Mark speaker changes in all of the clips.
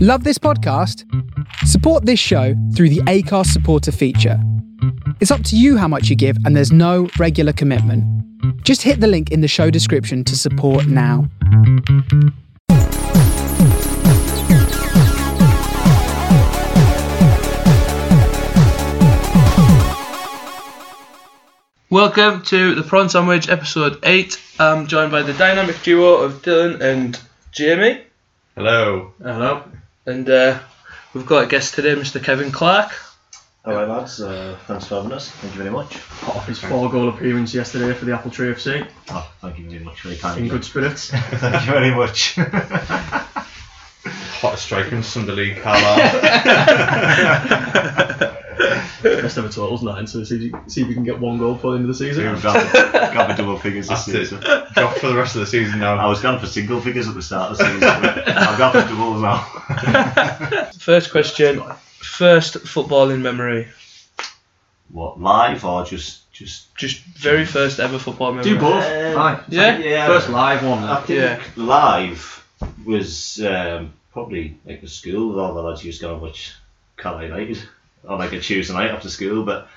Speaker 1: Love this podcast? Support this show through the ACARS supporter feature. It's up to you how much you give, and there's no regular commitment. Just hit the link in the show description to support now.
Speaker 2: Welcome to the Prawn Sandwich episode 8. I'm joined by the dynamic duo of Dylan and Jamie.
Speaker 3: Hello.
Speaker 2: Hello. And uh, we've got a guest today, Mr. Kevin Clark.
Speaker 4: Hello, lads. Uh, thanks for having us. Thank you very much.
Speaker 5: Hot off his four goal appearance yesterday for the Apple Tree FC
Speaker 4: Oh, thank you very much. Very
Speaker 5: in
Speaker 4: kind. of you.
Speaker 5: good spirits.
Speaker 4: Thank you very much.
Speaker 3: Hottest striker in Sunday League, Carlisle.
Speaker 5: Best ever totals nine, so see, if you- see if we can get one goal for the end of the
Speaker 4: We
Speaker 5: season.
Speaker 4: were grabbing, grabbing double figures this
Speaker 3: That's it.
Speaker 4: season.
Speaker 3: Dropped for the rest of the season
Speaker 4: I
Speaker 3: now.
Speaker 4: was going for single figures at the start of the season. but I've gone for doubles now.
Speaker 2: First question First footballing memory.
Speaker 4: What live or just just?
Speaker 2: Just very first ever football memory.
Speaker 5: Do both.
Speaker 4: Um,
Speaker 5: Aye.
Speaker 2: Yeah?
Speaker 4: Yeah.
Speaker 5: First live one.
Speaker 4: I
Speaker 5: Then.
Speaker 4: think
Speaker 2: Yeah.
Speaker 4: live was um, probably like a school with all the lads used to go and watch Carlisle United on like a Tuesday night after school. But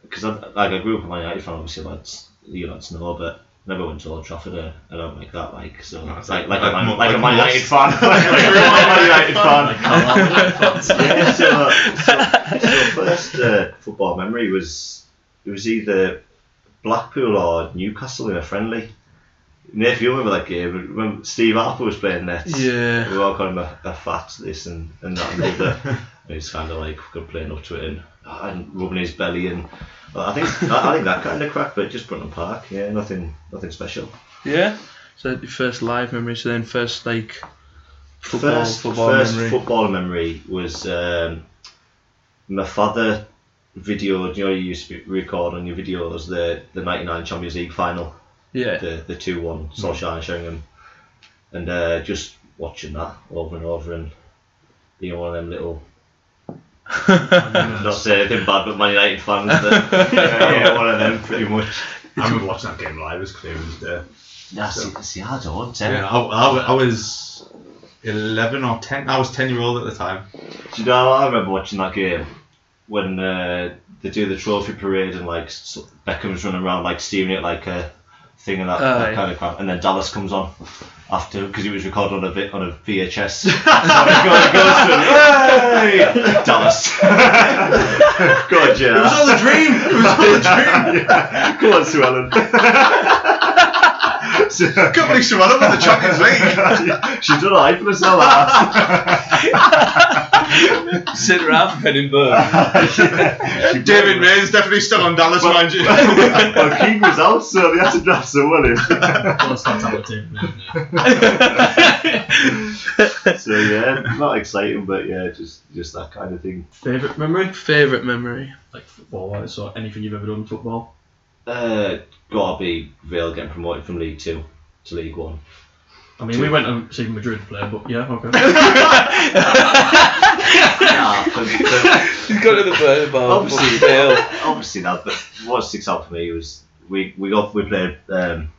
Speaker 4: because I like I grew up a Man United fan, obviously lads, you lads know, but never went to Old Trafford or anything like that. Like so,
Speaker 3: No, it's
Speaker 4: like
Speaker 3: like-
Speaker 4: like, a
Speaker 3: like
Speaker 4: Man,
Speaker 3: mo-
Speaker 4: like a
Speaker 3: like
Speaker 4: Man United
Speaker 3: most.
Speaker 4: fan, like, a real Man United fan. yeah, so, so, so first uh, football memory was it was either Blackpool or Newcastle in a friendly. Nathan, you remember that game when Steve Harper was playing nets?
Speaker 2: Yeah.
Speaker 4: We all called him a, a fat this and, and that and the other. and he's kind of like fucking playing up to it and, and rubbing his belly and well, I think I, I think that kind of crap, but just Brunton Park, yeah, nothing nothing special.
Speaker 2: Yeah? So, your first live memory, so then first, like, football,
Speaker 4: first
Speaker 2: football
Speaker 4: first
Speaker 2: memory.
Speaker 4: football memory was um, my father videoed. You know, you used to record on your videos the the '99 Champions League final.
Speaker 2: yeah.
Speaker 4: the the two one Solskjaer and Sheringham, and uh, just watching that over and over and being one of them little. not saying anything bad, but Man United fans. That, yeah, yeah, one of them pretty much.
Speaker 6: I remember watching that game live. It was clear as day.
Speaker 4: Yeah, see, see, I don't. eh?
Speaker 3: Yeah, I, I, I was 11 or 10. I was 10 year old at the time.
Speaker 4: Do you know how I remember watching that game when uh, they do the trophy parade and like s- Beckham's running around like steering it like a thing and that,
Speaker 2: Oh,
Speaker 4: that
Speaker 2: yeah.
Speaker 4: kind of crap, and then Dallas comes on after because he was recorded on a bit on a VHS. so he goes, goes to, hey, Dallas. God, yeah.
Speaker 3: a dream! It was all a dream!
Speaker 4: Go on, Sue Ellen.
Speaker 3: I can't believe she won up in the Champions League!
Speaker 4: She's done alright for herself. that.
Speaker 2: Sit around Edinburgh.
Speaker 3: David May is definitely still on Dallas, mind you.
Speaker 4: well, King was out, Oh, so they had to draft someone in.
Speaker 5: First time to have a team.
Speaker 4: So yeah, not exciting, but yeah, just just that kind of thing.
Speaker 5: Favourite memory?
Speaker 2: Favourite memory.
Speaker 5: Like football wise, so anything you've ever done in football.
Speaker 4: Uh, gotta be Real getting promoted from League Two to League One.
Speaker 5: I mean, we went and seen Madrid play, but yeah, okay.
Speaker 4: Nah, but- but
Speaker 2: He's got to the bird bar.
Speaker 4: Obviously.
Speaker 2: Fail.
Speaker 4: obviously not. But what sticks out for me was we we got we played um,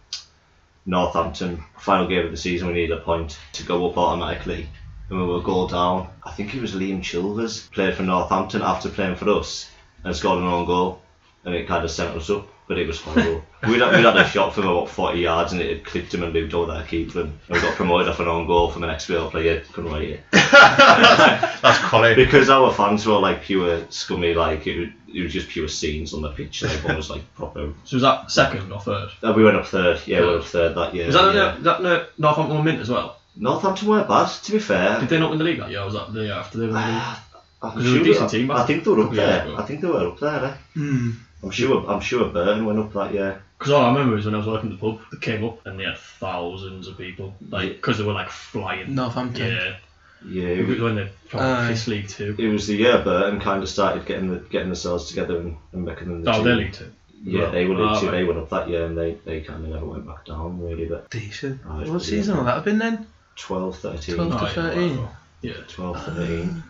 Speaker 4: Northampton final game of the season. We needed a point to go up automatically, and we were a goal down. I think it was Liam Chilvers played for Northampton after playing for us and scored an own goal, and it kind of sent us up. But it was horrible. we'd, had- we'd had a shot from about 40 yards and it had clipped him and moved over that keeper. And we got promoted off an own goal from an ex-real player. Couldn't write it.
Speaker 3: That's Colin.
Speaker 4: because our fans were like pure scummy, like it, was- it was just pure scenes on the pitch. and Everyone was like proper.
Speaker 5: so was that second or third?
Speaker 4: Uh, we went up third, yeah, we went up third that year.
Speaker 5: Was that,
Speaker 4: yeah.
Speaker 5: yeah. that no, Northampton won mint as well?
Speaker 4: Northampton were bad, to be fair. Uh,
Speaker 5: Did they not win the league that year? Or was that the year after they won the
Speaker 4: Ah.
Speaker 5: league?
Speaker 4: I'm
Speaker 5: they were a
Speaker 4: sure-
Speaker 5: decent team,
Speaker 4: I think they were up
Speaker 5: Yeah,
Speaker 4: there.
Speaker 5: but-
Speaker 4: I think they were up there. Eh?
Speaker 2: Hmm,
Speaker 4: I'm sure. I'm sure Burn went up that year.
Speaker 5: Because all I remember is when I was working at the pub, they came up and they had thousands of people. Like, because they were like flying.
Speaker 2: Northampton.
Speaker 5: Yeah.
Speaker 4: Yeah,
Speaker 5: It
Speaker 4: it
Speaker 5: was
Speaker 4: was,
Speaker 5: when they
Speaker 2: Aye.
Speaker 5: probably Kiss League 2.
Speaker 4: it was the year Burton kind of started getting the getting themselves together and, and making them the
Speaker 5: Oh,
Speaker 4: team.
Speaker 5: they're League 2.
Speaker 4: Yeah, they went
Speaker 5: Ah,
Speaker 4: up. too.
Speaker 5: right.
Speaker 4: They went up that year, and they, they kind of never went back down really. But
Speaker 2: Decent.
Speaker 4: Oh, it's
Speaker 2: what
Speaker 4: pretty
Speaker 2: season
Speaker 4: good.
Speaker 2: will that have been then?
Speaker 4: 12, 13,
Speaker 2: Twelve.
Speaker 5: Oh, yeah,
Speaker 2: 13.
Speaker 5: well, Yeah.
Speaker 4: 12, 13.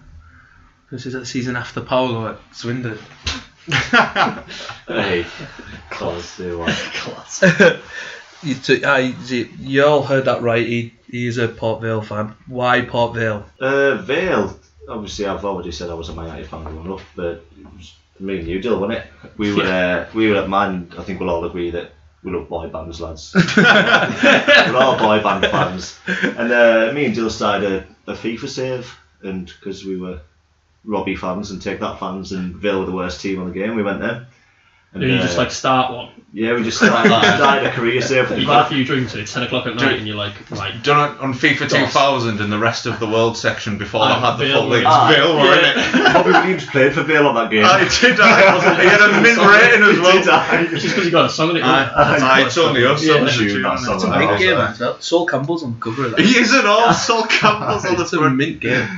Speaker 2: This is that season after Paolo at Swindon.
Speaker 4: Hey, class, they were.
Speaker 2: you, took, I, you all heard that right. He He's a Port Vale fan. Why Port Vale?
Speaker 4: Uh, Vale. Obviously, I've already said I was a Man United fan growing up, but it was me and you, Dill, wasn't it? We were uh, we were at Man. I think we'll all agree that we love boy bands, lads. we're all boy band fans. And uh, me and Dill started a, a FIFA save, and because we were Robbie fans and Take That fans, and Vale were the worst team on the game, we went there. And,
Speaker 5: And you
Speaker 4: uh,
Speaker 5: just like start one.
Speaker 4: yeah, we just started, started a career save for the
Speaker 5: You've had a
Speaker 4: club.
Speaker 5: few drinks and it's 10 o'clock at night and you're like, right.
Speaker 6: Done it on FIFA 2000 and the rest of the world section before I
Speaker 5: Ah,
Speaker 6: had the
Speaker 5: Bill,
Speaker 6: full leagues.
Speaker 5: yeah.
Speaker 6: Bill, weren't it?
Speaker 4: Bobby Williams played for Vale on that game.
Speaker 6: I did. I wasn't. He had a mint rating as well.
Speaker 4: Did I?
Speaker 5: It's just because you got a song in it.
Speaker 6: Aye, aye, it's only us.
Speaker 2: Yeah,
Speaker 6: isn't it?
Speaker 4: shoot, that's
Speaker 6: It's a
Speaker 4: all right.
Speaker 6: mint game.
Speaker 2: that. Sol Campbell's on the cover of
Speaker 6: He is an all Sol Campbell's on the
Speaker 2: It's a
Speaker 6: front.
Speaker 2: mint game.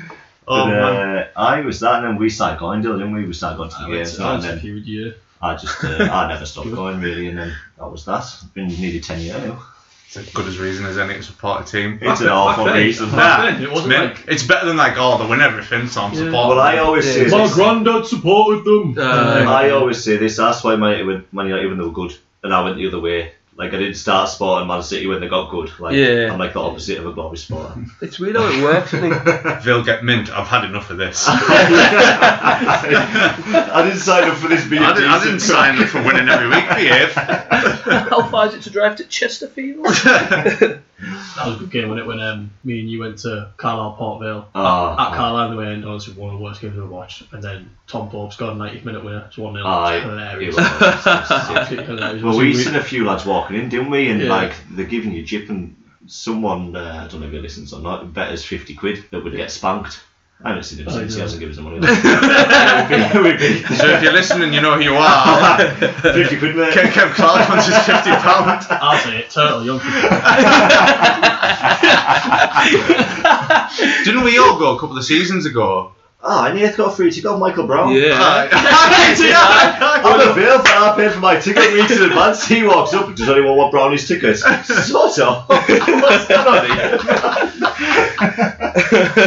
Speaker 6: Oh
Speaker 4: but,
Speaker 6: man.
Speaker 4: uh, I was that, and then we started going, Dylan, didn't we? We started going to the
Speaker 5: I went
Speaker 4: games,
Speaker 5: to
Speaker 4: and
Speaker 5: that a
Speaker 4: then
Speaker 5: huge year.
Speaker 4: I just, uh, I never stopped going really, and then that was that. It's been nearly 10 years now.
Speaker 6: It's as good as reason as any to support a team.
Speaker 4: It's an awful reason.
Speaker 6: Nah,
Speaker 5: It
Speaker 6: it's,
Speaker 5: wasn't
Speaker 6: mint.
Speaker 5: like-
Speaker 6: it's better than like, oh, they win everything, so I'm supporting.
Speaker 4: Well, I
Speaker 6: them.
Speaker 4: always say
Speaker 2: Yeah.
Speaker 4: this.
Speaker 5: My granddad supported them.
Speaker 2: Uh,
Speaker 4: I always say this. That's why Man United, were- Man United when they were good, and I went the other way. Like I didn't start supporting Man City when they got good. Like
Speaker 2: Yeah.
Speaker 4: I'm like the opposite of a Bobby supporter.
Speaker 2: It's weird how it works. isn't it?
Speaker 6: They'll get mint. I've had enough of this.
Speaker 4: I didn't sign up for this being
Speaker 6: I didn't, I didn't
Speaker 4: decent.
Speaker 6: sign up for winning every week, behave.
Speaker 2: how far is it to drive to Chesterfield?
Speaker 5: That was a good game, wasn't it? When um, me and you went to Carlisle Port Vale.
Speaker 4: Ah,
Speaker 5: At Carlisle, they went, oh, this is one of the worst games I've ever watched. And then Tom Forbes got a 90th minute winner. It's 1 0.
Speaker 4: Aye.
Speaker 5: hilarious.
Speaker 4: It was-
Speaker 5: Absolutely hilarious.
Speaker 4: Well, we
Speaker 5: We-
Speaker 4: seen a few lads walking in, didn't we? And
Speaker 5: Yeah.
Speaker 4: like they're giving you jip, and someone uh, I don't know if he listens or not betters fifty quid that would get spanked. I haven't seen him
Speaker 5: Oh,
Speaker 4: since. He
Speaker 5: yeah.
Speaker 4: hasn't given us the money. We'd be- we'd be-
Speaker 6: So if you're listening, you know who you are.
Speaker 4: fifty quid, mate.
Speaker 6: Kev, Kev Clark wants his fifty pound.
Speaker 5: I'll say it. Turtle, young people.
Speaker 6: Didn't we all go a couple of seasons ago?
Speaker 4: Ah, and Nath got a free ticket on Michael Brown.
Speaker 2: yeah.
Speaker 4: I'm a Vale fan, I paid for my ticket weeks in advance. He walks up, does anyone want Brownie's tickets? Sort of. What's going on here?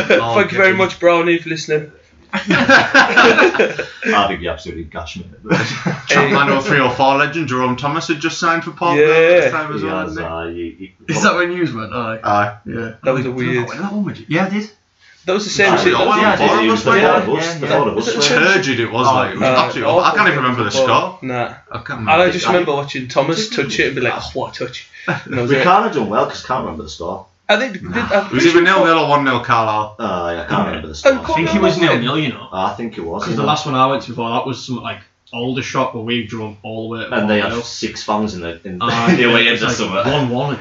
Speaker 2: Thank you very much, Brownie, for listening.
Speaker 4: I think he absolutely gashed me.
Speaker 6: Man 0304 legend Jerome Thomas had just signed for Port Vale
Speaker 2: Yeah.
Speaker 6: at this time as well,
Speaker 4: Yes,
Speaker 6: hadn't he?
Speaker 4: ah, you- you-
Speaker 2: Is that when news went? Aye.
Speaker 6: Aye. Yeah.
Speaker 2: That was a weird.
Speaker 6: That one, would you? Yeah, I did.
Speaker 2: That was the same
Speaker 4: Ah,
Speaker 2: shit.
Speaker 4: yeah,
Speaker 6: Oh,
Speaker 2: that-
Speaker 6: wow.
Speaker 4: I did
Speaker 6: Yeah,
Speaker 4: use the four
Speaker 6: yeah,
Speaker 4: of us. The four of
Speaker 2: Was it
Speaker 4: us.
Speaker 2: a-
Speaker 6: Turgid it
Speaker 4: Oh,
Speaker 6: was, like. It was
Speaker 2: Uh,
Speaker 6: absolutely awful. I can't even remember the score.
Speaker 2: Nah.
Speaker 6: I can't
Speaker 2: And I
Speaker 6: remember.
Speaker 2: just remember watching Thomas touch it and be like, oh, what a touch. And that was
Speaker 4: We
Speaker 2: it.
Speaker 4: can't have done well because I can't remember the score.
Speaker 2: I think. Did, I'm
Speaker 6: It was either 0 0 or 1 0 Carlisle.
Speaker 4: Ah, yeah, I can't remember the score.
Speaker 2: I think
Speaker 5: he was nil nil, you know.
Speaker 4: I think it was.
Speaker 5: Because the last one I went to before that was some like older shop where we've drawn all the way.
Speaker 4: and they
Speaker 5: are.
Speaker 4: had six fans in the in
Speaker 5: Ah,
Speaker 4: the away end of summer.
Speaker 5: One one.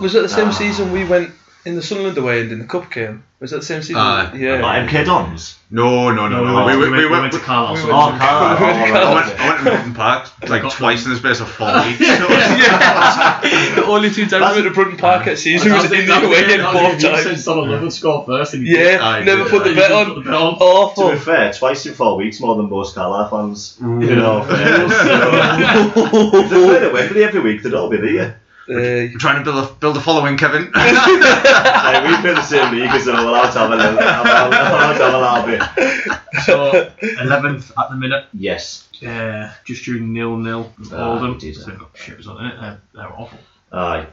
Speaker 2: Was that the same season we went in the Sunderland away and in the cup game? Was that the same season?
Speaker 6: Aye.
Speaker 2: yeah.
Speaker 4: Like MK Dons.
Speaker 6: No, no, no, no.
Speaker 5: we,
Speaker 6: We, we, we,
Speaker 5: went
Speaker 6: went.
Speaker 5: to Carlisle.
Speaker 2: we
Speaker 5: so-
Speaker 2: went
Speaker 4: Oh,
Speaker 2: Went
Speaker 4: Carlisle.
Speaker 2: to
Speaker 4: Oh,
Speaker 6: I
Speaker 4: right,
Speaker 6: went,
Speaker 4: okay.
Speaker 6: I went to Milton Park like
Speaker 5: Got
Speaker 6: twice in the space of four weeks. yeah.
Speaker 2: the only two times we went to Brunton Park that season was in the away game both
Speaker 5: You said
Speaker 2: times.
Speaker 5: Sunderland would score first. And you
Speaker 2: Yeah,
Speaker 6: I
Speaker 2: never
Speaker 6: did,
Speaker 2: put the
Speaker 5: did.
Speaker 2: bet
Speaker 5: You put
Speaker 2: on.
Speaker 5: the bet on.
Speaker 4: To be
Speaker 2: Awful.
Speaker 4: fair, twice in four weeks more than most Carlisle fans.
Speaker 5: Mm.
Speaker 4: You know, fair. if they played at Wembley every week, they'd all be there.
Speaker 2: Uh,
Speaker 6: I'm trying to build a, build a following, Kevin.
Speaker 4: Like, we play the same league as them, allowed to have a little, allowed allowed to have a little bit.
Speaker 5: So eleventh at the minute.
Speaker 4: Yes.
Speaker 5: Uh, just during nil nil.
Speaker 4: Ah,
Speaker 5: Oldham.
Speaker 4: we did.
Speaker 5: So shit was on it. They're, they're awful.
Speaker 4: Aye.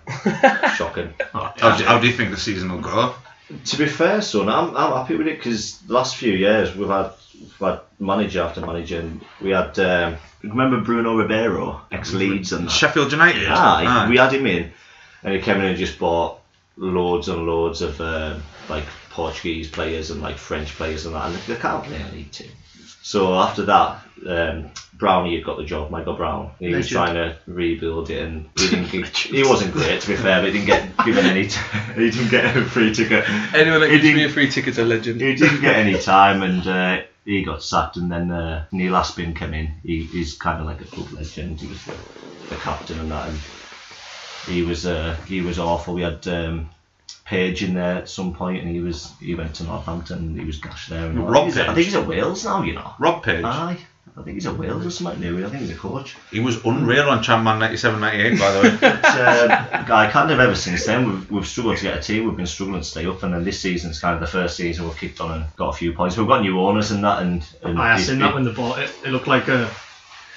Speaker 4: Shocking.
Speaker 6: How do, how do you think the season will go?
Speaker 4: To be fair, son, I'm, I'm happy with it because the last few years we've had, we've had manager after manager. And we had, um, remember Bruno Ribeiro, ex Leeds and that?
Speaker 6: Sheffield United. Ah.
Speaker 4: Aye,
Speaker 6: Aye.
Speaker 4: we had him in, and he came in and just bought loads and loads of uh, like Portuguese players and like French players and that, and they can't play in League Two. So after that, um, Brownie had got the job, Michael Brown. He was trying to rebuild it, and he didn't. He, he wasn't great, to be fair, but he didn't get given any. T- he didn't get a free ticket.
Speaker 2: anyone that
Speaker 4: He
Speaker 2: gives me
Speaker 4: didn't-
Speaker 2: a free ticket's a legend.
Speaker 4: He didn't get any time, and uh, he got sacked. And then uh, Neil Aspin came in. He, he's kind of like a club legend. He was the, the captain and that. And he was uh, he was awful. We had um, Page in there at some point, and he was he went to Northampton. and He was gashed there. And all that.
Speaker 6: Rob
Speaker 4: He's- I
Speaker 6: Page.
Speaker 4: think he's at Wales now. You know.
Speaker 6: Rob Page.
Speaker 4: Aye. I think he's at Wales or something new. I think he's a coach.
Speaker 6: He was unreal on Champman 97 98, by the way.
Speaker 4: But, uh, I kind of ever since then we've, we've struggled to get a team. We've been struggling to stay up, and then this season's kind of the first season we've kicked on and got a few points. We've got new owners and that, and, and
Speaker 5: I
Speaker 4: he's
Speaker 5: seen
Speaker 4: been-
Speaker 5: that when they bought it. It looked like a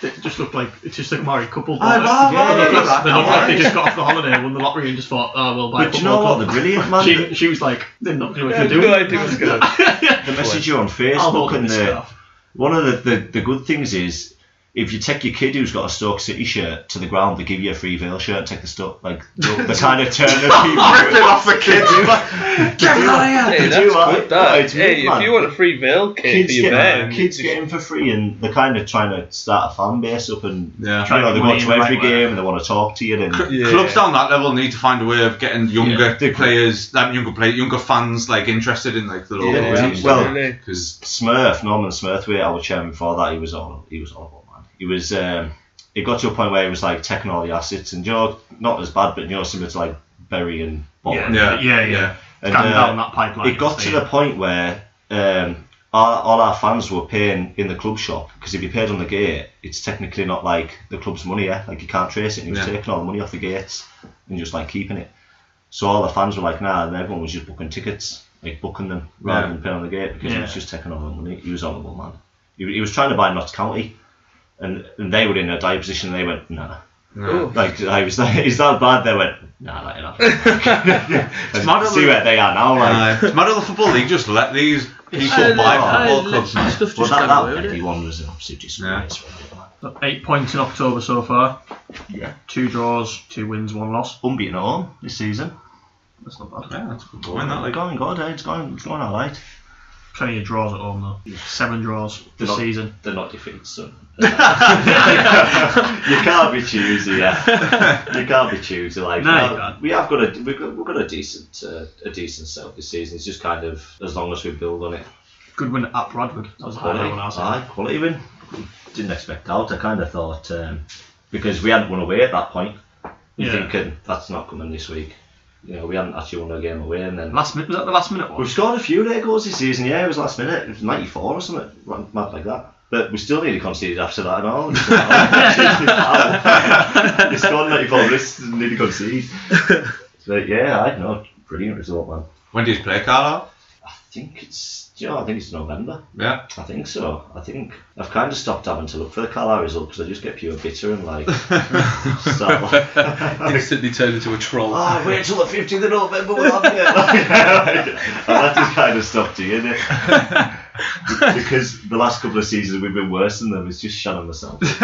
Speaker 5: It just looked like it's just like married couple.
Speaker 4: Aye,
Speaker 5: boys.
Speaker 4: aye,
Speaker 5: Yeah,
Speaker 4: aye,
Speaker 5: they looked-
Speaker 4: aye,
Speaker 5: they looked
Speaker 4: aye.
Speaker 5: like they just got off the holiday, won the lottery, and just thought, "Oh, we'll buy." a
Speaker 4: ah, But do you know what?
Speaker 5: football
Speaker 4: The
Speaker 5: club."
Speaker 4: brilliant man.
Speaker 5: She, she was like, "They're not going to
Speaker 2: I
Speaker 5: know
Speaker 2: had
Speaker 5: what they're doing."
Speaker 2: no idea what's going on.
Speaker 4: the message you on
Speaker 5: I'll
Speaker 4: Facebook
Speaker 5: hold
Speaker 4: and
Speaker 5: this
Speaker 4: the,
Speaker 5: scarf.
Speaker 4: one of the, the, the good things is if you take your kid who's got a Stoke City shirt to the ground, they give you a free Vale shirt. Take the Stoke like the, the kind of turn of people.
Speaker 3: Ripping off the kids.
Speaker 4: Get out
Speaker 2: Hey, that's good, that. hey, if you want a free veil kit
Speaker 4: kids
Speaker 2: for your
Speaker 4: get,
Speaker 2: bed,
Speaker 4: kids get in for free, and they're kind of trying to start a fan base up, and
Speaker 3: Yeah.
Speaker 4: you know, they
Speaker 6: Money in
Speaker 4: go to
Speaker 6: the
Speaker 4: every
Speaker 6: right way.
Speaker 4: game and they want to talk to you. And
Speaker 2: Yeah.
Speaker 3: Clubs down that level need to find a way of getting younger
Speaker 4: Yeah.
Speaker 3: players, like younger play, younger fans, like interested in like the local
Speaker 4: Yeah,
Speaker 3: teams.
Speaker 2: absolutely.
Speaker 3: because
Speaker 4: Smurf, Norman Smurf, we our chairman before that, he was all he was all about man. He was um it got to a point where he was like taking all the assets and you're not as bad, but you're similar to like Berry and Bob.
Speaker 5: Yeah,
Speaker 3: yeah,
Speaker 5: yeah, yeah.
Speaker 4: And,
Speaker 5: Gun
Speaker 4: uh,
Speaker 5: down that pipeline.
Speaker 4: it got to
Speaker 5: Uh,
Speaker 4: the point where um our, all our fans were paying in the club shop because if you paid on the gate, it's technically not like the club's money, yeah? Like you can't trace it. And he was
Speaker 3: Yeah.
Speaker 4: taking all the money off the gates and just like keeping it. So all the fans were like, nah, and everyone was just booking tickets, like booking them rather
Speaker 3: Yeah.
Speaker 4: than paying on the gate because he was
Speaker 5: Yeah.
Speaker 4: just taking all the money. He was a horrible man. He, he was trying to buy Notts County, and, and they were in a dire position. And they went, nah.
Speaker 2: Ooh.
Speaker 4: Like, I was like, is that bad? They went, nah, that enough.
Speaker 3: mad,
Speaker 4: and
Speaker 3: isn't
Speaker 4: see
Speaker 3: it?
Speaker 4: where they are now. Like,
Speaker 3: uh, it's mad how the football league just let these
Speaker 2: I-
Speaker 3: people buy
Speaker 2: I-
Speaker 3: football clubs.
Speaker 2: I-
Speaker 3: now.
Speaker 2: Stuff
Speaker 4: well,
Speaker 2: just
Speaker 4: that,
Speaker 2: can't
Speaker 4: that
Speaker 2: work,
Speaker 4: Wendy
Speaker 2: it.
Speaker 4: one was an absolute disgrace.
Speaker 5: the eight points in October so far.
Speaker 4: Yeah.
Speaker 5: Two draws, two wins, one loss.
Speaker 4: Unbeaten at home this season.
Speaker 5: That's not bad.
Speaker 3: Yeah, that's a good point. That, like,
Speaker 4: going good, eh? It's going, it's going all right.
Speaker 5: Plenty of draws at home though. Seven draws this
Speaker 4: Not-
Speaker 5: season.
Speaker 4: They're not defeated, so. you can't be choosy, yeah. You can't be choosy. Like
Speaker 5: No, you
Speaker 4: uh,
Speaker 5: can't.
Speaker 4: we have got a we've got, we've got a decent uh, a decent self this season. It's just kind of as long as we build on it.
Speaker 5: Good win at Bradford. That was a hard one. I was
Speaker 4: aye, quality win. Didn't expect out. I kind of thought um, because we hadn't won away at that point. You're
Speaker 5: Yeah.
Speaker 4: thinking that's not coming this week. You know, we hadn't actually won a game away, and then
Speaker 5: Last minute was that the last minute one?
Speaker 4: We've scored a few late goals this season, yeah, it was last minute, it was 94 or something, right, mad like that. But we still nearly conceded after that and all. oh, we scored 94 wrists and nearly conceded. But yeah, I know, brilliant result, man.
Speaker 3: when do you play Carlisle?
Speaker 4: I think it's, do you know, I think it's November.
Speaker 3: Yeah,
Speaker 4: I think so. I think I've kind of stopped having to look for the Carlisle result because I just get pure bitter and like, start like
Speaker 2: Instantly turned into a troll.
Speaker 4: Oh, wait till the 15th of November, we'll have you. like, and that just kind of stopped you, innit? because the last couple of seasons we've been worse than them, it's just shut on myself.
Speaker 2: Set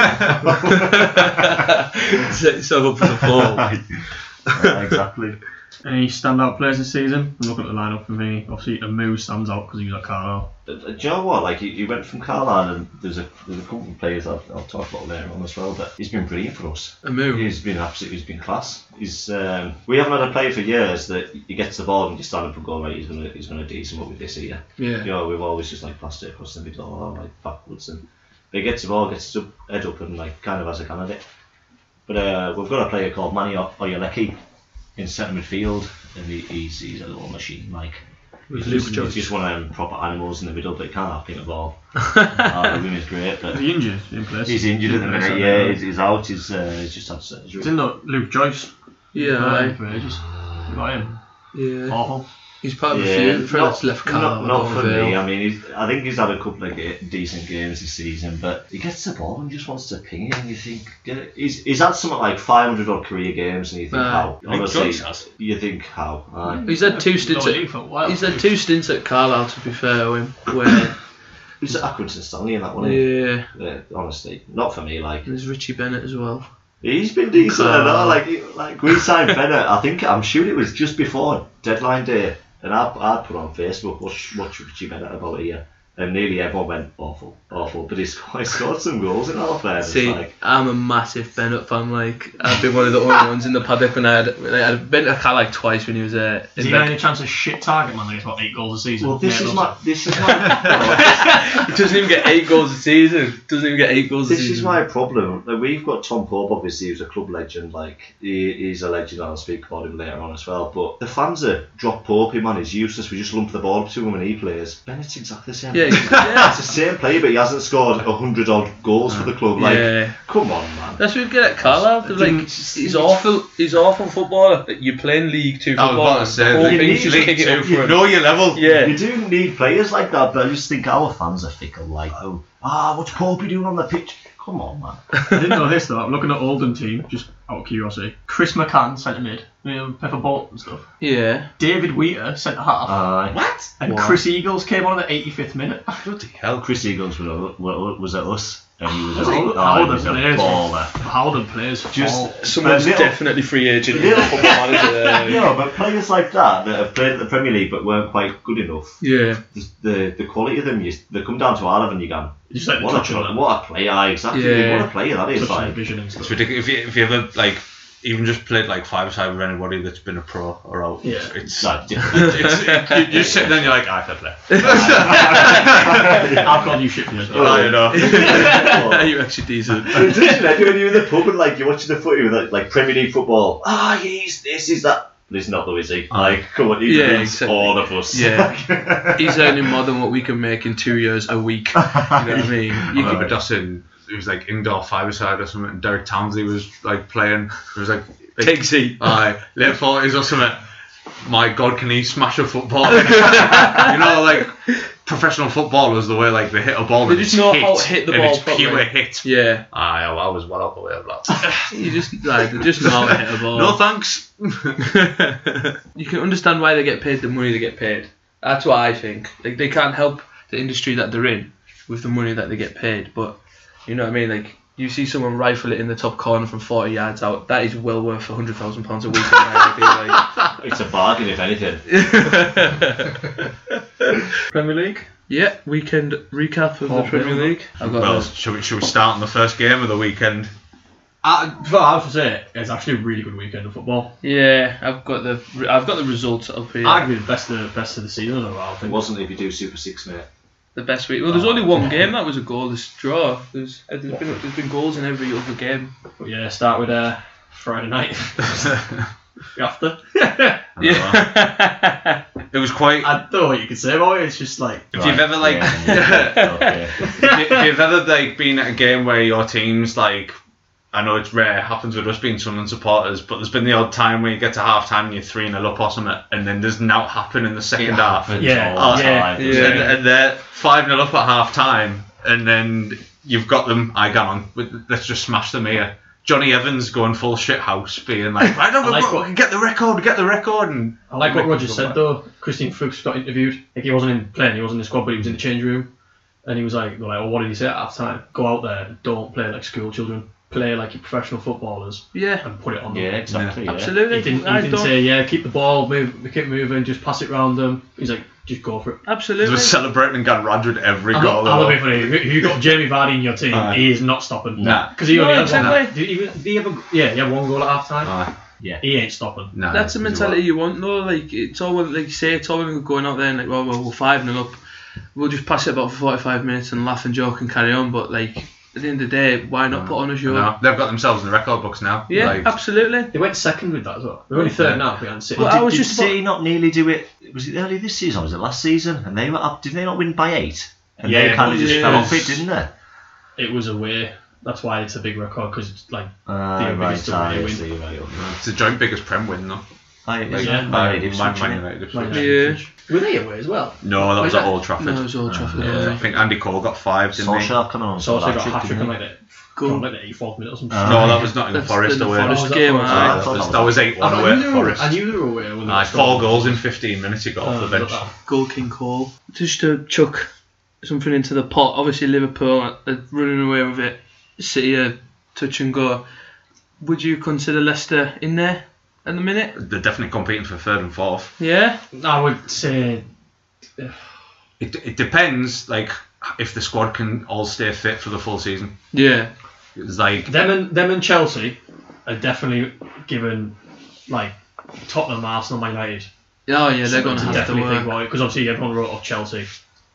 Speaker 2: yourself up for the fall.
Speaker 4: Yeah, exactly.
Speaker 5: Any standout players this season? I'm looking at the lineup for me. Obviously, Amu stands out because he was at Carlisle.
Speaker 4: But, uh, do you know what? Like, you, you went from Carlisle, and there's a, there's a couple of players I've, I've talked about later on as well, but he's been brilliant for us.
Speaker 2: A move.
Speaker 4: He's been absolutely, he's been class. He's, um, we haven't had a player for years that he gets the ball and you stand up and go, right, he's going to he's gonna do something with this here.
Speaker 2: Yeah.
Speaker 4: you know, we've always just like passed it across the middle or like backwards and they get the ball, gets his head up and like kind of has a can at it. But uh, we've got a player called Manny O- Oyeleki in centre midfield and he, he's, he's a little machine like.
Speaker 2: With
Speaker 4: he's,
Speaker 2: Luke
Speaker 4: just, he's
Speaker 2: Judge.
Speaker 4: just one of them proper animals in the middle but he can't half pick the ball. uh, the is great
Speaker 5: Is
Speaker 4: but
Speaker 5: he injured in place?
Speaker 4: he's injured at the
Speaker 5: Didn't play
Speaker 4: minute,
Speaker 5: Saturday,
Speaker 4: yeah,
Speaker 5: no.
Speaker 4: he's, he's out, he's, uh, he's just had surgery.
Speaker 5: Didn't know Luke Joyce.
Speaker 2: Yeah,
Speaker 5: Got him
Speaker 2: aye.
Speaker 5: for ages. Got him.
Speaker 2: yeah.
Speaker 5: Awful.
Speaker 2: He's part of the few for
Speaker 4: not,
Speaker 2: that's left
Speaker 4: not,
Speaker 2: Carlisle.
Speaker 4: not
Speaker 2: above
Speaker 4: for
Speaker 2: Vale.
Speaker 4: me. I mean, he's, I think he's had a couple of ga- decent games this season, but he gets the ball and just wants to ping it. And you think get it. he's he's had something like 500 odd career games, and you think
Speaker 2: Aye.
Speaker 4: how
Speaker 2: Luke
Speaker 4: honestly
Speaker 2: Jones has.
Speaker 4: you think how. Aye.
Speaker 2: He's had two stints
Speaker 5: Not
Speaker 2: at
Speaker 5: you for a while.
Speaker 2: he's had two stints at Carlisle to be fair with him. Where
Speaker 4: Who's at Accrington Stanley in that one? eh?
Speaker 2: yeah,
Speaker 4: Yeah, honestly, not for me. Like
Speaker 2: there's Richie Bennett as well.
Speaker 4: he's been decent.
Speaker 2: Aye.
Speaker 4: and all, Like he- like we signed Bennett. I think I'm sure it was just before deadline day, and I I put on Facebook what's what's Richie Bennett about here. And nearly everyone went awful, awful. But he scored, he scored some goals in all fairness.
Speaker 2: See,
Speaker 4: like,
Speaker 2: I'm a massive Bennett fan. Like I've been one of the only ones in the paddock when I had. When I had been to Carlisle twice when he was uh, there.
Speaker 5: Is he got any chance of shit target man that gets about eight goals a season?
Speaker 4: Well, this
Speaker 5: Yeah,
Speaker 4: is
Speaker 5: loves
Speaker 4: my
Speaker 5: it.
Speaker 4: this is my
Speaker 2: He doesn't even get eight goals a season. Doesn't even get eight goals a
Speaker 4: this
Speaker 2: season.
Speaker 4: is my problem. Like, we've got Tom Pope, obviously, who's a club legend. Like he, he's a legend. and I'll speak about him later on as well. But the fans are drop Pope, man. He's useless. We just lump the ball up to him when he plays. Bennett's exactly the same.
Speaker 2: Yeah,
Speaker 4: It's
Speaker 2: yeah.
Speaker 4: the same player, but he hasn't scored a hundred odd goals
Speaker 5: Ah,
Speaker 4: for the club. Like,
Speaker 2: yeah.
Speaker 4: come on, man.
Speaker 2: That's what we get at Carlisle. They're like, he's awful. He's awful footballer. Like, You're playing League Two
Speaker 3: I was
Speaker 2: football.
Speaker 3: about to say,
Speaker 2: whole
Speaker 4: you
Speaker 2: thing
Speaker 4: need
Speaker 2: just
Speaker 4: League
Speaker 2: kick it up
Speaker 3: you
Speaker 2: for him.
Speaker 3: know your level.
Speaker 2: Yeah.
Speaker 4: You do need players like that, but I just think our fans are fickle. Like, oh, ah, what's Popey doing on the pitch? Come on, man.
Speaker 5: I didn't know this though. I'm looking at Oldham team just out of curiosity. Chris McCann centre mid, you know, Pepper Bolt and stuff.
Speaker 2: Yeah.
Speaker 5: David Wheater centre half,
Speaker 4: Aye.
Speaker 3: What?
Speaker 5: and
Speaker 4: wow.
Speaker 5: Chris Eagles came on at the 85th minute.
Speaker 2: Bloody hell.
Speaker 4: Chris Eagles was, at- wa- was at us, and he was,
Speaker 5: Was
Speaker 4: a,
Speaker 5: he?
Speaker 4: aye, he
Speaker 5: Oh,
Speaker 4: was a
Speaker 5: the players.
Speaker 4: baller.
Speaker 5: Howden plays just
Speaker 4: Just
Speaker 2: Someone's
Speaker 4: a little-
Speaker 2: definitely free agent. in the
Speaker 4: Little-
Speaker 2: football manager uh, there.
Speaker 4: No, but players like that that have played at the Premier League but weren't quite good enough,
Speaker 2: Yeah.
Speaker 4: the the quality of them, you, they come down to Ireland and you go,
Speaker 5: just like the
Speaker 4: what
Speaker 5: touch
Speaker 4: a,
Speaker 5: on
Speaker 4: pl-
Speaker 5: them.
Speaker 4: what a player, aye, exactly,
Speaker 2: Yeah.
Speaker 4: what a player that is.
Speaker 5: touch on the
Speaker 4: Like,
Speaker 5: vision and stuff.
Speaker 6: It's ridiculous. If you, if you ever like even just played like five side with anybody that's been a pro or out,
Speaker 5: Yeah.
Speaker 6: it's,
Speaker 4: like,
Speaker 6: it's you, you sit there and you're like, "Ah, I can play.
Speaker 5: I've got you shit for this.
Speaker 6: I don't know.
Speaker 2: Are you actually decent?
Speaker 4: But did you, like, when you're in the pub and like you're watching the footy with like, like Premier League football, ah, he's this, he's that. But he's not though, is
Speaker 6: Ah.
Speaker 4: he? Like, come on, he
Speaker 2: Yeah,
Speaker 4: beats
Speaker 2: exactly.
Speaker 4: all of us.
Speaker 2: Yeah. He's earning more than what we can make in two years a week. You know what I mean?
Speaker 6: I
Speaker 2: You
Speaker 6: remember
Speaker 2: could,
Speaker 6: Dustin, it was like indoor five side or something, and Derek Townsley was like playing. It was like, like
Speaker 2: Take seat.
Speaker 6: aye, late 40s or something. My God, can he smash a football? you know, like professional footballers, the way like they hit a ball,
Speaker 2: They
Speaker 6: and
Speaker 2: just
Speaker 6: it's
Speaker 2: know
Speaker 6: hit,
Speaker 2: how to hit the
Speaker 6: and
Speaker 2: ball
Speaker 6: It's pure
Speaker 2: properly.
Speaker 6: hit.
Speaker 2: yeah.
Speaker 6: Aye, I was well out the way of that.
Speaker 2: You just like they just know how to hit a ball.
Speaker 6: no thanks.
Speaker 2: you can understand why they get paid the money they get paid. That's what I think. Like they can't help the industry that they're in with the money that they get paid. But you know what I mean? Like you see someone rifle it in the top corner from forty yards out. That is well worth a hundred thousand pounds a week. in my idea, like.
Speaker 4: It's a bargain, if anything.
Speaker 2: Premier League. Yeah, weekend recap of the Premier League. Oh, I've got
Speaker 6: Well,
Speaker 2: this.
Speaker 6: should we, should we start on the first game of the weekend?
Speaker 5: I, what Uh, I have to say, it's actually a really good weekend of football.
Speaker 2: Yeah, I've got the re- I've got the results up here.
Speaker 5: Arguably the best of, best of the season in a while. I
Speaker 4: It
Speaker 5: think.
Speaker 4: wasn't if you do Super Six, mate.
Speaker 2: the best week. Well, there's only one game that was a goalless draw. There's uh, there's been there's been goals in every other game.
Speaker 5: But yeah, start with uh, Friday night after.
Speaker 2: Yeah.
Speaker 6: It was quite.
Speaker 5: I don't know what you can say about it. It's just like
Speaker 6: if you've ever like,
Speaker 4: yeah,
Speaker 6: if you've ever like been at a game where your team's like, I know it's rare, it happens with us being Sunderland supporters, but there's been the odd time where you get to half time and you're three 0 up or something, and then there's now happen in the second half, and,
Speaker 5: Yeah, yeah,
Speaker 2: yeah.
Speaker 6: and they're five 0 up at half time, and then you've got them. I got on. with- Let's just smash them here. Johnny Evans going full shit house, being like, I don't know,
Speaker 5: like
Speaker 6: but
Speaker 5: what-
Speaker 6: get the record, get the record, and
Speaker 5: I like what Roger said though. Christine Fuchs got interviewed. Like he wasn't in playing, he wasn't in the squad, but he was in the change room, and he was like, "Well, like, oh, what did he say at half time? Go out there, and don't play like school children. Play like your professional footballers
Speaker 2: yeah.
Speaker 5: and put it on them."
Speaker 4: yeah, exactly. Yeah.
Speaker 2: Absolutely.
Speaker 5: He didn't,
Speaker 2: I
Speaker 5: he didn't
Speaker 2: don't-
Speaker 5: say, "Yeah, keep the ball, move, keep moving, just pass it round them." He's like, "Just go for it."
Speaker 6: They
Speaker 2: Absolutely.
Speaker 6: were celebrating and got Radford every
Speaker 5: I
Speaker 6: goal.
Speaker 5: love, Uh-huh. I love it funny. If you got Jamie Vardy in your team,
Speaker 6: Aye.
Speaker 5: he is not stopping.
Speaker 6: Nah.
Speaker 5: because he
Speaker 2: No,
Speaker 5: only had one.
Speaker 2: exactly.
Speaker 5: Did he, did he have a, yeah, he had one goal at half time.
Speaker 6: Aye.
Speaker 5: He ain't stopping.
Speaker 6: No,
Speaker 2: That's the
Speaker 6: it's- it's
Speaker 2: mentality you want, though. Like it's all well, like you say, it's all well and good going out there and like, well, well, we're five 0 up. We'll just pass it about for forty five minutes and laugh and joke and carry on. But like at the end of the day, why not put on a show?
Speaker 6: No, they've got themselves in the record books now.
Speaker 2: Yeah,
Speaker 6: Like,
Speaker 2: absolutely.
Speaker 5: They went second with that as well. They're only third
Speaker 6: Yeah.
Speaker 5: now behind City.
Speaker 2: Well, I was
Speaker 4: Did
Speaker 2: just
Speaker 4: City not nearly do it? Was it early this season? or Was it last season? And they were up. Did they not win by eight? And
Speaker 5: Yeah,
Speaker 4: they kind of just
Speaker 2: yeah.
Speaker 4: fell off it, didn't they?
Speaker 5: it was away. That's why it's a big record because like
Speaker 4: Uh,
Speaker 5: biggest
Speaker 4: right, aye, I
Speaker 5: away
Speaker 4: see, right, okay.
Speaker 6: It's the joint biggest Prem win, though.
Speaker 4: Aye, it was
Speaker 5: Yeah.
Speaker 6: By
Speaker 4: Man
Speaker 6: Man,
Speaker 4: United, wasn't
Speaker 6: Man
Speaker 4: it?
Speaker 6: United.
Speaker 5: Man
Speaker 6: absolutely.
Speaker 5: United. were they away as well?
Speaker 6: No, that was at
Speaker 5: Wait,
Speaker 6: Old Trafford. Uh,
Speaker 2: No, it was Old Trafford.
Speaker 6: Yeah,
Speaker 2: wasn't
Speaker 6: I
Speaker 2: it?
Speaker 6: think Andy Cole got five, didn't he?
Speaker 4: Solskjaer coming on.
Speaker 5: So also
Speaker 4: for
Speaker 5: got a
Speaker 4: that
Speaker 5: hat trick
Speaker 4: didn't he?
Speaker 5: in like the from, like the 84th minute or something.
Speaker 4: Uh,
Speaker 6: No, that was not in the
Speaker 2: That's
Speaker 6: Forest
Speaker 2: the
Speaker 6: away. Uh,
Speaker 2: Forest
Speaker 5: Oh, that
Speaker 2: game.
Speaker 5: was-
Speaker 2: aye.
Speaker 4: I
Speaker 6: That
Speaker 4: thought
Speaker 6: was,
Speaker 4: that
Speaker 6: that
Speaker 4: was-
Speaker 6: was 8
Speaker 5: I,
Speaker 6: 1
Speaker 5: I
Speaker 6: away
Speaker 5: knew
Speaker 6: at
Speaker 5: they were,
Speaker 6: Forest.
Speaker 5: I knew they were away when they
Speaker 6: Aye,
Speaker 5: scored.
Speaker 6: four goals in 15 minutes he got
Speaker 5: Uh,
Speaker 6: off the
Speaker 5: look
Speaker 6: bench.
Speaker 5: at that.
Speaker 2: Goal King Cole. Just to chuck something into the pot. Obviously, Liverpool are running away with it. City are touch and go. Would you consider Leicester in there at the minute?
Speaker 6: They're definitely competing for third and fourth.
Speaker 2: Yeah.
Speaker 5: I would say
Speaker 6: It, it depends, like, if the squad can all stay fit for the full season.
Speaker 2: Yeah.
Speaker 6: It's like,
Speaker 5: them and them and Chelsea are definitely given like Tottenham, Arsenal, Man United.
Speaker 2: Oh yeah, they're going to
Speaker 5: to
Speaker 2: have to
Speaker 5: definitely
Speaker 2: work.
Speaker 5: think about it because obviously everyone wrote off Chelsea. at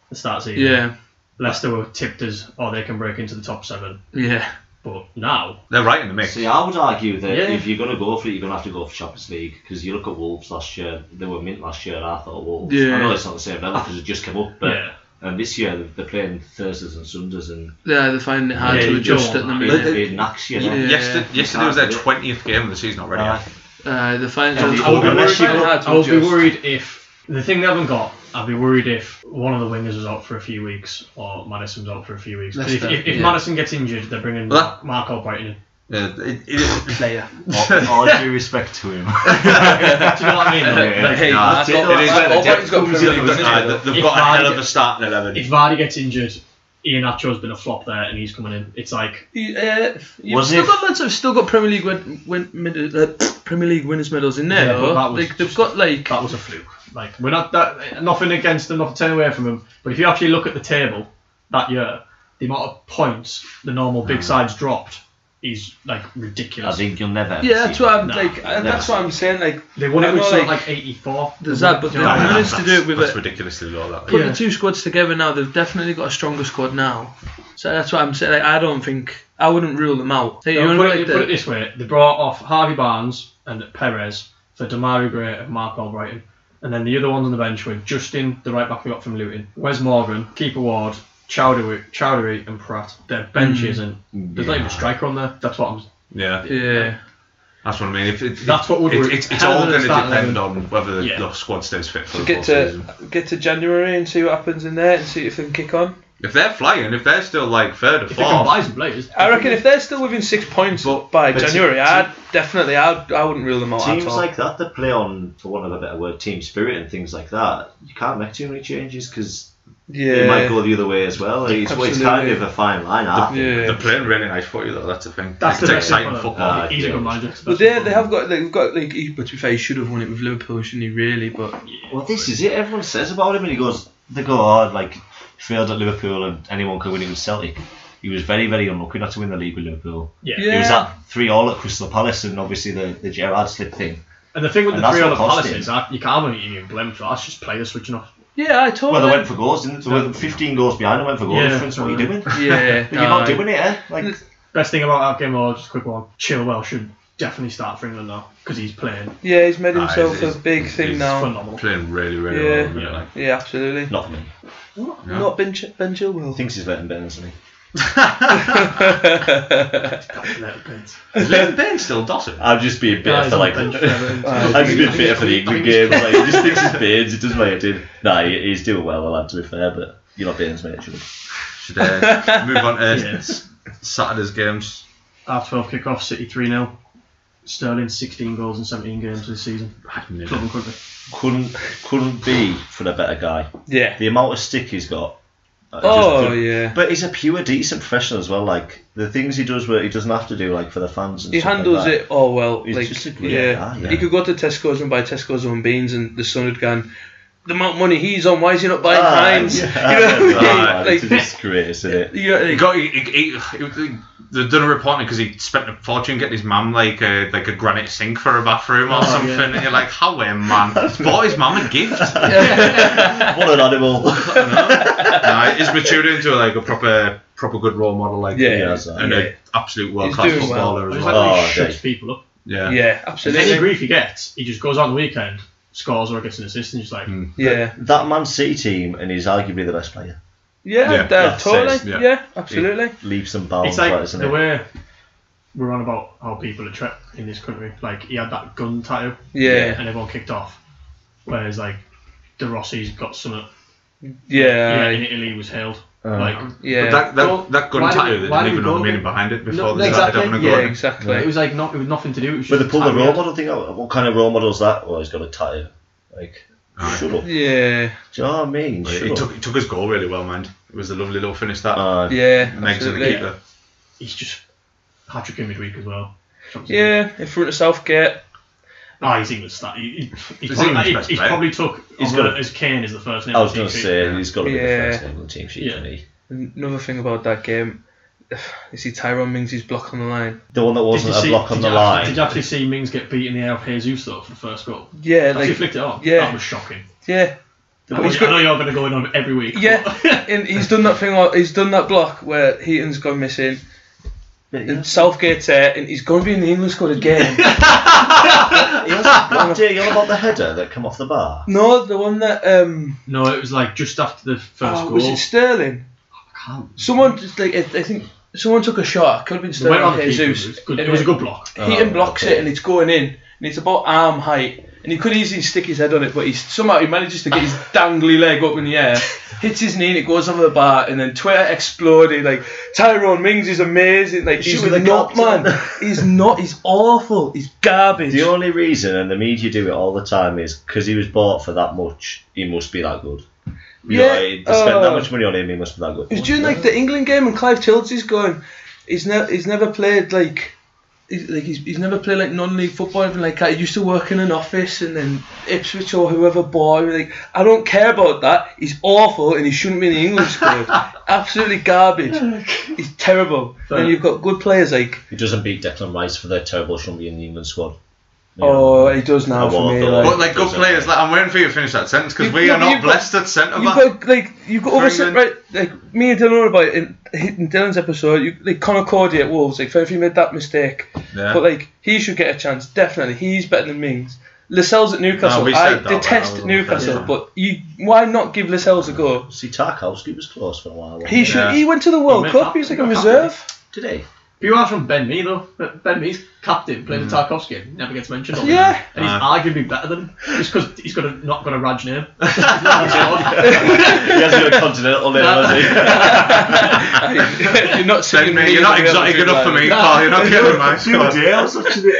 Speaker 5: The start of the season.
Speaker 2: Yeah.
Speaker 5: Leicester were tipped as, oh, they can break into the top seven.
Speaker 2: Yeah.
Speaker 5: But now,
Speaker 6: they're right in the mix.
Speaker 4: See, I would argue that
Speaker 5: Yeah.
Speaker 4: if you're going to go for it, you're going to have to go for Champions League because you look at Wolves last year. They were mint last year. I thought Wolves.
Speaker 2: Yeah.
Speaker 4: I know it's not the same level because it just came up, but
Speaker 5: yeah,
Speaker 4: and this year they're playing Thursdays and Sundays and
Speaker 2: Yeah, they're finding it hard
Speaker 5: Yeah,
Speaker 2: to
Speaker 5: you
Speaker 2: adjust
Speaker 5: don't
Speaker 2: at the
Speaker 5: like-
Speaker 2: minute.
Speaker 4: it knacks you.
Speaker 2: Yeah.
Speaker 4: Yeah.
Speaker 6: Yesterday, yesterday was their
Speaker 4: Yeah.
Speaker 6: 20th game of the season already.
Speaker 4: Uh,
Speaker 2: Uh, they're finding
Speaker 4: Yeah,
Speaker 2: it
Speaker 4: the
Speaker 5: I would be
Speaker 4: Unless
Speaker 5: worried.
Speaker 4: you go-
Speaker 2: hard
Speaker 5: I
Speaker 2: to
Speaker 5: would be
Speaker 2: adjust.
Speaker 5: worried if The thing they haven't got, I'd be worried if one of the wingers is out for a few weeks or Madison's out for a few weeks. 'Cause If,
Speaker 2: Leicester,
Speaker 5: if, if
Speaker 2: yeah.
Speaker 5: Madison gets injured, they're bringing
Speaker 6: Well, that-
Speaker 5: Mark Albright in.
Speaker 6: Yeah, Uh, it, it,
Speaker 2: Player.
Speaker 4: All due respect to him.
Speaker 5: Do you know what I mean? though?
Speaker 4: Yeah.
Speaker 5: Like,
Speaker 2: Hey,
Speaker 4: Nah,
Speaker 2: I've
Speaker 4: it
Speaker 2: got-
Speaker 4: is
Speaker 2: I've
Speaker 4: better.
Speaker 2: got- Albright's got
Speaker 4: Comes
Speaker 2: Premier
Speaker 4: in
Speaker 2: League
Speaker 4: with
Speaker 2: done,
Speaker 6: uh,
Speaker 2: isn't
Speaker 6: th-
Speaker 2: he?
Speaker 6: they've
Speaker 5: If
Speaker 6: got a
Speaker 5: Vardy
Speaker 6: hell of a
Speaker 5: get-
Speaker 6: starting eleven.
Speaker 5: If Vardy gets injured, Ian Acho's been a flop there and he's coming in. It's like,
Speaker 2: You- uh, You've
Speaker 4: Wasn't
Speaker 2: still
Speaker 4: it-
Speaker 2: got lads who've still got Premier League win, win, mid, uh, Premier League winners medals in there.
Speaker 5: Yeah, but that
Speaker 2: though.
Speaker 5: was
Speaker 2: Like, they've
Speaker 5: just-
Speaker 2: got like
Speaker 5: that was a fluke. Like, we're not, that, nothing against them, nothing to turn away from them. But if you actually look at the table that year, the amount of points the normal big sides dropped is like
Speaker 4: I
Speaker 5: ridiculous.
Speaker 4: think you'll never. ever
Speaker 2: yeah.
Speaker 4: see
Speaker 2: That's what I'm
Speaker 5: Nah,
Speaker 2: like. uh,
Speaker 4: never
Speaker 2: That's what I'm saying. Like
Speaker 5: They won
Speaker 2: I
Speaker 5: it with
Speaker 2: know,
Speaker 5: something like 84.
Speaker 2: There's
Speaker 5: They won
Speaker 2: that, but
Speaker 5: it- you know
Speaker 2: they-
Speaker 5: what I mean?
Speaker 2: managed to do it with
Speaker 6: that's
Speaker 2: a-
Speaker 6: ridiculously low. That
Speaker 2: putting
Speaker 5: Yeah.
Speaker 2: the two squads together now, they've definitely got a stronger squad now. So that's what I'm saying. Like, I don't think I wouldn't rule them out. Hey, you
Speaker 5: No,
Speaker 2: know,
Speaker 5: put, it,
Speaker 2: like
Speaker 5: put it
Speaker 2: the-
Speaker 5: this way: they brought off Harvey Barnes and Perez for Damari Gray and Mark Albrighton, and then the other ones on the bench were Justin, the right back we got from Luton, Wes Morgan, Keeper Ward, Chowdery, Chowdery and Pratt. Their bench isn't. There's not even a striker on there. That's what I'm.
Speaker 6: yeah.
Speaker 2: yeah.
Speaker 6: That's what I mean. If it,
Speaker 5: That's what would
Speaker 6: it,
Speaker 5: work.
Speaker 6: it's, it's
Speaker 5: Hell
Speaker 6: all
Speaker 5: of a
Speaker 6: going to
Speaker 5: starting
Speaker 6: depend on whether the,
Speaker 5: Yeah.
Speaker 6: the squad stays fit for the full
Speaker 2: Get to
Speaker 6: season.
Speaker 2: get to January and see what happens in there and see if they can kick on.
Speaker 6: If they're flying, if they're still like third or
Speaker 5: If they can
Speaker 6: fourth,
Speaker 5: buy some players,
Speaker 2: I reckon if they're still within six points
Speaker 6: But-
Speaker 2: by
Speaker 4: but
Speaker 2: January,
Speaker 4: te-
Speaker 2: I'd definitely I'd, I wouldn't rule them out
Speaker 4: Teams
Speaker 2: at all.
Speaker 4: like that that play on, for want of a better word, team spirit and things like that, you can't make too many changes because
Speaker 2: yeah.
Speaker 4: it might go the other way as well. It's, it's kind
Speaker 2: Absolutely.
Speaker 4: of a fine line. I think.
Speaker 2: yeah.
Speaker 6: they're playing really nice footy though. That's the thing.
Speaker 5: that's
Speaker 6: it's
Speaker 5: the best
Speaker 6: exciting
Speaker 5: thing for them.
Speaker 6: football.
Speaker 4: Uh,
Speaker 5: He's a
Speaker 4: yeah.
Speaker 5: good manager. so
Speaker 2: But
Speaker 5: that's
Speaker 2: they,
Speaker 5: what
Speaker 2: they
Speaker 5: I'm-
Speaker 2: have got they've got like he- but to be fair he should have won it with Liverpool shouldn't he really but
Speaker 4: Well, this is it. Everyone says about him, and he goes, they go, oh, like, failed at Liverpool, and anyone can win it with Celtic. He was very, very unlucky not to win the league with Liverpool.
Speaker 5: Yeah.
Speaker 2: Yeah.
Speaker 4: He was at three all at Crystal Palace, and obviously the, the Gerard slip thing.
Speaker 5: And the thing with
Speaker 4: And
Speaker 5: the
Speaker 4: that's
Speaker 5: three
Speaker 4: what
Speaker 5: other
Speaker 4: cost
Speaker 5: Palace is that you can't even blame them for that. It's just players switching off.
Speaker 2: yeah I told
Speaker 4: Well, they
Speaker 2: them.
Speaker 4: went for goals, didn't they? They were 15 goals behind and went for goal
Speaker 5: Yeah.
Speaker 4: difference. What are you doing?
Speaker 2: yeah
Speaker 4: You're not
Speaker 2: no,
Speaker 4: doing it, eh? Like,
Speaker 5: Best thing about that game, or just a quick one. Chilwell should definitely start for England now because he's playing
Speaker 2: yeah he's made
Speaker 6: Nah,
Speaker 2: himself
Speaker 6: it's- it's-
Speaker 2: a big
Speaker 6: it's
Speaker 2: thing
Speaker 4: Oh.
Speaker 2: now
Speaker 5: phenomenal.
Speaker 6: Playing really, really
Speaker 2: Yeah.
Speaker 6: well. at the minute, like.
Speaker 2: yeah absolutely
Speaker 4: not me.
Speaker 2: not Ben Ch- Ben Chilwell
Speaker 4: Thinks he's better than Ben, isn't he?
Speaker 5: Let it be.
Speaker 6: Is Liam Bain still dotted?
Speaker 4: I'm just being
Speaker 5: Guys on the
Speaker 4: I'm
Speaker 5: bench forever.
Speaker 4: just being bitter for the England game. Like, he just thinks he's Baines. He doesn't like it, dude. Nah, he, he's doing well, the lad, to be fair, but you're not Baines, mate, surely.
Speaker 6: Should uh, move on to
Speaker 5: Yes.
Speaker 6: Saturday's games.
Speaker 5: Half 12 kickoff, City 3 0. Sterling 16 goals in 17 games this season.
Speaker 6: I knew it.
Speaker 5: Club and country.
Speaker 4: couldn't couldn't be for a better guy.
Speaker 2: yeah
Speaker 4: The amount of stick he's got. uh,
Speaker 2: oh
Speaker 4: just-
Speaker 2: yeah
Speaker 4: But he's a pure decent professional as well. Like the things he does, where he doesn't have to do, like for the fans. And
Speaker 2: he
Speaker 4: stuff like
Speaker 2: handles
Speaker 4: that.
Speaker 2: it oh well
Speaker 4: He's
Speaker 2: like
Speaker 4: just a great
Speaker 2: yeah.
Speaker 4: guy, yeah.
Speaker 2: he could go to Tesco's and buy Tesco's own beans and the son had gone the amount of money he's on why is he not buying
Speaker 4: Ah,
Speaker 2: Heinz you know what I mean?
Speaker 4: like,
Speaker 2: like
Speaker 4: to this career, isn't it?
Speaker 2: you know,
Speaker 6: He
Speaker 2: like,
Speaker 6: got he, he, he, he- they've done a report because he spent a fortune getting his mum like a like a granite sink for a bathroom or
Speaker 5: Oh,
Speaker 6: something.
Speaker 5: yeah.
Speaker 6: And you're like, how eh, man? He's bought his mum a gift.
Speaker 4: What an animal!
Speaker 6: no, he's matured into like a proper proper good role model. Like
Speaker 2: Yeah,
Speaker 6: he
Speaker 4: yeah,
Speaker 6: is,
Speaker 4: yeah.
Speaker 6: and an absolute world class
Speaker 2: doing well.
Speaker 6: footballer as
Speaker 5: I just like
Speaker 6: well.
Speaker 5: when he
Speaker 4: Oh,
Speaker 5: shuts
Speaker 4: okay.
Speaker 5: people up.
Speaker 6: Yeah.
Speaker 2: yeah
Speaker 5: Any
Speaker 2: absolutely
Speaker 5: grief he gets, he just goes out on the weekend, scores or gets an assist, and just like,
Speaker 2: yeah
Speaker 4: that Man City team, and he's arguably the best player.
Speaker 2: yeah,
Speaker 6: Yeah,
Speaker 2: they're
Speaker 4: that's
Speaker 2: totally
Speaker 4: it,
Speaker 6: yeah.
Speaker 2: yeah. absolutely
Speaker 4: Leaps and bounds,
Speaker 5: it's like
Speaker 4: right, isn't
Speaker 5: the
Speaker 4: it?
Speaker 5: way we're on about how people are trapped in this country. Like, he had that gun tattoo,
Speaker 2: yeah
Speaker 5: and everyone kicked off. Whereas, like, De Rossi's got
Speaker 2: Uh,
Speaker 5: some. yeah,
Speaker 2: yeah,
Speaker 5: in Italy, he was held.
Speaker 2: uh,
Speaker 5: like,
Speaker 6: But
Speaker 2: yeah.
Speaker 6: that that,
Speaker 5: Well,
Speaker 6: that gun
Speaker 5: why do we-
Speaker 6: tattoo, they
Speaker 5: why
Speaker 6: didn't
Speaker 5: do we
Speaker 6: even know the
Speaker 5: go-
Speaker 6: meaning behind it before
Speaker 5: No,
Speaker 6: they
Speaker 5: exactly,
Speaker 6: decided I'm
Speaker 2: yeah,
Speaker 6: going to
Speaker 2: exactly.
Speaker 5: it was like not, it was nothing to do. It was
Speaker 4: But
Speaker 5: just
Speaker 4: they pulled the
Speaker 5: tattoo.
Speaker 4: role model thing out. What kind of role models that? Well, he's got a tattoo. Like, shut up. Do
Speaker 2: Yeah,
Speaker 4: you know what I mean?
Speaker 6: go.
Speaker 4: Shut
Speaker 6: He
Speaker 4: up.
Speaker 6: took, he took his goal really well, man. It was a lovely little finish that.
Speaker 4: Uh,
Speaker 2: yeah,
Speaker 6: Megs and the
Speaker 2: absolutely.
Speaker 6: keeper.
Speaker 5: He's just hat trick in midweek as well.
Speaker 2: Yeah, in front of Southgate.
Speaker 5: Ah, he's English. That he, he, he,
Speaker 6: He's
Speaker 5: probably,
Speaker 6: English
Speaker 5: he,
Speaker 6: best
Speaker 5: he
Speaker 6: player.
Speaker 5: probably took.
Speaker 4: He's
Speaker 5: He's
Speaker 4: got a-
Speaker 5: as Kane is the first name.
Speaker 4: I
Speaker 5: on
Speaker 4: was
Speaker 5: the
Speaker 4: going to
Speaker 5: team sheet.
Speaker 4: say he's got to be
Speaker 2: Yeah.
Speaker 4: the first England team sheet
Speaker 5: Yeah.
Speaker 4: for me.
Speaker 2: Another thing about that game, you see Tyrone Mings' block on the line.
Speaker 4: The one that
Speaker 5: Did you
Speaker 4: wasn't
Speaker 5: see-
Speaker 4: a block on
Speaker 5: did
Speaker 4: the
Speaker 5: you actually- Did
Speaker 4: line.
Speaker 5: you actually see Mings get beat in the air of Jesus though for the first goal?
Speaker 2: Yeah,
Speaker 5: Like, he
Speaker 2: like
Speaker 5: flicked it on.
Speaker 2: yeah.
Speaker 5: that was shocking.
Speaker 2: yeah,
Speaker 5: I know,
Speaker 2: he's
Speaker 5: I
Speaker 2: got-
Speaker 5: know you're going to go in on every week.
Speaker 2: yeah. and he's done that thing. like- He's done that block where Heaton's gone missing. And Southgate's there, and he's going to be in the England squad again.
Speaker 4: He hasn't blocked it. You're on about the header that come off the bar.
Speaker 2: no, the one that um,
Speaker 5: no, it was like just after the first
Speaker 2: oh,
Speaker 5: goal.
Speaker 2: was it Sterling?
Speaker 5: can't-
Speaker 2: Someone just like I I think someone took a shot. Could have been
Speaker 5: It went
Speaker 2: Sterling
Speaker 5: on
Speaker 2: or
Speaker 5: the keeper, It
Speaker 2: Jesus.
Speaker 5: was, good,
Speaker 4: Oh,
Speaker 2: and
Speaker 5: it was a good block.
Speaker 2: Heaton blocks it, and it's going in, and it's about arm height. and he could easily stick his head on it, but he somehow he manages to get his dangly leg up in the air, hits his knee, and it goes over the bar, and then Twitter exploded. Like Tyrone Mings is amazing. Like he's
Speaker 4: Shoot with a
Speaker 2: not
Speaker 4: captain.
Speaker 2: man. He's not. He's awful. He's garbage.
Speaker 4: The only reason, and the media do it all the time, is because he was bought for that much, he must be that good. You
Speaker 2: Yeah,
Speaker 4: know, they spent
Speaker 5: oh.
Speaker 4: that
Speaker 2: uh,
Speaker 4: much money on him, he must be that good.
Speaker 2: It was during like the England game, and Clive Childs going. He's never he's never played like. He's, like he's, he's never played like non-league football or anything like that. He used to work in an office and then Ipswich or whoever bought him. Like I don't care about that. He's awful and he shouldn't be in the England squad. Absolutely garbage. He's terrible. and you've got good players like
Speaker 4: He doesn't beat Declan Rice for their terrible shouldn't be in the England squad. You
Speaker 2: oh
Speaker 4: know.
Speaker 2: he does now
Speaker 4: I
Speaker 2: for
Speaker 4: want
Speaker 2: me.
Speaker 4: that.
Speaker 2: Like,
Speaker 6: But like good players, like I'm waiting for you to finish that sentence because
Speaker 2: You-
Speaker 6: we
Speaker 2: yeah,
Speaker 6: are
Speaker 2: but
Speaker 6: not
Speaker 2: you've got-
Speaker 6: blessed at centre
Speaker 2: You've
Speaker 6: back.
Speaker 2: got like you've got other set, right
Speaker 6: England.
Speaker 2: like me and Dylan were about it in, in Dylan's episode. You, like Connor Cody at Wolves, like if he made that mistake,
Speaker 6: Yeah.
Speaker 2: but like he should get a chance definitely. He's better than Mings. Lascelles at Newcastle.
Speaker 6: No, we
Speaker 2: I
Speaker 6: said that,
Speaker 2: detest
Speaker 6: but I wasn't
Speaker 2: Newcastle,
Speaker 6: impressed.
Speaker 2: but you why not give Lascelles a go?
Speaker 4: See, Tarkowski was close for a while. wasn't
Speaker 2: He should.
Speaker 6: Yeah.
Speaker 2: He went to the World
Speaker 5: He made
Speaker 2: Cup.
Speaker 5: that-
Speaker 2: He was like a
Speaker 5: that
Speaker 2: reserve.
Speaker 4: Did he?
Speaker 5: But you are from Ben Mee though. Ben Mee's captain, playing with Tarkovsky, and never gets mentioned. all
Speaker 2: Mm. Yeah.
Speaker 5: and he's
Speaker 6: Ah.
Speaker 5: arguably better than him, just because he's got a, not got a Raj name.
Speaker 4: he has got a continental name, hasn't he?
Speaker 2: you're not.
Speaker 6: Ben
Speaker 2: singing
Speaker 6: Mee,
Speaker 2: me
Speaker 6: you're not
Speaker 2: when we have
Speaker 6: exotic
Speaker 2: a good
Speaker 6: enough for
Speaker 2: line.
Speaker 6: me, pal. You're not getting my squad.
Speaker 5: I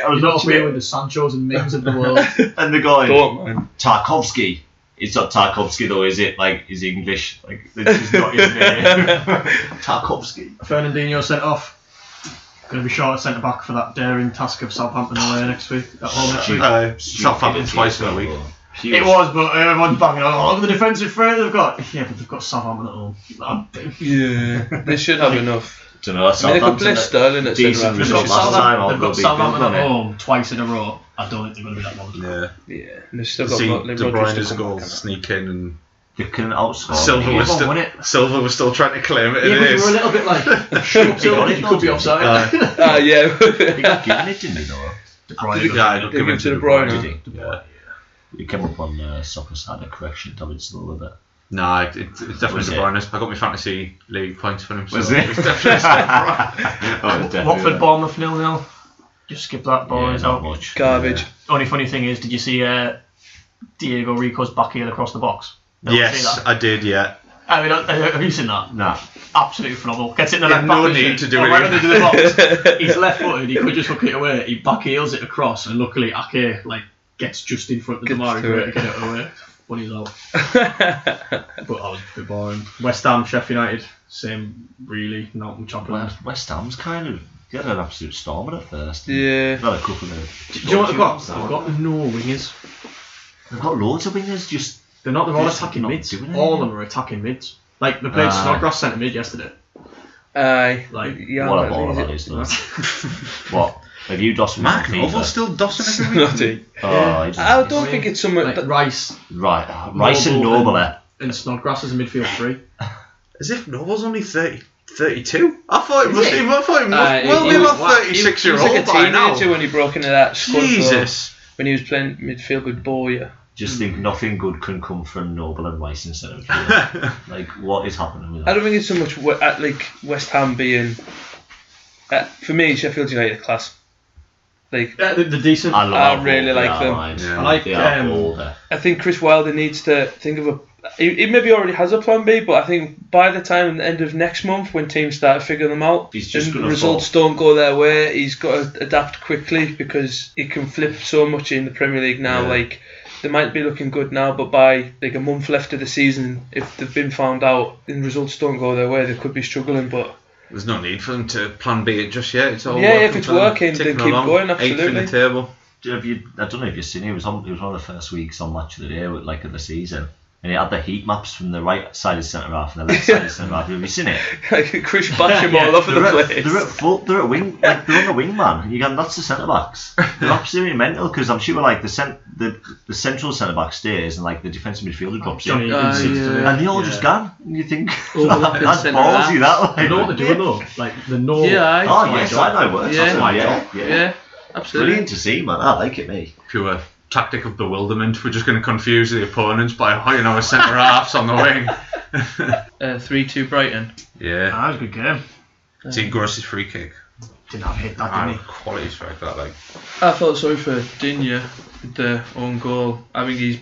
Speaker 5: was not familiar with the Sanchos and Mings of the world.
Speaker 4: And the guy,
Speaker 2: Go on, man.
Speaker 4: Tarkovsky. It's not Tarkovsky though, is it? Like, is he English? Like, this is not his name. Tarkovsky.
Speaker 5: Fernandinho sent off. Going to be short at centre back for that daring task of Southampton away next week at home next week.
Speaker 6: Uh, Southampton twice in a week.
Speaker 5: It was, but everyone's banging on. Oh, look at the defensive threat they've got. Yeah, but they've got Southampton at home. Um,
Speaker 2: Yeah, they should have enough.
Speaker 4: Don't know,
Speaker 2: I mean, they could
Speaker 4: Southampton.
Speaker 2: play Sterling at
Speaker 4: Decent
Speaker 2: centre-half.
Speaker 5: They've
Speaker 4: result.
Speaker 5: got
Speaker 4: Last time
Speaker 5: Southampton,
Speaker 4: on
Speaker 5: they've got
Speaker 4: Rugby,
Speaker 5: Southampton
Speaker 4: wasn't
Speaker 5: at
Speaker 4: it?
Speaker 5: home twice in a row. I don't think they're going to be that bothered.
Speaker 6: Yeah.
Speaker 2: Yeah, and they've still got
Speaker 6: See
Speaker 2: Rodri-
Speaker 6: De
Speaker 2: Rodri's
Speaker 6: Bruyne's
Speaker 2: still
Speaker 6: goal
Speaker 2: coming.
Speaker 6: sneak in and
Speaker 4: You can outscore.
Speaker 6: Silver
Speaker 5: Oh, he
Speaker 6: was
Speaker 5: won,
Speaker 6: still
Speaker 5: wasn't it?
Speaker 6: Silver was still trying to claim it.
Speaker 5: Yeah,
Speaker 6: It
Speaker 5: but you
Speaker 6: is.
Speaker 5: were a little bit like, shoot,
Speaker 4: got
Speaker 5: you
Speaker 4: it,
Speaker 5: could be offside.
Speaker 6: Uh,
Speaker 2: Ah, yeah.
Speaker 4: He got given it, didn't he, though?
Speaker 5: De Bruyne,
Speaker 6: the guy who
Speaker 2: They give
Speaker 6: came
Speaker 2: it to
Speaker 6: into
Speaker 2: De
Speaker 6: the
Speaker 2: Bruyne.
Speaker 6: Bruyne.
Speaker 4: Yeah. We came up on uh, Soccer Side, a correction, David's a little bit.
Speaker 6: Nah, it, it, it's definitely
Speaker 4: Was
Speaker 6: De
Speaker 4: it?
Speaker 6: Bruyne. I got my fantasy league points for him. So
Speaker 4: Was it?
Speaker 6: it's definitely still Bruyne.
Speaker 4: oh,
Speaker 5: Watford, Bournemouth, nil nil. Just skip that,
Speaker 4: yeah,
Speaker 5: boys.
Speaker 4: not
Speaker 5: out.
Speaker 4: much.
Speaker 2: Garbage.
Speaker 5: Only funny thing is, did you see uh, Diego Rico's back heel across the box? Did you see
Speaker 6: yes,
Speaker 5: that?
Speaker 6: I did. Yeah.
Speaker 5: I mean, uh, have you seen that?
Speaker 4: Nah.
Speaker 5: Absolutely phenomenal. Gets it in the
Speaker 6: Yeah,
Speaker 5: left
Speaker 6: no
Speaker 5: back position,
Speaker 6: need to do
Speaker 5: and
Speaker 6: it
Speaker 5: right
Speaker 6: even.
Speaker 5: under the box. He's left footed. He could just hook it away. He back heels it across, and luckily Ake like gets just in front of the
Speaker 2: Gets
Speaker 5: mark
Speaker 2: to
Speaker 5: to
Speaker 2: it.
Speaker 5: get it away. When he's out. but that was a bit boring. West Ham, Sheffield United, same really. Not much happening.
Speaker 4: West, West Ham's kind of. They had an absolute storm at first.
Speaker 2: Yeah.
Speaker 4: They've had a couple of.
Speaker 5: Do you know what I've got? I've got no wingers.
Speaker 4: They've got loads of wingers just.
Speaker 5: They're not. They're all
Speaker 4: They're just
Speaker 5: attacking
Speaker 4: not
Speaker 5: mids.
Speaker 4: doing
Speaker 5: All of
Speaker 4: anything.
Speaker 5: them are attacking mids. Like they played
Speaker 4: Ah.
Speaker 5: Snodgrass centre mid yesterday.
Speaker 2: Aye.
Speaker 5: Like,
Speaker 2: yeah,
Speaker 4: what
Speaker 2: I
Speaker 4: a ball
Speaker 2: mean,
Speaker 4: that
Speaker 2: is
Speaker 4: is, though. what? Have you Dawson?
Speaker 6: Mark
Speaker 4: Fever?
Speaker 6: Noble still dossing
Speaker 2: it-
Speaker 6: every
Speaker 2: Bloody.
Speaker 6: week.
Speaker 4: Oh, he doesn't-
Speaker 2: I don't think it's something.
Speaker 5: Like
Speaker 2: that-
Speaker 5: Rice
Speaker 4: Right. uh, Rice and
Speaker 5: Noble and-
Speaker 4: Noble. eh?
Speaker 5: and Snodgrass as a midfield three.
Speaker 6: As if Noble's only 30, 32. I thought it must.
Speaker 2: it?
Speaker 6: Be, I thought it must.
Speaker 2: Aye,
Speaker 6: well,
Speaker 2: Uh, he-
Speaker 6: be
Speaker 2: he
Speaker 6: about
Speaker 2: was-
Speaker 6: thirty-six
Speaker 2: he
Speaker 6: year
Speaker 2: was
Speaker 6: old
Speaker 2: like a
Speaker 6: by now.
Speaker 2: teenager when he broke into that squad. for-
Speaker 6: Jesus.
Speaker 2: when he was playing midfield with Boya.
Speaker 4: Just think nothing good can come from Noble and Rice instead of Fever. Like, what is happening with
Speaker 2: I
Speaker 4: that?
Speaker 2: don't think it's so much we- at like West Ham being. Uh, for me, Sheffield United are class. Like
Speaker 5: Yeah, they're, they're decent.
Speaker 4: I, love
Speaker 2: I
Speaker 4: how
Speaker 2: really
Speaker 4: old they
Speaker 2: like
Speaker 4: are,
Speaker 2: them.
Speaker 4: right?
Speaker 6: Yeah. I
Speaker 5: like um,
Speaker 4: they are
Speaker 5: them.
Speaker 4: older.
Speaker 2: I think Chris Wilder needs to think of a. He, he maybe already has a plan B, but I think by the time the end of next month, when teams start figuring them out,
Speaker 4: He's just
Speaker 2: and
Speaker 4: gonna
Speaker 2: results don't go their way, he's got to adapt quickly because he can flip so much in the Premier League now.
Speaker 6: Yeah.
Speaker 2: Like they might be looking good now, but by like a month left of the season, if they've been found out and results don't go their way, they could be struggling. But
Speaker 6: There's no need for them to plan B it just yet. It's all
Speaker 2: Yeah,
Speaker 6: working
Speaker 2: if it's
Speaker 6: for them,
Speaker 2: working,
Speaker 6: ticking
Speaker 2: then keep
Speaker 6: along,
Speaker 2: going,
Speaker 6: Eighth in
Speaker 2: absolutely.
Speaker 6: the table.
Speaker 4: Have you, I don't know if you've seen it. It was on. It was one of the first weeks on Match of the Day, with, like of the season, and it had the heat maps from the right side of centre half and the left side of centre half. Have you seen it?
Speaker 2: Chris bash him all over the
Speaker 4: they're
Speaker 2: place.
Speaker 4: At, they're at full. They're at wing. Like they're on the wing man. You can. That's the centre backs. They're absolutely mental because I'm sure like the cent the, the central centre back stays and like the defensive midfielder drops
Speaker 5: Johnny
Speaker 4: in.
Speaker 2: Uh,
Speaker 5: Higgins.
Speaker 6: Ah,
Speaker 2: yeah.
Speaker 4: And they all just gone. And you think
Speaker 2: Overlapping
Speaker 4: that's
Speaker 2: centre
Speaker 4: ballsy. That
Speaker 5: You
Speaker 4: like.
Speaker 5: know what they're doing though? Like the no.
Speaker 2: Yeah, aye.
Speaker 4: Oh yes, I know what.
Speaker 2: Yeah.
Speaker 4: That's my job. Yeah.
Speaker 2: yeah, absolutely.
Speaker 4: Brilliant to see, man. I like it, mate.
Speaker 6: Pure tactic of bewilderment. We're just going to confuse the opponents by oh, hiring our centre halves on the wing.
Speaker 2: Uh, Three two Brighton.
Speaker 6: Yeah.
Speaker 5: Ah, that was a good game.
Speaker 6: Uh, See Gross's free kick.
Speaker 5: Didn't have hit that,
Speaker 6: I
Speaker 5: didn't he?
Speaker 6: quality strike that like.
Speaker 2: I felt sorry for Dinya with the own goal. I think he's,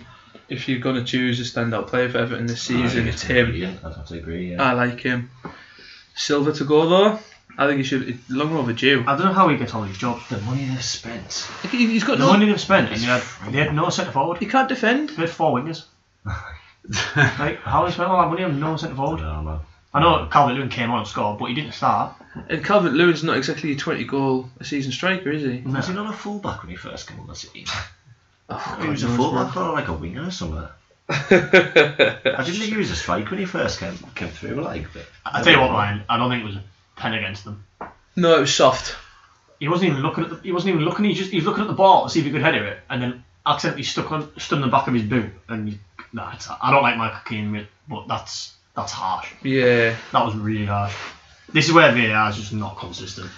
Speaker 2: if you're going to choose a standout player for Everton this season, it's him.
Speaker 4: Yeah, I'd have to agree.
Speaker 5: Uh,
Speaker 4: Yeah.
Speaker 2: I like him. Silver to go though. I think he should. It's long overdue.
Speaker 5: I don't know how he gets all these jobs.
Speaker 4: the money they've spent.
Speaker 2: He- He's got
Speaker 5: The
Speaker 2: no.
Speaker 5: money they've spent, and you had, they had no centre forward.
Speaker 2: He can't defend.
Speaker 5: They had four wingers. like, how they spent all that money on no centre
Speaker 4: I
Speaker 5: forward?
Speaker 4: don't know.
Speaker 5: I know Calvert Lewin came on and scored, but he didn't start.
Speaker 2: And Calvert Lewin's not exactly a 20 goal a season striker, is he?
Speaker 4: Was he not a fullback when he first came on the team? I thought he was a fullback or like a winger or something. I didn't think he was a striker when he first came came through. Like, but
Speaker 5: I tell you what, Ryan, I don't think it was a pen against them.
Speaker 2: No, it was soft.
Speaker 5: He wasn't even looking at the. He wasn't even looking. He just he was looking at the ball to see if he could header it, and then accidentally stuck on stood on the back of his boot. And he, nah, it's, I don't like Michael Keane, but that's that's harsh.
Speaker 2: Yeah.
Speaker 5: That was really harsh. This is where VAR is just not consistent.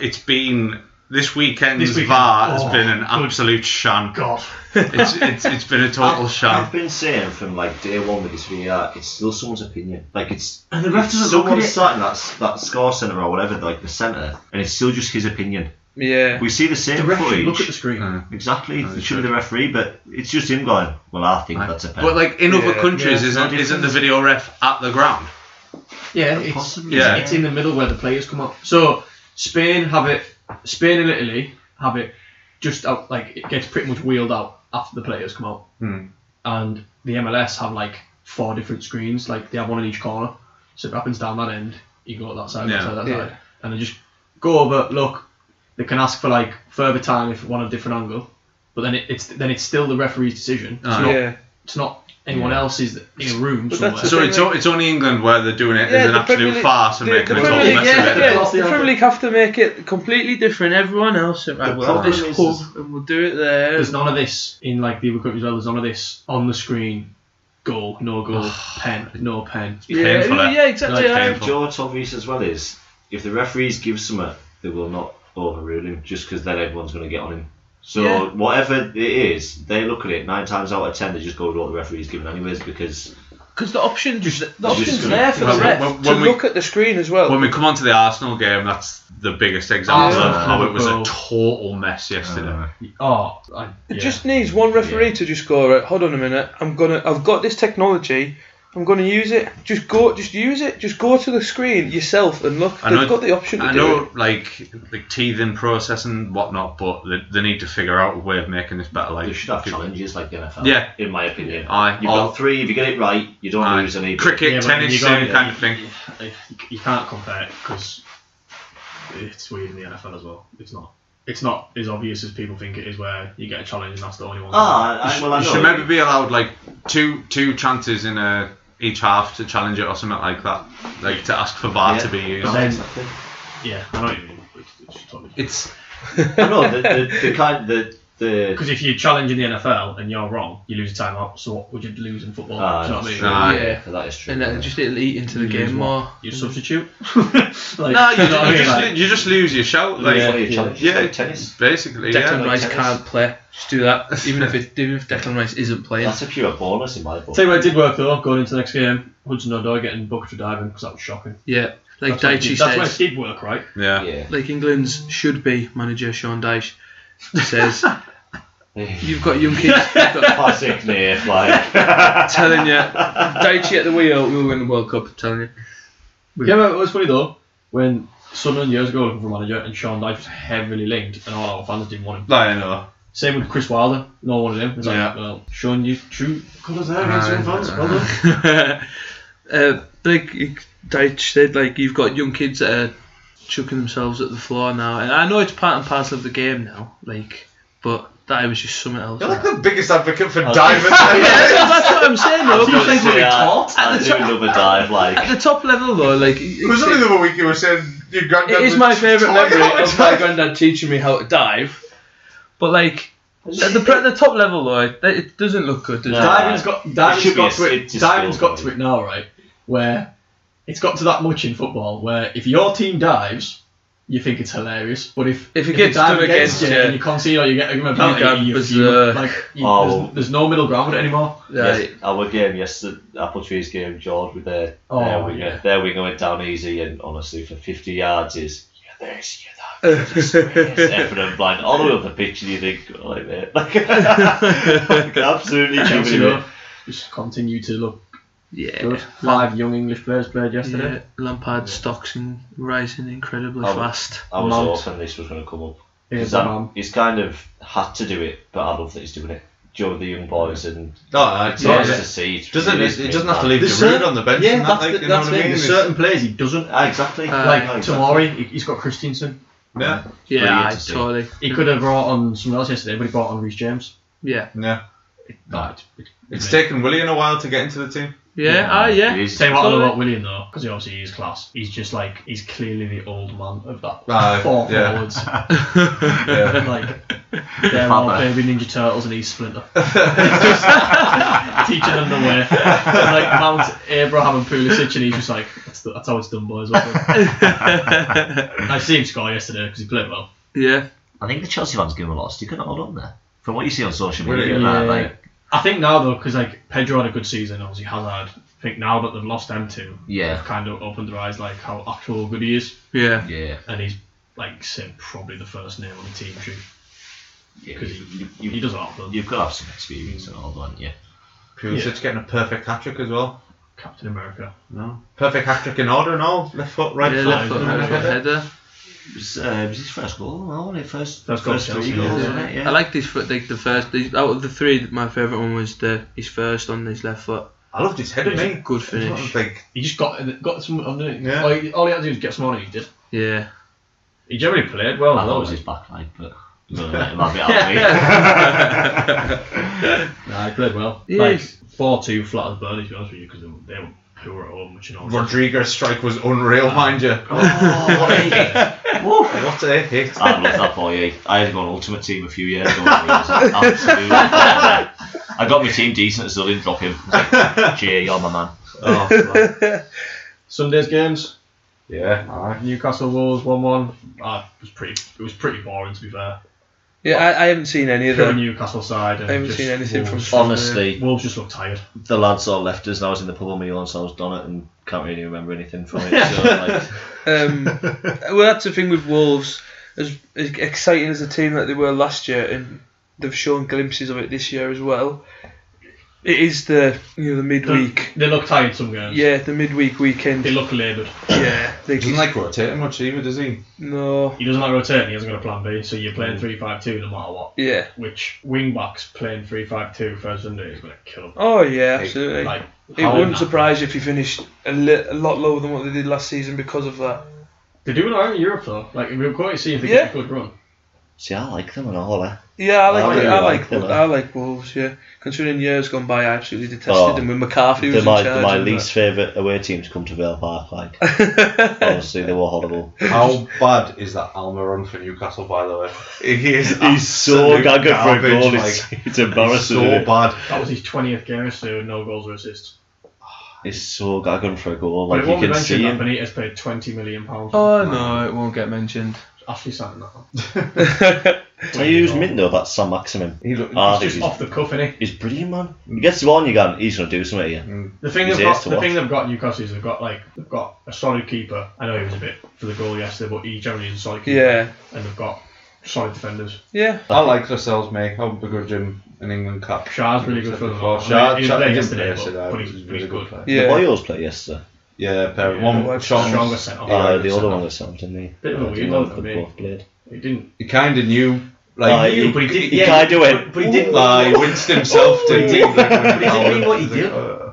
Speaker 6: It's been this weekend's
Speaker 5: This weekend-
Speaker 6: VAR
Speaker 5: oh,
Speaker 6: has been an
Speaker 5: good.
Speaker 6: absolute shan.
Speaker 5: God,
Speaker 6: It's, it's, it's been a total
Speaker 4: I've
Speaker 6: shan.
Speaker 4: been saying from like day one with this VR, it's still someone's opinion. Like it's
Speaker 5: And the ref doesn't look
Speaker 4: someone
Speaker 5: at it.
Speaker 4: sat in that s- that score centre or whatever, like the centre, and it's still just his opinion.
Speaker 2: Yeah.
Speaker 4: We see the same footage.
Speaker 5: look at the screen.
Speaker 6: Uh,
Speaker 4: Exactly, it should
Speaker 6: should.
Speaker 4: be the referee, but it's just him going. Well, I think that's a pen.
Speaker 6: But like in other
Speaker 2: Yeah,
Speaker 6: countries,
Speaker 5: yeah,
Speaker 6: isn't
Speaker 4: no
Speaker 6: isn't the video ref at the ground?
Speaker 5: Yeah, it's,
Speaker 4: Possibly.
Speaker 6: Yeah.
Speaker 5: it's- it's in the middle where the players come up. So Spain have it. Spain and Italy have it just out like it gets pretty much wheeled out after the players come out.
Speaker 6: Hmm.
Speaker 5: And the MLS have like four different screens. Like they have one in each corner. So if it happens down that end, you go up that side, that
Speaker 6: Yeah.
Speaker 5: side, that
Speaker 2: Yeah.
Speaker 5: side, and they just go over. Look, they can ask for like further time if one a different angle. But then it, it's then it's still the referee's decision. It's,
Speaker 6: Ah.
Speaker 5: not,
Speaker 2: Yeah.
Speaker 5: it's not anyone else's in a room
Speaker 2: But that's
Speaker 5: somewhere.
Speaker 2: the
Speaker 6: So
Speaker 2: thing,
Speaker 6: it's,
Speaker 2: like-
Speaker 6: o- it's only England where they're doing it
Speaker 2: Yeah,
Speaker 6: as an
Speaker 2: the Premier
Speaker 6: absolute
Speaker 2: League-
Speaker 6: farce and
Speaker 2: The,
Speaker 6: making
Speaker 2: the
Speaker 6: a
Speaker 2: Premier
Speaker 6: total
Speaker 2: League,
Speaker 6: mess
Speaker 2: yeah,
Speaker 6: of it.
Speaker 2: yeah,
Speaker 5: That's the
Speaker 2: the Premier
Speaker 5: other-
Speaker 2: League have to make it completely different. Everyone else, right, we'll have this
Speaker 4: problem is-
Speaker 2: hub and we'll do it there.
Speaker 5: There's none of this in like the other countries. as Well, there's none of this on the screen. Goal, no goal, pen, no pen.
Speaker 2: yeah,
Speaker 6: painful, eh?
Speaker 2: yeah, exactly.
Speaker 6: Like
Speaker 2: I-
Speaker 6: painful.
Speaker 4: George obvious as well is if the referees give something, they will not overrule him just because then everyone's going to get on him. So
Speaker 2: Yeah.
Speaker 4: whatever it is, they look at it nine times out of ten. They just go with what the referee's given anyways because
Speaker 2: Because the option, the option's
Speaker 4: just-
Speaker 2: there for the
Speaker 6: Well,
Speaker 2: ref
Speaker 6: when-
Speaker 2: to
Speaker 6: when we-
Speaker 2: look at the screen as well.
Speaker 6: When we come on to the Arsenal game, that's the biggest example
Speaker 2: Yeah.
Speaker 6: of how it was a
Speaker 5: Liverpool.
Speaker 6: total mess yesterday.
Speaker 5: Oh, I,
Speaker 2: it
Speaker 5: yeah.
Speaker 2: just needs one referee to just go. Right, hold on a minute. I'm gonna. I've got this technology. I'm gonna use it. Just go. Just use it. Just go to the screen yourself and look.
Speaker 6: I
Speaker 2: They've
Speaker 6: know-
Speaker 2: got the option to
Speaker 6: I
Speaker 2: do
Speaker 6: know,
Speaker 2: it.
Speaker 6: like, like teething process and whatnot, but they, they need to figure out a way of making this better. Like,
Speaker 4: they should have challenges like the NFL.
Speaker 6: Yeah.
Speaker 4: in my opinion.
Speaker 6: Aye,
Speaker 4: You've
Speaker 6: or-
Speaker 4: got three. If you get it right, you don't
Speaker 6: Aye.
Speaker 4: lose any.
Speaker 6: cricket,
Speaker 5: Yeah, but
Speaker 6: tennis,
Speaker 5: you gotta-
Speaker 6: same kind of thing.
Speaker 5: Like, you, you can't compare it because it's weird in the NFL as well. It's not. It's not as obvious as people think it is, where you get a challenge and that's the only one.
Speaker 4: Ah, I, well, I
Speaker 6: You
Speaker 4: know.
Speaker 6: should maybe be allowed like two two chances in a each half to challenge it or something like that. Like to ask for VAR to be used.
Speaker 5: But then-
Speaker 4: Exactly.
Speaker 5: yeah, I know what you mean. It's, it's totally
Speaker 6: It's
Speaker 4: I know the, the, the kind the the
Speaker 5: because if you challenge in the NFL and you're wrong, you lose a timeout. So what would you lose in football?
Speaker 4: Ah,
Speaker 5: Do you know what I
Speaker 4: that's
Speaker 5: mean?
Speaker 4: true.
Speaker 6: Aye.
Speaker 2: Yeah.
Speaker 4: that is true.
Speaker 2: And then just it'll eat into the
Speaker 5: You lose
Speaker 2: game
Speaker 5: what?
Speaker 2: more.
Speaker 5: You substitute. like,
Speaker 6: no, you,
Speaker 5: know what I
Speaker 6: you
Speaker 5: mean?
Speaker 6: just
Speaker 5: Like-
Speaker 6: you just lose your shout. Like
Speaker 4: yeah,
Speaker 5: yeah.
Speaker 4: yeah,
Speaker 6: Yeah.
Speaker 4: tennis.
Speaker 6: basically,
Speaker 2: Declan
Speaker 6: yeah.
Speaker 2: Rice
Speaker 4: tennis.
Speaker 2: can't play. Just do that. Even if it, even if Declan Rice isn't playing.
Speaker 4: That's a pure bonus in my book.
Speaker 5: Tell you what, it did work though, going into the next game. Hudson Odoi getting booked for diving because that was shocking.
Speaker 2: Yeah. Like
Speaker 5: that's, when it
Speaker 2: Daichi
Speaker 5: did- that's when it
Speaker 2: says.
Speaker 5: did work, right?
Speaker 6: Yeah.
Speaker 4: Yeah.
Speaker 2: Like England's should be manager Sean Dyche says. You've got young kids. You've got,
Speaker 4: Classic Nate, like.
Speaker 2: telling you, Daichi at the wheel, we'll win the World Cup. I'm telling you.
Speaker 5: Yeah, but it was funny though when Sunderland years ago looking for a manager and Sean Dyche was heavily linked and all our fans didn't want him.
Speaker 6: No, I know.
Speaker 5: Same with Chris Wilder, no one wanted him. It's like,
Speaker 6: Yeah.
Speaker 5: well, Sean, you true colours there
Speaker 2: against
Speaker 5: against
Speaker 2: your
Speaker 5: your
Speaker 2: own
Speaker 5: fans. Well done.
Speaker 2: uh, like Deitch said, like you've got young kids that are chucking themselves at the floor now, and I know it's part and parcel of the game now. Like, but that was just something else.
Speaker 6: You're like
Speaker 2: That's
Speaker 6: the biggest advocate for diamonds.
Speaker 2: what I'm saying though. because, like,
Speaker 4: I do love a dive, like.
Speaker 2: at the top level though, like
Speaker 6: It was only the other week you were saying your granddad
Speaker 2: it is
Speaker 6: was
Speaker 2: my favourite
Speaker 6: toying
Speaker 2: memory
Speaker 6: all the
Speaker 2: of my
Speaker 6: time.
Speaker 2: granddad teaching me how to dive. But like at the, at the top level though, it, it doesn't look good. Does
Speaker 4: No.
Speaker 2: it?
Speaker 5: Diving's got diving's
Speaker 4: should be
Speaker 5: got
Speaker 4: a
Speaker 5: to it.
Speaker 4: skill
Speaker 5: Diving's
Speaker 4: skill,
Speaker 5: got to
Speaker 4: really.
Speaker 5: it now, right? Where it's got to that much in football where if your team dives, you think it's hilarious, but if
Speaker 2: If it
Speaker 5: the
Speaker 2: gets
Speaker 5: dive
Speaker 2: done against you-
Speaker 5: and you concede or you get a given a
Speaker 2: go
Speaker 5: penalty, you, feel
Speaker 2: berserk.
Speaker 5: like you,
Speaker 4: Oh.
Speaker 5: there's, there's no middle ground anymore.
Speaker 2: Like,
Speaker 4: Yes, our game yesterday, Apple Trees game, George with their
Speaker 5: Oh,
Speaker 4: their winger,
Speaker 5: yeah.
Speaker 4: their winger went down easy, and honestly, for fifty yards is there's you that effort blind all the way up the pitch and you think oh, like that like, like absolutely
Speaker 5: Chelsea
Speaker 4: giving it
Speaker 5: though, just continue to look
Speaker 2: Yeah.
Speaker 5: good. Five young English players played yesterday.
Speaker 2: yeah. Lampard stocks and rising incredibly
Speaker 4: Oh.
Speaker 2: fast.
Speaker 4: I was
Speaker 5: Mount.
Speaker 4: hoping this was going to come up
Speaker 5: Here's
Speaker 4: He's,
Speaker 5: the
Speaker 4: done-
Speaker 5: man.
Speaker 4: he's kind of had to do it, but I love that he's doing it. Joe the young boys and
Speaker 3: No, it's
Speaker 4: it's yeah,
Speaker 3: not.
Speaker 4: nice to see. It's
Speaker 3: Doesn't
Speaker 4: really
Speaker 3: it? It doesn't have to
Speaker 4: bad.
Speaker 3: leave Giroud
Speaker 5: There's certain-
Speaker 3: on the bench.
Speaker 5: Yeah,
Speaker 3: and that,
Speaker 5: that's
Speaker 3: like,
Speaker 5: the,
Speaker 3: you know
Speaker 5: that's
Speaker 3: what I
Speaker 5: it.
Speaker 3: mean?
Speaker 5: There's
Speaker 3: It's-
Speaker 5: certain players he doesn't.
Speaker 4: Ah, exactly.
Speaker 2: Uh,
Speaker 5: Like
Speaker 4: Yeah, exactly.
Speaker 5: Tamari, he- he's got Christensen.
Speaker 3: Yeah,
Speaker 2: Yeah,
Speaker 4: brilliant
Speaker 2: aye,
Speaker 4: to see.
Speaker 2: totally.
Speaker 5: He could have brought on someone else yesterday, but he brought on Reece James.
Speaker 2: Yeah.
Speaker 3: yeah.
Speaker 5: Nah, it's- it's-
Speaker 3: It's taken Willian a while to get into the team.
Speaker 2: Yeah, aye, yeah.
Speaker 4: He's-
Speaker 5: Tell you what I love
Speaker 2: Totally.
Speaker 5: about William though, because he obviously is class. He's just like he's clearly the old man of that
Speaker 3: Aye,
Speaker 5: four
Speaker 3: yeah.
Speaker 5: forwards.
Speaker 3: Yeah.
Speaker 5: Like they're all
Speaker 4: Father.
Speaker 5: baby Ninja Turtles and he's Splinter. teaching them the way. And, like Mount Abraham and Pulisic, and he's just like that's, the, that's how it's done, boys. I see him score yesterday because he played well.
Speaker 2: Yeah.
Speaker 4: I think the Chelsea fans give him a lot of stick on it, don't they? From what you see on social media,
Speaker 3: Really?
Speaker 4: and that,
Speaker 5: Yeah.
Speaker 4: like
Speaker 5: I think now though, because like Pedro had a good season, obviously Hazard. I think now that they've lost them two,
Speaker 4: yeah,
Speaker 5: kind of opened their eyes like how actual good he is,
Speaker 2: Yeah.
Speaker 4: yeah,
Speaker 5: and he's like said probably the first name on the team sheet.
Speaker 4: yeah.
Speaker 5: because
Speaker 4: You,
Speaker 5: he,
Speaker 4: you,
Speaker 5: he does a lot of them.
Speaker 4: you've got to have some experience and all, don't you?
Speaker 3: Pulisic getting a perfect hat trick as well.
Speaker 5: Captain America.
Speaker 3: No, perfect hat trick in order and all. Left foot, right
Speaker 2: yeah,
Speaker 3: foot.
Speaker 2: left foot
Speaker 3: and
Speaker 5: right
Speaker 2: header.
Speaker 3: then header.
Speaker 4: It was, uh, it was his first goal, wasn't it? First,
Speaker 5: First
Speaker 4: first,
Speaker 5: goal for
Speaker 4: three
Speaker 5: Chelsea,
Speaker 4: goals,
Speaker 5: yeah.
Speaker 4: wasn't it? Yeah.
Speaker 2: I like his foot. Like the first, the, out of the three, my favourite one was the his first on his left foot.
Speaker 3: I loved his header, mate.
Speaker 2: Good
Speaker 3: That's what I'm
Speaker 2: finish.
Speaker 3: thinking.
Speaker 5: He just got got some on the
Speaker 3: Yeah.
Speaker 5: all, he, all he had to do was get some on, and he did.
Speaker 2: Yeah.
Speaker 5: He generally played well.
Speaker 4: I thought it
Speaker 5: though.
Speaker 4: was his backline, but I'm gonna let him have it out
Speaker 5: Nah, he played well.
Speaker 2: Yeah.
Speaker 5: Like four two flat as Burnley, to be honest with you, because they, were- they were poor at home, which you know.
Speaker 3: Rodriguez's strike was unreal, mind you.
Speaker 6: Oh.
Speaker 4: Oh, of me.
Speaker 3: What a hit!
Speaker 4: I love that boy. eh? I had him on Ultimate Team a few years ago. and he was absolutely fire. I got my team decent, so they didn't drop him. I was like, Gee, you're my man.
Speaker 3: Oh, man.
Speaker 5: Sunday's games.
Speaker 3: yeah, aye.
Speaker 5: Newcastle Wolves one one. Ah, it was pretty. It was pretty boring to be fair.
Speaker 2: Yeah, I, I haven't seen any of
Speaker 5: Pure
Speaker 2: them.
Speaker 5: Newcastle side. And
Speaker 2: I haven't
Speaker 5: just
Speaker 2: seen anything from
Speaker 5: Wolves.
Speaker 4: Honestly,
Speaker 5: Wolves just looked tired.
Speaker 4: the lads all left us, and I was in the pub on my own, so I was done it and can't really remember anything from it. So, like,
Speaker 2: Um, well, that's the thing with Wolves. As, as exciting as the team that they were last year, and they've shown glimpses of it this year as well. It is the you know the midweek.
Speaker 5: They look tired some games.
Speaker 2: Yeah, the midweek weekend.
Speaker 5: They look laboured.
Speaker 2: Yeah, they
Speaker 3: He doesn't like rotating much either, does he?
Speaker 2: no.
Speaker 5: He doesn't like rotating. He hasn't got a plan B, so you're
Speaker 2: Mm.
Speaker 5: playing three five two no matter what.
Speaker 2: Yeah.
Speaker 5: which wing backs playing 3 5 2 for Sunday is going to kill them.
Speaker 2: Oh yeah, absolutely.
Speaker 5: Like,
Speaker 2: It
Speaker 5: how
Speaker 2: wouldn't
Speaker 5: that-
Speaker 2: surprise you if he finished a, li- a lot lower than what they did last season because of that.
Speaker 5: They're doing alright in Europe though. Like, we're quite seeing if they
Speaker 2: Yeah.
Speaker 5: get a good run.
Speaker 4: see, I like them and all. Eh?
Speaker 2: Yeah, I like I,
Speaker 4: I really
Speaker 2: I
Speaker 4: like
Speaker 2: like
Speaker 4: them,
Speaker 2: Wol-
Speaker 4: eh?
Speaker 2: I like Wolves. Yeah, considering years gone by, I absolutely detested
Speaker 4: Oh,
Speaker 2: them when McCarthy was
Speaker 4: They're
Speaker 2: in
Speaker 4: my,
Speaker 2: charge.
Speaker 4: they're my
Speaker 2: and that.
Speaker 4: least favourite away teams come to Vale Park. Like, honestly, they were horrible.
Speaker 3: How bad is that Alma run for Newcastle, by the way? He is
Speaker 4: He's so
Speaker 3: absolute
Speaker 4: gagged for a
Speaker 3: garbage,
Speaker 4: goal.
Speaker 3: like,
Speaker 4: It's, it's
Speaker 3: he's
Speaker 4: embarrassing.
Speaker 3: so
Speaker 4: isn't it?
Speaker 3: bad.
Speaker 5: That was his 20th game, so no goals or assists.
Speaker 4: It's so gagging for a goal.
Speaker 5: But
Speaker 4: Like
Speaker 5: it
Speaker 4: you
Speaker 5: won't be
Speaker 4: can
Speaker 5: mentioned
Speaker 4: see
Speaker 5: that
Speaker 4: him.
Speaker 5: Benitez paid 20 million pounds.
Speaker 2: Oh no, it won't get mentioned.
Speaker 5: Ashley sat in that.
Speaker 4: Tell you who's mint though. That's Sam Maximin.
Speaker 3: He look,
Speaker 4: Ah, I
Speaker 5: It's
Speaker 4: think
Speaker 5: just
Speaker 4: he's-
Speaker 5: off the cuff, innit?
Speaker 4: He's brilliant, man. He gets the ball and you go, he's going to do something here.
Speaker 5: The thing
Speaker 4: He's
Speaker 5: they've got,
Speaker 4: ace to
Speaker 5: the
Speaker 4: watch.
Speaker 5: thing they've got at Newcastle is they've got like they've got a solid keeper. I know he was a bit for the goal yesterday, but he generally is a solid keeper.
Speaker 2: Yeah.
Speaker 5: And they've got solid defenders.
Speaker 2: Yeah,
Speaker 3: I like ourselves, mate. I would begrudge him an England cap.
Speaker 5: Shah's really good for them.
Speaker 3: Before.
Speaker 5: I mean,
Speaker 3: Shah,
Speaker 5: he was
Speaker 3: Shah
Speaker 5: there
Speaker 3: didn't play
Speaker 5: yesterday, but-
Speaker 3: yesterday,
Speaker 5: but
Speaker 3: which
Speaker 5: he-
Speaker 3: is
Speaker 5: he's
Speaker 3: really
Speaker 5: good.
Speaker 3: good player.
Speaker 4: The
Speaker 2: yeah.
Speaker 4: Boyles play yesterday.
Speaker 3: Yeah, pair,
Speaker 5: Yeah.
Speaker 3: one Sean's-
Speaker 5: Stronger centre.
Speaker 3: Yeah,
Speaker 4: Uh,
Speaker 3: good
Speaker 4: the other
Speaker 3: centre.
Speaker 4: one was something, didn't he?
Speaker 5: Bit of a
Speaker 4: Uh,
Speaker 5: weird
Speaker 4: didn't know
Speaker 5: one
Speaker 4: if
Speaker 5: for
Speaker 4: they
Speaker 5: me.
Speaker 4: both played.
Speaker 5: He didn't
Speaker 3: He kind of knew, like
Speaker 4: Uh,
Speaker 3: he,
Speaker 4: he-
Speaker 5: but he did-
Speaker 4: he
Speaker 5: yeah,
Speaker 4: can't do it.
Speaker 5: but he did-
Speaker 3: like winced himself to
Speaker 5: He did- but he didn't mean what he did.
Speaker 3: Uh,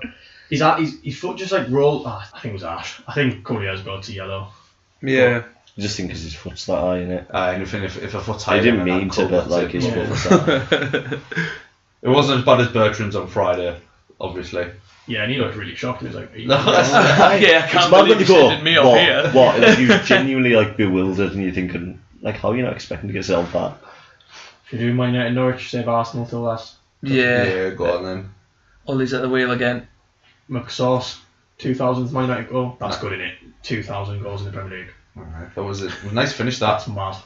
Speaker 5: His, a- his, his foot just like rolled. ah, I think it was Ash. I think Cody has gone to yellow.
Speaker 2: yeah.
Speaker 4: I just think 'cause his foot's that high, innit?
Speaker 3: aye, and if, if, if a foot
Speaker 4: I
Speaker 3: higher,
Speaker 4: didn't
Speaker 3: then
Speaker 4: mean
Speaker 3: that
Speaker 4: to,
Speaker 3: covers
Speaker 4: but like
Speaker 3: it.
Speaker 4: his
Speaker 5: Yeah.
Speaker 4: foot was that high.
Speaker 3: It wasn't as bad as Bertrand's on Friday, obviously.
Speaker 5: Yeah, and he looked really shocked. He was like, are you-
Speaker 2: yeah, I
Speaker 4: It's
Speaker 2: can't
Speaker 4: mad when
Speaker 2: believe
Speaker 4: you
Speaker 2: you
Speaker 4: go,
Speaker 2: sending me up
Speaker 4: what?
Speaker 2: here.
Speaker 4: what? Like, you're genuinely like bewildered and you're thinking, like, how are you not expecting to get yourself that?
Speaker 5: If you're doing Man United Norwich, save Arsenal till last.
Speaker 2: Yeah.
Speaker 3: Yeah, go on then.
Speaker 2: Ollie's at the wheel again.
Speaker 5: McSauce, 2000th Man United goal. That's good, innit? 2,000 goals in the Premier League.
Speaker 3: Alright, That was a, was a nice finish. That
Speaker 5: That's mad.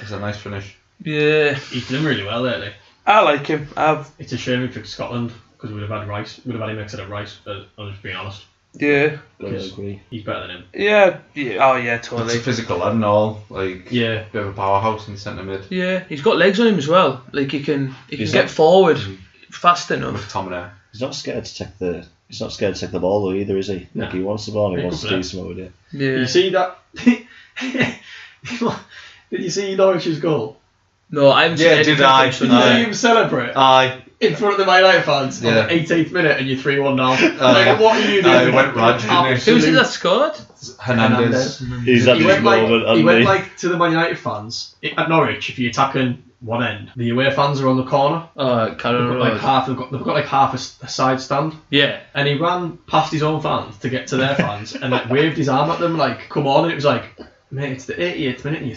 Speaker 3: was a nice finish.
Speaker 2: Yeah,
Speaker 5: He's done really well lately.
Speaker 2: I like him. I've
Speaker 5: It's a shame he picked Scotland because we would have had Rice. We would have had him instead of Rice, but I'll just be honest.
Speaker 2: Yeah.
Speaker 5: Gotta
Speaker 4: agree.
Speaker 5: He's better than him.
Speaker 2: Yeah. yeah. Oh yeah,
Speaker 6: It's
Speaker 2: totally.
Speaker 6: physical and all. Like
Speaker 5: Yeah.
Speaker 6: bit of a powerhouse in centre mid.
Speaker 2: Yeah, he's got legs on him as well. Like he can, he Mm-hmm. can
Speaker 4: He's
Speaker 2: get
Speaker 4: like-
Speaker 2: forward fast
Speaker 6: With
Speaker 2: enough.
Speaker 6: Tomine.
Speaker 4: He's not scared to take the. He's not scared to take the ball though either, is he? Like
Speaker 5: No.
Speaker 4: he wants the ball, and he
Speaker 5: He
Speaker 4: wants to
Speaker 5: could
Speaker 4: do
Speaker 5: play.
Speaker 4: something with it.
Speaker 2: Yeah.
Speaker 5: You see that? Did you see Norwich's goal?
Speaker 2: No, I haven't
Speaker 6: Yeah,
Speaker 2: seen
Speaker 6: did
Speaker 2: anything
Speaker 6: I?
Speaker 2: from
Speaker 6: No.
Speaker 5: Did
Speaker 2: Sunday.
Speaker 5: you celebrate
Speaker 6: Aye,
Speaker 5: in front of the Man United fans
Speaker 6: Yeah. Oh,
Speaker 5: on the 18th minute and you're 3 1 now? like, what are you doing?
Speaker 6: Aye, went mad, didn't he?
Speaker 2: Who was it
Speaker 5: Absolute-
Speaker 2: that scored?
Speaker 6: Hernandez.
Speaker 4: He's had
Speaker 5: He
Speaker 4: his moment.
Speaker 5: went, like, he
Speaker 4: hasn't
Speaker 5: went
Speaker 4: he?
Speaker 5: like to the Man United fans at Norwich. If you're attacking one end, the away fans are on the corner.
Speaker 2: Oh, Carroll
Speaker 5: They've got like
Speaker 2: Road.
Speaker 5: half. They've got, they've got like half a, s- a side stand,
Speaker 2: Yeah.
Speaker 5: and he ran past his own fans to get to their fans, and like waved his arm at them, like "Come on!" And it was like, "Mate, it's the 88th minute, and you're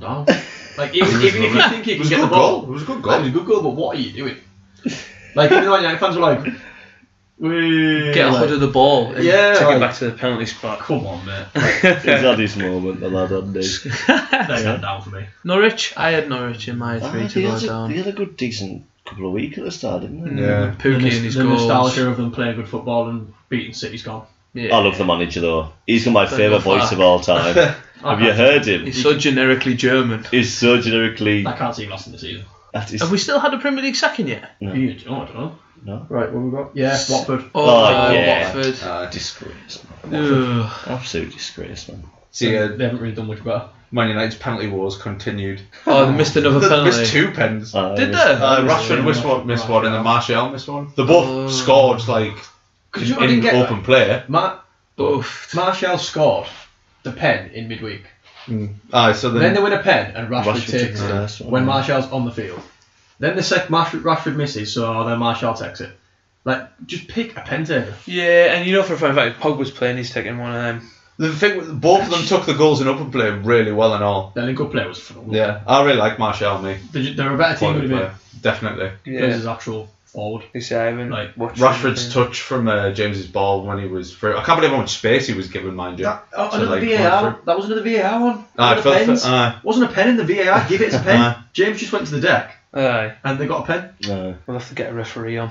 Speaker 5: down." Like even, even if you think you
Speaker 6: It
Speaker 5: can
Speaker 6: was
Speaker 5: get
Speaker 6: a
Speaker 5: the
Speaker 6: good goal.
Speaker 5: ball,
Speaker 6: It was a good
Speaker 5: that was
Speaker 6: goal.
Speaker 5: a good goal, but what are you doing? Like even the Man United fans were like, "Wee,"
Speaker 2: Get a
Speaker 5: like,
Speaker 2: hold of the ball. And
Speaker 5: Yeah,
Speaker 2: Take
Speaker 5: like-
Speaker 2: it back to the penalty spot.
Speaker 5: Come on, mate.
Speaker 4: He's had his moment, the lad, hasn't he?
Speaker 5: They went down for me.
Speaker 2: Norwich. I had Norwich in my three
Speaker 4: Ah,
Speaker 2: to
Speaker 4: he,
Speaker 2: go
Speaker 4: had a, he
Speaker 2: down.
Speaker 4: had a good, decent couple of weeks at the start, didn't he?
Speaker 6: Yeah.
Speaker 5: The,
Speaker 2: Pookie and
Speaker 5: nos-
Speaker 2: his
Speaker 5: the
Speaker 2: goals.
Speaker 5: nostalgia of them playing good football and beating City's gone.
Speaker 2: Yeah.
Speaker 4: I love the manager though. He's got my
Speaker 2: Don't
Speaker 4: favourite
Speaker 2: go far.
Speaker 4: voice of all time. Have you heard him?
Speaker 2: He's so generically German.
Speaker 4: He's so generically.
Speaker 5: I can't see him lasting the season.
Speaker 4: That is,
Speaker 2: Have we still had a Premier League second yet?
Speaker 4: No.
Speaker 5: You- oh, I don't know.
Speaker 4: no.
Speaker 5: Right, what have we got? Yeah, Watford.
Speaker 2: Oh,
Speaker 4: Oh,
Speaker 2: uh,
Speaker 4: yeah.
Speaker 2: Watford.
Speaker 6: Uh,
Speaker 4: Disgrace.
Speaker 2: Ugh.
Speaker 4: Absolute disgrace, man.
Speaker 6: see, uh,
Speaker 5: They haven't really done much better.
Speaker 6: Man United's penalty wars continued.
Speaker 2: Oh, they missed another
Speaker 6: They
Speaker 2: penalty.
Speaker 6: missed two pens. Uh,
Speaker 4: I
Speaker 2: Did
Speaker 4: was-
Speaker 2: they?
Speaker 6: Rashford missed one, missed one, and then Martial missed one. They both
Speaker 2: Oh.
Speaker 6: scored like
Speaker 5: Because you know what I didn't
Speaker 6: in
Speaker 5: get?
Speaker 6: open play.
Speaker 5: Ma-
Speaker 2: Oof.
Speaker 5: Martial scored the pen in midweek.
Speaker 6: Aye, so then,
Speaker 5: Then they win a pen and Rashford,
Speaker 4: Rashford
Speaker 5: takes
Speaker 4: takes the
Speaker 5: it
Speaker 4: last one,
Speaker 5: when
Speaker 4: yeah.
Speaker 5: Martial's on the field. Then the second Rashford, Rashford misses, so then Martial takes it. Like, just pick a pen taker.
Speaker 2: Yeah, and you know for a fact if Pogba's playing, he's taking one of them.
Speaker 6: the thing, with- both of them took the goals in open play really well and all.
Speaker 5: Their link-up play was phenomenal.
Speaker 6: Yeah, I really like Martial, me.
Speaker 5: They're, ju- they're a better team
Speaker 6: Quality
Speaker 5: would have
Speaker 6: player, definitely.
Speaker 5: been.
Speaker 2: Yeah.
Speaker 5: There's his actual forward.
Speaker 2: You see, I haven't
Speaker 5: Like,
Speaker 2: watched
Speaker 6: Rashford's
Speaker 2: anything.
Speaker 6: touch from uh, James's ball when he was through. I can't believe how much space he was given, mind you.
Speaker 5: Oh,
Speaker 6: So,
Speaker 5: another
Speaker 6: like,
Speaker 5: VAR.
Speaker 6: Watford-
Speaker 5: That was another VAR one.
Speaker 6: Aye,
Speaker 5: Another
Speaker 6: for the-
Speaker 5: pens.
Speaker 6: aye.
Speaker 5: Wasn't a pen in the VAR. Give it as a pen.
Speaker 6: Aye.
Speaker 5: James just went to the deck
Speaker 2: Aye,
Speaker 5: and they got a pen.
Speaker 4: No.
Speaker 2: we'll have to get a referee on.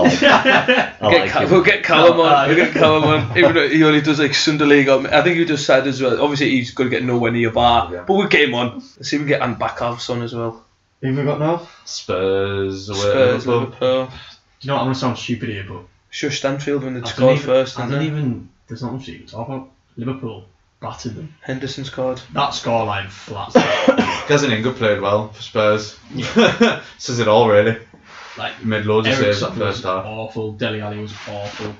Speaker 4: like, I
Speaker 2: Get
Speaker 4: like
Speaker 2: Cal-
Speaker 4: him.
Speaker 2: we'll get Callum
Speaker 5: No,
Speaker 2: on.
Speaker 5: aye.
Speaker 2: We'll get Callum on. uh, Even though he only does like Sunday League, um, I think he does side as well. Obviously, he's going to get nowhere near bar,
Speaker 6: Yeah.
Speaker 2: but we'll get him on. Let's see if we can get Ant Backalf's on as well.
Speaker 5: Who have we got now?
Speaker 6: Spurs, away at
Speaker 2: Spurs,
Speaker 6: Liverpool.
Speaker 2: Liverpool.
Speaker 5: Do you know what? I'm going to sound stupid here, but
Speaker 2: Sure, Stanfield when they
Speaker 5: I don't
Speaker 2: scored
Speaker 5: even-
Speaker 2: first,
Speaker 5: I
Speaker 2: and
Speaker 5: don't
Speaker 2: then
Speaker 5: even. There's not much you can talk about. Liverpool battered them.
Speaker 2: Henderson scored.
Speaker 5: That scoreline flat.
Speaker 6: Gazan Inga played well for Spurs. Says it all, really.
Speaker 5: like
Speaker 6: He made loads of saves that
Speaker 5: Ericsson
Speaker 6: first
Speaker 5: was
Speaker 6: half.
Speaker 5: awful. Deli Ali was awful.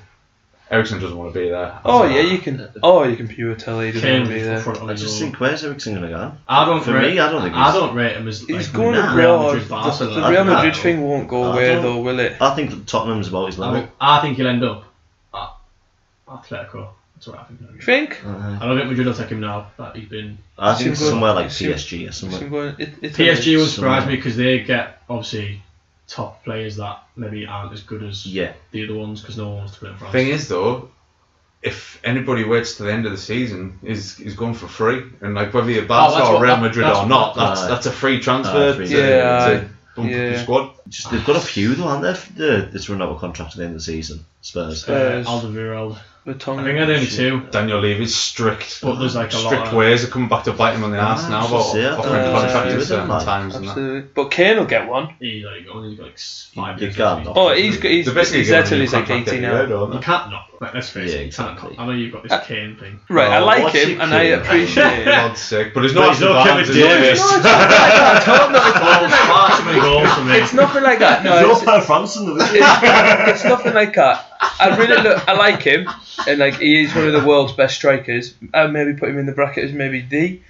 Speaker 6: Ericsson doesn't want to be there.
Speaker 2: Oh yeah, you can. Oh, you can pure tell he doesn't
Speaker 5: Kane
Speaker 2: want to
Speaker 5: was
Speaker 2: be
Speaker 5: in
Speaker 2: there.
Speaker 5: front of
Speaker 4: I
Speaker 5: his
Speaker 4: just
Speaker 5: own.
Speaker 4: think, where's Ericsson going to go?
Speaker 5: I don't.
Speaker 4: for
Speaker 5: rate,
Speaker 4: me, I don't think
Speaker 5: I
Speaker 4: he's-
Speaker 5: don't rate him as.
Speaker 2: He's
Speaker 5: like,
Speaker 2: going
Speaker 4: nah.
Speaker 2: to
Speaker 5: Real
Speaker 2: Real
Speaker 5: Madrid,
Speaker 2: Madrid.
Speaker 5: Barca,
Speaker 2: The, the
Speaker 5: like,
Speaker 2: Real
Speaker 4: nah.
Speaker 2: Madrid thing won't go
Speaker 4: I
Speaker 2: away
Speaker 4: don't-
Speaker 2: though, will it?
Speaker 4: I think Tottenham's about his
Speaker 5: I,
Speaker 4: level.
Speaker 5: think- I think he'll end up at Atletico. That's what I think.
Speaker 2: You think?
Speaker 4: Uh,
Speaker 5: I don't think Madrid will take him now. But he's been.
Speaker 4: I think
Speaker 2: Seems
Speaker 4: somewhere
Speaker 2: good.
Speaker 4: like PSG or
Speaker 2: I'm
Speaker 4: somewhere.
Speaker 2: going- it- it's
Speaker 5: PSG would surprise
Speaker 4: Somewhere.
Speaker 5: me because they get obviously top players that maybe aren't as good as
Speaker 4: Yeah.
Speaker 5: the other ones because no one wants to play in France.
Speaker 6: Thing is, though, if anybody waits to the end of the season, is is going for free. And like whether you're Barca
Speaker 5: that's
Speaker 6: or
Speaker 5: what-
Speaker 6: Real
Speaker 5: that-
Speaker 6: Madrid
Speaker 5: that's
Speaker 6: or
Speaker 5: what-
Speaker 6: not, that's
Speaker 4: Aye.
Speaker 6: that's a free transfer.
Speaker 4: Aye, free.
Speaker 6: to,
Speaker 2: Yeah,
Speaker 6: to bump up
Speaker 2: yeah.
Speaker 6: your squad.
Speaker 4: Just, they've got a few though, aren't they? The, this run out of contract at the end of the season. Spurs.
Speaker 5: uh,
Speaker 2: Spurs.
Speaker 5: Alderweireld. I think
Speaker 2: Vertonghen.
Speaker 5: they're the only two.
Speaker 6: Daniel Levy's strict.
Speaker 5: But there's, like, a lot
Speaker 6: strict
Speaker 5: of-
Speaker 6: ways of coming back to bite him on the ass
Speaker 4: Ah,
Speaker 6: now
Speaker 4: that's
Speaker 6: about
Speaker 4: it.
Speaker 6: offering
Speaker 2: Uh,
Speaker 6: contracts at
Speaker 4: yeah.
Speaker 6: certain
Speaker 4: Absolutely.
Speaker 6: times. And that.
Speaker 2: Absolutely. But Kane will get one.
Speaker 5: He like only got like s- five.
Speaker 4: You
Speaker 5: years
Speaker 4: can't
Speaker 5: left.
Speaker 4: knock.
Speaker 2: Oh, he's got- he's
Speaker 6: They're basically
Speaker 2: he's
Speaker 6: giving him
Speaker 2: actually
Speaker 6: a
Speaker 2: like
Speaker 6: contract
Speaker 2: 18
Speaker 6: every year,
Speaker 2: now.
Speaker 6: don't
Speaker 5: You
Speaker 6: they?
Speaker 5: can't knock. Like, let's face
Speaker 4: Yeah,
Speaker 5: it, you can't
Speaker 4: exactly.
Speaker 5: knock. I know you've got this Kane thing.
Speaker 2: Right, I
Speaker 4: Oh,
Speaker 2: like
Speaker 4: what's
Speaker 2: him
Speaker 4: your
Speaker 2: and I
Speaker 4: kid?
Speaker 2: appreciate it.
Speaker 6: God's sake. But it's
Speaker 4: But
Speaker 6: not
Speaker 4: he's not Kevin
Speaker 6: Davies,
Speaker 4: Davis.
Speaker 6: is it?
Speaker 5: Oh, far too many goals for me.
Speaker 2: It's nothing like that. No,
Speaker 4: You're
Speaker 2: it's,
Speaker 4: Per Franson, though, isn't it?
Speaker 2: it's, it's nothing like that. I really look. I like him, and like he is one of the world's best strikers. I maybe put him in the bracket as maybe the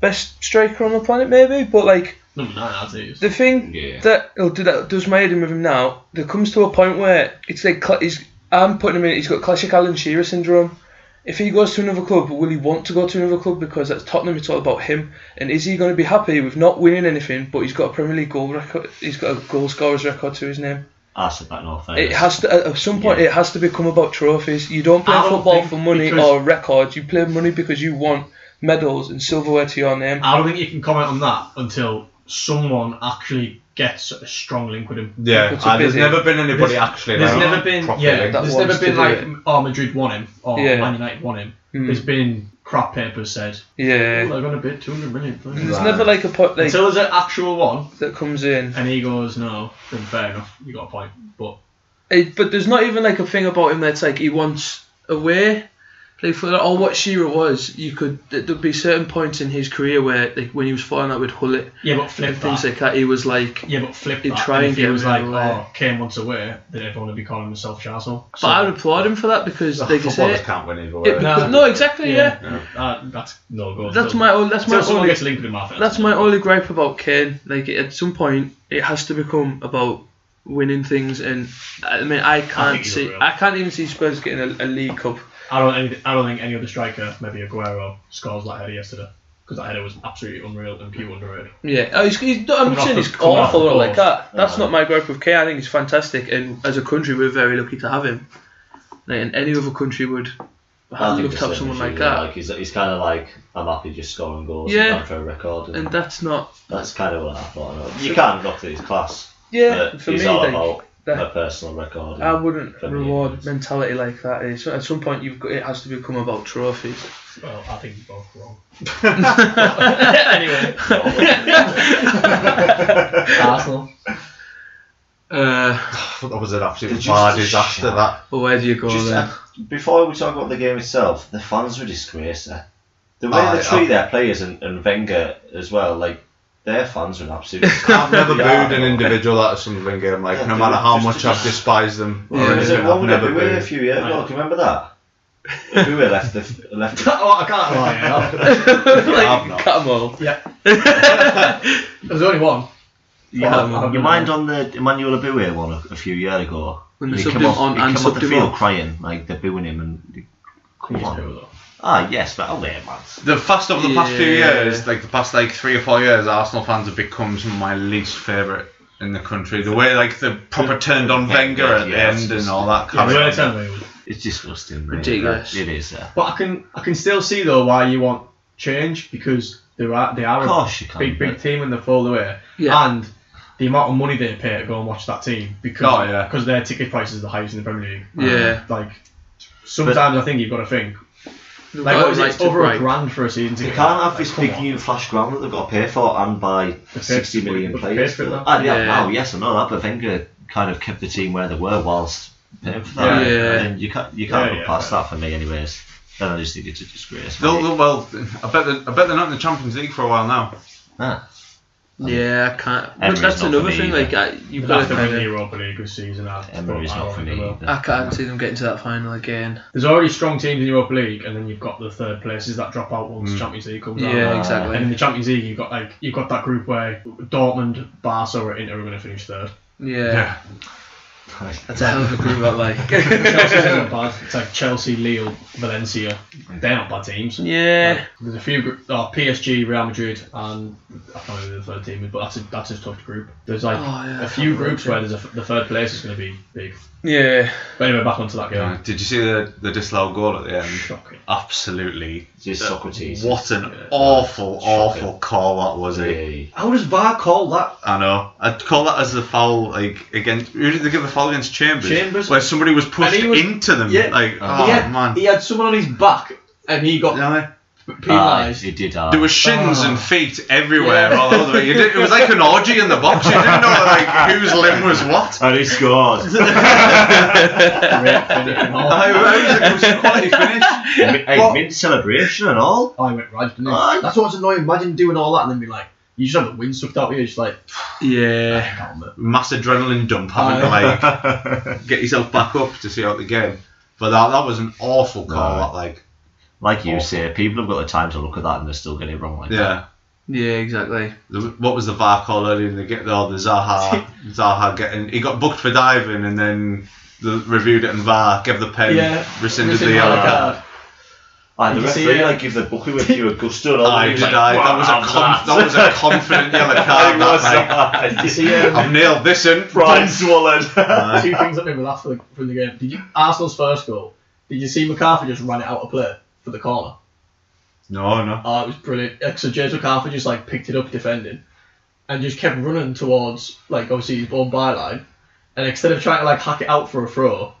Speaker 2: best striker on the planet, maybe. But like
Speaker 5: Number nine, I'd say.
Speaker 2: the thing
Speaker 6: Yeah.
Speaker 2: that will do that does my head in with him now. There comes to a point where it's like cla- he's. I'm putting him in. He's got classic Alan Shearer syndrome. If he goes to another club, will he want to go to another club? Because at Tottenham, it's all about him. And is he going to be happy with not winning anything? But he's got a Premier League goal record. He's got a goal scorer's record to his name.
Speaker 4: Arsenal back north. eh?
Speaker 2: It has to at some point. It has to become about trophies. You don't play
Speaker 5: I don't
Speaker 2: football
Speaker 5: think
Speaker 2: for money
Speaker 5: because-
Speaker 2: or records. You play money because you want medals and silverware to your name.
Speaker 5: I don't think you can comment on that until someone actually gets a strong link with him.
Speaker 6: Yeah,
Speaker 2: It's a
Speaker 6: uh, there's
Speaker 2: busy-
Speaker 6: never been anybody
Speaker 5: there's-
Speaker 6: actually.
Speaker 5: there's
Speaker 6: like,
Speaker 5: never been-
Speaker 6: properly.
Speaker 5: yeah,
Speaker 2: that
Speaker 5: There's
Speaker 2: wants
Speaker 5: never been
Speaker 2: to do
Speaker 5: like,
Speaker 2: it.
Speaker 5: oh, Madrid want him, or
Speaker 2: Yeah.
Speaker 5: Man United want him.
Speaker 2: Mm.
Speaker 5: There's been crap papers said, oh,
Speaker 2: Yeah. Hmm.
Speaker 5: they're going to bid 200 million. for him."
Speaker 2: There's never like a point like,
Speaker 5: Until there's an actual one,
Speaker 2: that comes in.
Speaker 5: and he goes, no, then fair enough, you got a point. But
Speaker 2: It, but there's not even like a thing about him that's like he wants away. Like for all what Shearer was, you could th- there'd be certain points in his career where like when he was falling out with Hullet
Speaker 5: yeah, but flip
Speaker 2: and things
Speaker 5: that.
Speaker 2: like that, he was like.
Speaker 5: yeah, but flip
Speaker 2: He'd
Speaker 5: that.
Speaker 2: try
Speaker 5: and
Speaker 2: and
Speaker 5: if he
Speaker 2: get
Speaker 5: was
Speaker 2: him
Speaker 5: like,
Speaker 2: away.
Speaker 5: oh, came once away, then everyone would be calling himself Charcel.
Speaker 2: But I'd applaud him for that because, like you
Speaker 6: footballers
Speaker 2: say,
Speaker 6: can't win either way.
Speaker 2: it,
Speaker 5: No.
Speaker 2: no, exactly, yeah.
Speaker 5: Uh, that's no good.
Speaker 2: That's my ol- that's my
Speaker 5: Until someone
Speaker 2: only
Speaker 5: gets linked with him. I think
Speaker 2: that's my only gripe about Kane. Like at some point, it has to become about winning things, and I mean, I can't
Speaker 5: he's
Speaker 2: see,
Speaker 5: real.
Speaker 2: I can't even see Spurs getting a, a League Cup.
Speaker 5: I don't. Any, I don't think any other striker, maybe Aguero, scores that header yesterday because that header was absolutely unreal and pure underrated.
Speaker 2: Yeah, oh, he's, he's not, I'm
Speaker 5: Coming
Speaker 2: not saying
Speaker 5: off the-
Speaker 2: he's
Speaker 5: coming off
Speaker 2: awful
Speaker 5: the
Speaker 2: or like
Speaker 5: ball.
Speaker 2: that. That's not my gripe with Kane. I think he's fantastic, and as a country, we're very lucky to have him. Like, and any other country would
Speaker 4: I
Speaker 2: have
Speaker 4: think
Speaker 2: loved to
Speaker 4: the
Speaker 2: have
Speaker 4: same
Speaker 2: someone
Speaker 4: issue,
Speaker 2: like
Speaker 4: yeah,
Speaker 2: that,
Speaker 4: Like he's, he's kind of like I'm happy just scoring goals
Speaker 2: Yeah.
Speaker 4: and going for a record, and,
Speaker 2: and that's not.
Speaker 4: that's kind of what I thought. Of. You can't knock his class,
Speaker 2: Yeah,
Speaker 4: but
Speaker 2: for
Speaker 4: he's
Speaker 2: me,
Speaker 4: all
Speaker 2: like,
Speaker 4: about
Speaker 2: that-
Speaker 4: a personal record. and-
Speaker 2: I wouldn't
Speaker 4: For me,
Speaker 2: reward
Speaker 4: it's-
Speaker 2: mentality like that. Is at some point you've got it has to become about trophies.
Speaker 5: Well, I think you're both wrong. anyway, Arsenal.
Speaker 2: Uh,
Speaker 6: That was an absolute
Speaker 4: It's
Speaker 6: bar
Speaker 4: just a
Speaker 6: disaster.
Speaker 4: shame.
Speaker 6: That
Speaker 2: well, where do you go
Speaker 4: Just,
Speaker 2: then?
Speaker 4: uh, before we talk about the game itself, the fans were disgraced there. The way
Speaker 6: Aye,
Speaker 4: they treat
Speaker 6: I've-
Speaker 4: their players and, and Wenger as well, like their fans were an absolute.
Speaker 6: I've never
Speaker 4: Yeah.
Speaker 6: booed an individual at a Sunderland game. Like
Speaker 4: Yeah,
Speaker 6: no
Speaker 4: dude,
Speaker 6: matter how
Speaker 4: just-
Speaker 6: much I've despised them, or
Speaker 2: Yeah,
Speaker 4: Was
Speaker 6: anything,
Speaker 4: it
Speaker 6: I've
Speaker 4: one with
Speaker 6: never
Speaker 4: Abue a
Speaker 6: booed.
Speaker 4: few years ago? Can you remember that? Abue left the left. The,
Speaker 5: Oh, I can't lie. yeah.
Speaker 6: I've
Speaker 2: like,
Speaker 6: not.
Speaker 2: cut 'em all.
Speaker 5: There's only one.
Speaker 4: you
Speaker 2: Yeah,
Speaker 4: have-
Speaker 2: I've
Speaker 4: you
Speaker 5: been
Speaker 4: mind on the Emmanuel Abue one a, a few years ago?
Speaker 2: When they
Speaker 4: he
Speaker 2: subbed
Speaker 4: came
Speaker 2: him
Speaker 4: off,
Speaker 2: on
Speaker 4: he
Speaker 2: and
Speaker 4: came off
Speaker 2: subbed
Speaker 4: the
Speaker 2: him
Speaker 4: field
Speaker 2: off.
Speaker 4: crying, like they're booing him and. Come
Speaker 5: He's
Speaker 4: on.
Speaker 5: pure,
Speaker 4: Ah yes, but I'll wait, man.
Speaker 6: The fast over the past few
Speaker 2: Yeah.
Speaker 6: years, like the past like three or four years, Arsenal fans have become some of my least favourite in the country. The way like the proper turned on Wenger at the
Speaker 4: Yeah, it's
Speaker 6: end and
Speaker 4: just-
Speaker 6: all that
Speaker 5: though.
Speaker 6: kind
Speaker 5: The way they
Speaker 6: of.
Speaker 5: turned me was
Speaker 4: It's disgusting. Really.
Speaker 2: Ridiculous.
Speaker 4: It is. Uh,
Speaker 5: But I can I can still see though why you want change because they are they are
Speaker 4: Of course you
Speaker 5: a
Speaker 4: can,
Speaker 5: big big
Speaker 4: but-
Speaker 5: team and they fall away.
Speaker 2: Yeah.
Speaker 5: And the amount of money they pay to go and watch that team because
Speaker 6: Oh, yeah.
Speaker 5: because their ticket prices are the highest in the Premier League.
Speaker 2: Yeah.
Speaker 5: Like sometimes I think you've got to think
Speaker 2: They've
Speaker 5: like
Speaker 2: got
Speaker 5: what is
Speaker 2: a
Speaker 5: it
Speaker 2: right
Speaker 5: it's
Speaker 2: Oh, to
Speaker 5: over a
Speaker 2: break.
Speaker 5: grand for a season
Speaker 4: They
Speaker 5: ticket.
Speaker 4: can't have this
Speaker 5: Like, come
Speaker 4: big
Speaker 5: on.
Speaker 4: new flash ground that they've got to pay for and buy
Speaker 5: paid-
Speaker 4: 60 million
Speaker 5: they've paid
Speaker 4: players.
Speaker 5: for it now.
Speaker 4: Ah, yeah,
Speaker 2: Yeah.
Speaker 4: now, yes, I know that, but Wenger kind of kept the team where they were whilst paying for
Speaker 2: Yeah.
Speaker 4: that.
Speaker 2: Yeah.
Speaker 4: And you can't, you can't
Speaker 5: Yeah,
Speaker 4: look
Speaker 5: yeah,
Speaker 4: past that for me, anyways. Then I just think it's a disgrace.
Speaker 6: They'll,
Speaker 4: mate.
Speaker 6: they'll- well, I bet they're, I bet they're not in the Champions League for a while now.
Speaker 4: Ah,
Speaker 2: Yeah, I can't. But
Speaker 4: Emery's
Speaker 2: that's
Speaker 4: not
Speaker 2: another
Speaker 4: for me
Speaker 2: thing.
Speaker 4: either.
Speaker 2: Like I, you've
Speaker 5: They'll
Speaker 2: got
Speaker 5: have
Speaker 2: to
Speaker 5: to win
Speaker 2: kind
Speaker 5: the
Speaker 2: of.
Speaker 5: Europa League this season. I,
Speaker 4: Emery's
Speaker 5: I
Speaker 4: not
Speaker 5: don't
Speaker 4: for
Speaker 5: think they
Speaker 4: me.
Speaker 5: will.
Speaker 4: either.
Speaker 2: I can't see them getting to that final again.
Speaker 5: There's already strong teams in the Europa League, and then you've got the third places that drop out
Speaker 4: Mm.
Speaker 5: once Champions League comes out.
Speaker 2: Yeah, exactly.
Speaker 5: And in the Champions League, you've got like you've got that group where Dortmund, Barca, or Inter are going to finish third.
Speaker 2: yeah.
Speaker 6: Yeah.
Speaker 2: that's a hell of a group. That like.
Speaker 5: Chelsea's not bad. It's like Chelsea, Lille, Valencia. They're not bad teams.
Speaker 2: yeah.
Speaker 5: There's a few groups. Oh, PSG, Real Madrid, and I can't remember who the third team is, but that's a that's a tough group. There's like
Speaker 2: Oh, yeah, I
Speaker 5: a few
Speaker 2: can't
Speaker 5: groups
Speaker 2: remember.
Speaker 5: where there's a, the third place is going to be big.
Speaker 2: Yeah.
Speaker 5: But anyway, back onto that game.
Speaker 6: Uh, Did you see the the disallowed goal at the end?
Speaker 5: Shocking.
Speaker 6: Absolutely.
Speaker 4: Just Socrates.
Speaker 6: What an awful, awful call that was. eh?
Speaker 4: Hey,
Speaker 5: How does VAR call that?
Speaker 6: I know. I'd call that as the foul, like against. Who did they give the foul against? Chambers.
Speaker 5: Chambers.
Speaker 6: Where somebody was pushed
Speaker 5: And he was-
Speaker 6: into them.
Speaker 5: Yeah.
Speaker 6: Like, oh
Speaker 5: he had,
Speaker 6: man.
Speaker 5: He had someone on his back, and he got
Speaker 6: Yeah.
Speaker 4: Ah,
Speaker 5: penalised.
Speaker 4: he did. ah.
Speaker 6: There were shins
Speaker 5: Oh.
Speaker 6: and feet everywhere,
Speaker 5: Yeah.
Speaker 6: all over the way. You did, it was like an orgy in the box. You didn't know like whose limb was what.
Speaker 4: and he scored.
Speaker 5: Great finish and all.
Speaker 6: I, I was like, it was a quality finish.
Speaker 4: Mid- hey,
Speaker 5: What?
Speaker 4: mid celebration and all.
Speaker 6: Ah,
Speaker 5: I went right, didn't I?
Speaker 4: Aye.
Speaker 5: That's what's annoying. Imagine doing all that and then be like, you just have the wind sucked out of you. Just like,
Speaker 2: Yeah.
Speaker 5: calm it.
Speaker 6: Mass adrenaline dump, having to like get yourself back up to see out the game. But that that was an awful call.
Speaker 4: No.
Speaker 6: That like,
Speaker 4: Like you say, people have got the time to look at that and they're still getting it wrong. Like that.
Speaker 6: yeah.
Speaker 2: Yeah. Exactly.
Speaker 6: The, what was the VAR call earlier in the get though? The Zaha, Zaha getting he got booked for diving and then the, reviewed it in VAR, gave the pen,
Speaker 5: Yeah.
Speaker 6: rescinded the yellow card.
Speaker 5: uh,
Speaker 4: Aye, the
Speaker 5: Did you see,
Speaker 4: referee
Speaker 5: uh,
Speaker 4: like give the bookie with you a gusto and all.
Speaker 6: I
Speaker 4: he was
Speaker 6: did.
Speaker 4: like,
Speaker 6: I, that was a
Speaker 4: "Wow,
Speaker 6: conf- that was a confident yellow card.
Speaker 4: It was,
Speaker 6: that night.
Speaker 4: aye.
Speaker 5: Did you see um,
Speaker 6: I've nailed this in.
Speaker 4: Pride swallowed.
Speaker 5: uh, two things that made me laugh from- from the game? Did you Arsenal's first goal? Did you see McCarthy just ran it out of play for the corner?
Speaker 6: No, no.
Speaker 5: Oh, it was brilliant. Uh, So James McCarthy just like picked it up defending, and just kept running towards like obviously his own byline, and instead of trying to like hack it out for a throw,